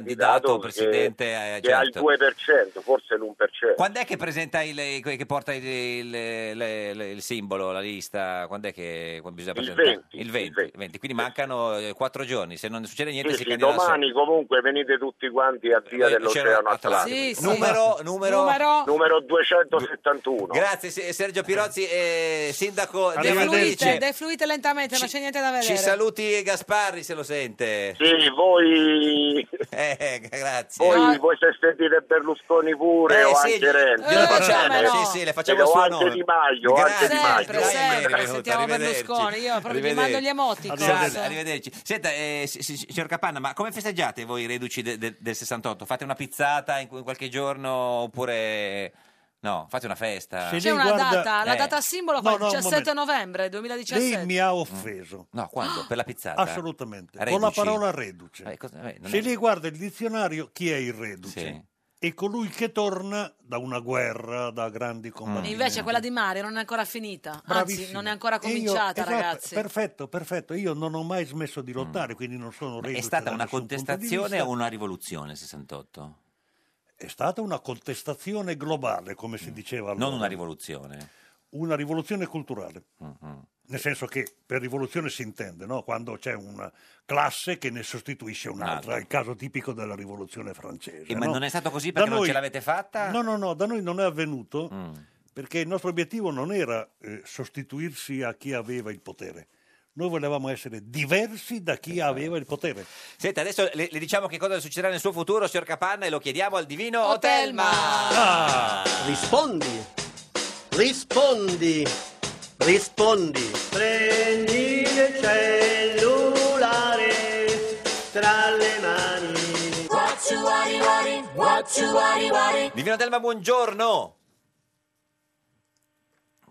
U: candidato, che-
B: presidente, eh,
U: che,
B: certo.
U: ha il 2%, forse l'1%.
B: Quando è che presenta il, que- che porta il, il- le- le- il simbolo, la lista? Quando è che quando bisogna
U: Il
B: presentare?
U: 20,
B: il 20, 20. Quindi mancano eh, quattro giorni. Se non succede niente, si
U: Sì, sì,
B: candida al
U: domani comunque venite tutti quanti a Via
B: Eh, c'era
U: dell'Oceano Atlantico.
B: Atlantico. Sì, sì. Numero- numero- Numero-
U: Numero 271.
B: Grazie se- Sergio Pirozzi, eh, sindaco della
A: Defluite,
B: Fenice.
A: defluite lentamente, non c'è niente da vedere.
B: Ci saluti Gaspar Gasparri se lo sente.
U: Sì, voi,
B: Eh, grazie.
U: voi, voi se sentite Berlusconi pure
B: Eh,
U: o
B: sì,
U: anche Renzi.
B: glielo
U: eh,
B: facciamo,
U: bene.
B: sì, sì, le facciamo
U: Eh,
B: il
U: o
B: suo
U: anche
B: nome.
U: Di Maio, o anche Di Maio.
B: Grazie,
A: sempre,
B: benvenuta,
A: sentiamo
B: arrivederci.
A: Berlusconi, io proprio gli mando gli emoticon.
B: Arrivederci.
A: Salve.
B: Arrivederci. Senta, eh, si- si- signor Capanna, ma come festeggiate voi i reduci de- de- del 68? Fate una pizzata in, in qualche giorno oppure... No, fate una festa.
A: C'è una data, la
B: Eh.
A: data simbolo
N: No,
A: quel
N: no, un
A: 17
N: momento.
A: novembre
N: Lei
A: 2017.
N: mi ha offeso.
B: No, quando? Ah, Per la pizzata?
N: Assolutamente.
B: Reduci?
N: Con la parola reduce.
B: Eh, cosa- eh, non
N: Se
B: è-
N: lei guarda il dizionario, chi è il reduce?
B: Sì.
N: È colui che torna da una guerra, da
B: Mm.
N: grandi combattimenti.
A: Invece quella di Mario non è ancora finita, anzi
N: Bravissimo.
A: non è ancora
N: E io-
A: cominciata
N: esatto,
A: ragazzi.
N: Perfetto, perfetto. Io non ho mai smesso di lottare, quindi non sono reduce.
B: Mm. È stata
N: da
B: una
N: nessun punto di
B: contestazione
N: vista.
B: o una rivoluzione il 68?
N: È stata una contestazione globale, come si diceva allora.
B: Mm. Non una rivoluzione.
N: Una rivoluzione culturale.
B: Mhm.
N: Nel senso che per rivoluzione si intende no? quando c'è una classe che ne sostituisce un'altra, è il caso tipico della rivoluzione francese.
B: E Eh, ma
N: no?
B: non è stato così
N: Da
B: perché non
N: noi-
B: ce l'avete fatta? Mm.
N: No, no, no, da noi non è avvenuto perché il nostro obiettivo non era eh, sostituirsi a chi aveva il potere. Noi volevamo essere diversi da chi aveva il potere.
B: Esatto. Senta, adesso le, le diciamo che cosa succederà nel suo futuro, signor Capanna, e lo chiediamo al divino Otelma.
V: Ah.
J: Ah, Rispondi. Rispondi. Rispondi. Prendi il cellulare tra le mani.
B: Divino Otelma, buongiorno.
A: Divino,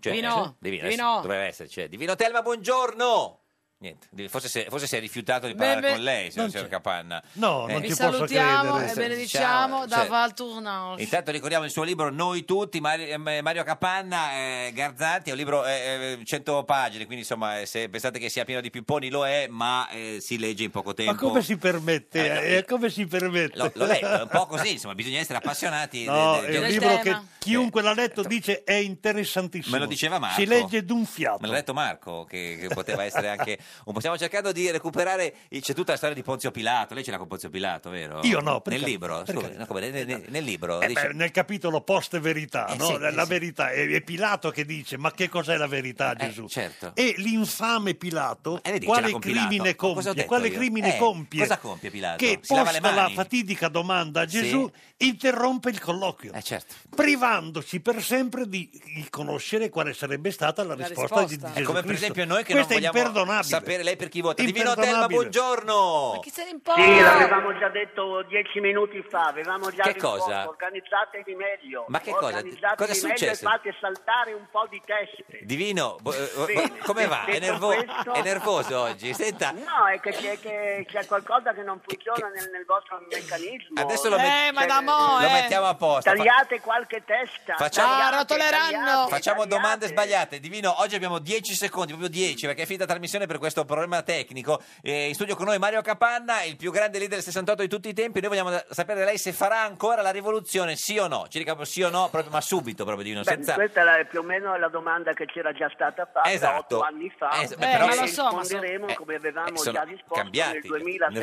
B: eh, divino,
A: divino.
B: adesso Doveva esserci. eh. Divino Telma, buongiorno. Niente, di- forse si è, forse si è rifiutato di parlare
A: Beh, beh,
B: con lei, signor
A: non
B: signor
A: c'è.
B: Capanna.
N: No,
A: Vi salutiamo e benediciamo diciamo da
B: Cioè,
A: Val Tournanche.
B: Intanto ricordiamo il suo libro Noi tutti, Mari- eh, Mario Capanna, eh, Garzanti, è un libro eh, eh, 100 pagine, quindi insomma eh, se pensate che sia pieno di pipponi lo è, ma eh, si legge in poco tempo.
N: Ma come si permette?
B: Eh, no,
N: eh, come si permette?
B: L'ho, l'ho letto, è un po' così, insomma, bisogna essere appassionati.
N: No,
B: de- de-
N: è un
B: del
N: libro
B: tema. Eh.
N: che chiunque l'ha letto dice è interessantissimo.
B: Me lo diceva Marco.
N: Si legge d'un fiato.
B: Me l'ha detto Marco, che, che poteva essere anche un po'. Stiamo cercando di recuperare. il- C'è tutta la storia di Ponzio Pilato. Lei ce l'ha con Ponzio Pilato, vero?
N: Io no, per
B: Nel
N: carità,
B: libro,
N: per
B: scusi,
N: carità.
B: no, come, nel, nel- nel libro.
N: Eh
B: dice-
N: beh, nel capitolo post verità,
B: Eh
N: no?
B: sì, eh
N: la
B: sì.
N: verità è, è Pilato che dice: Ma che cos'è la verità, Gesù?
B: certo.
N: E l'infame Pilato,
B: Eh, vedi, ce l'ha
N: quale
B: con Pilato.
N: crimine
B: Ma cosa ho
N: compie?
B: detto
N: Quale
B: io?
N: crimine
B: Eh,
N: compie?
B: cosa compie Pilato?
N: Che
B: Si lava le
N: posta la
B: mani?
N: fatidica domanda a
B: Sì.
N: Gesù, interrompe il colloquio,
B: Eh, certo.
N: privandoci per sempre di di conoscere quale sarebbe stata la,
B: La
N: risposta, di-
B: risposta.
N: di Gesù.
B: Come per
N: Cristo.
B: esempio noi che
N: Questo
B: non
N: è
B: vogliamo
N: imperdonabile.
B: sapere lei per chi vota. Divino Telma,
N: Imperdonabile.
B: buongiorno.
A: Chi se ne
V: Sì,
A: importa?
V: l'avevamo già detto dieci minuti fa, avevamo già
B: Che
V: risposto,
B: cosa?
V: organizzatevi meglio.
B: Ma che cosa?
V: Organizzatevi
B: Cosa è
V: meglio e
B: successo?
V: fate saltare un po' di teste.
B: Divino, bo- eh, bo-
V: Bene.
B: come va? È,
V: Detto
B: nervo-
V: questo-
B: è nervoso oggi? Senta,
V: No, è che, c'è- che c'è qualcosa che non funziona nel, nel vostro meccanismo.
B: adesso lo,
A: Eh,
B: met-
V: Cioè,
B: lo mettiamo apposta. Fa-
V: Tagliate qualche testa.
B: Facciamo-
V: tagliate,
B: Ah,
V: tagliate.
B: Facciamo domande sbagliate. Divino, oggi abbiamo 10 secondi, proprio 10, perché è finita la trasmissione per questo problema tecnico. Eh, in studio con noi Mario Capanna, il più grande leader del 68 di tutti i tempi. Noi vogliamo da- sapere da lei se farà ancora la rivoluzione, sì o no. Ci dica sì o no, proprio, ma subito, proprio Divino.
V: Beh,
B: senza...
V: Questa è la- più o meno la domanda che c'era già stata fatta
B: Esatto.
V: otto anni fa.
B: Eh, beh, però
V: e
B: se-
V: risponderemo
B: Eh,
V: come avevamo
B: eh, sono
V: già risposto
B: cambiati.
V: nel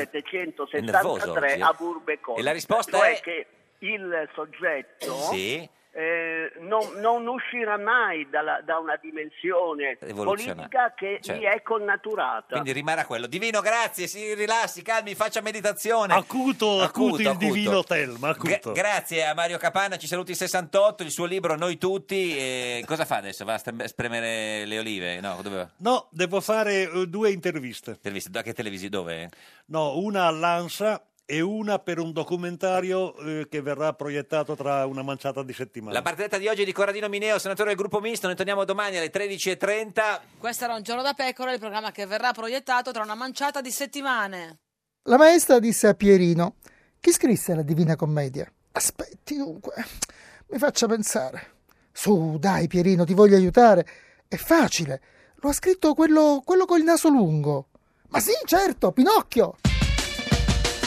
B: È nervoso oggi,
V: 2773
B: eh.
V: a Burbe Conte.
B: E la risposta
V: cioè
B: è-
V: che il soggetto
B: Sì.
V: eh, non, non uscirà mai dalla- da una dimensione
B: Rivoluzionaria.
V: politica che
B: Certo.
V: gli è connaturata.
B: Quindi rimarrà quello. Divino, grazie, si rilassi, calmi, faccia meditazione.
N: Acuto, acuto, il
B: acuto.
N: divino Telma,
B: Gra-
N: acuto.
B: grazie a Mario Capanna, ci saluti il 68, il suo libro Noi tutti. eh, cosa fa adesso? Va a stre- spremere le olive? No, dove va?
N: No, devo fare eh, due interviste.
B: Interviste, da che televisione? Dove?
N: No, una all'ANSA e una per un documentario eh, che verrà proiettato tra una manciata di settimane.
B: La partita di oggi è di Corradino Mineo, senatore del gruppo misto. Noi torniamo domani alle 13.30.
A: Questo era un giorno da pecora, il programma che verrà proiettato tra una manciata di settimane.
W: La maestra disse a Pierino: Chi scrisse la Divina Commedia? Aspetti dunque, mi faccia pensare. Su, dai, Pierino, ti voglio aiutare. È facile. Lo ha scritto quello, quello col naso lungo. Ma sì, certo, Pinocchio.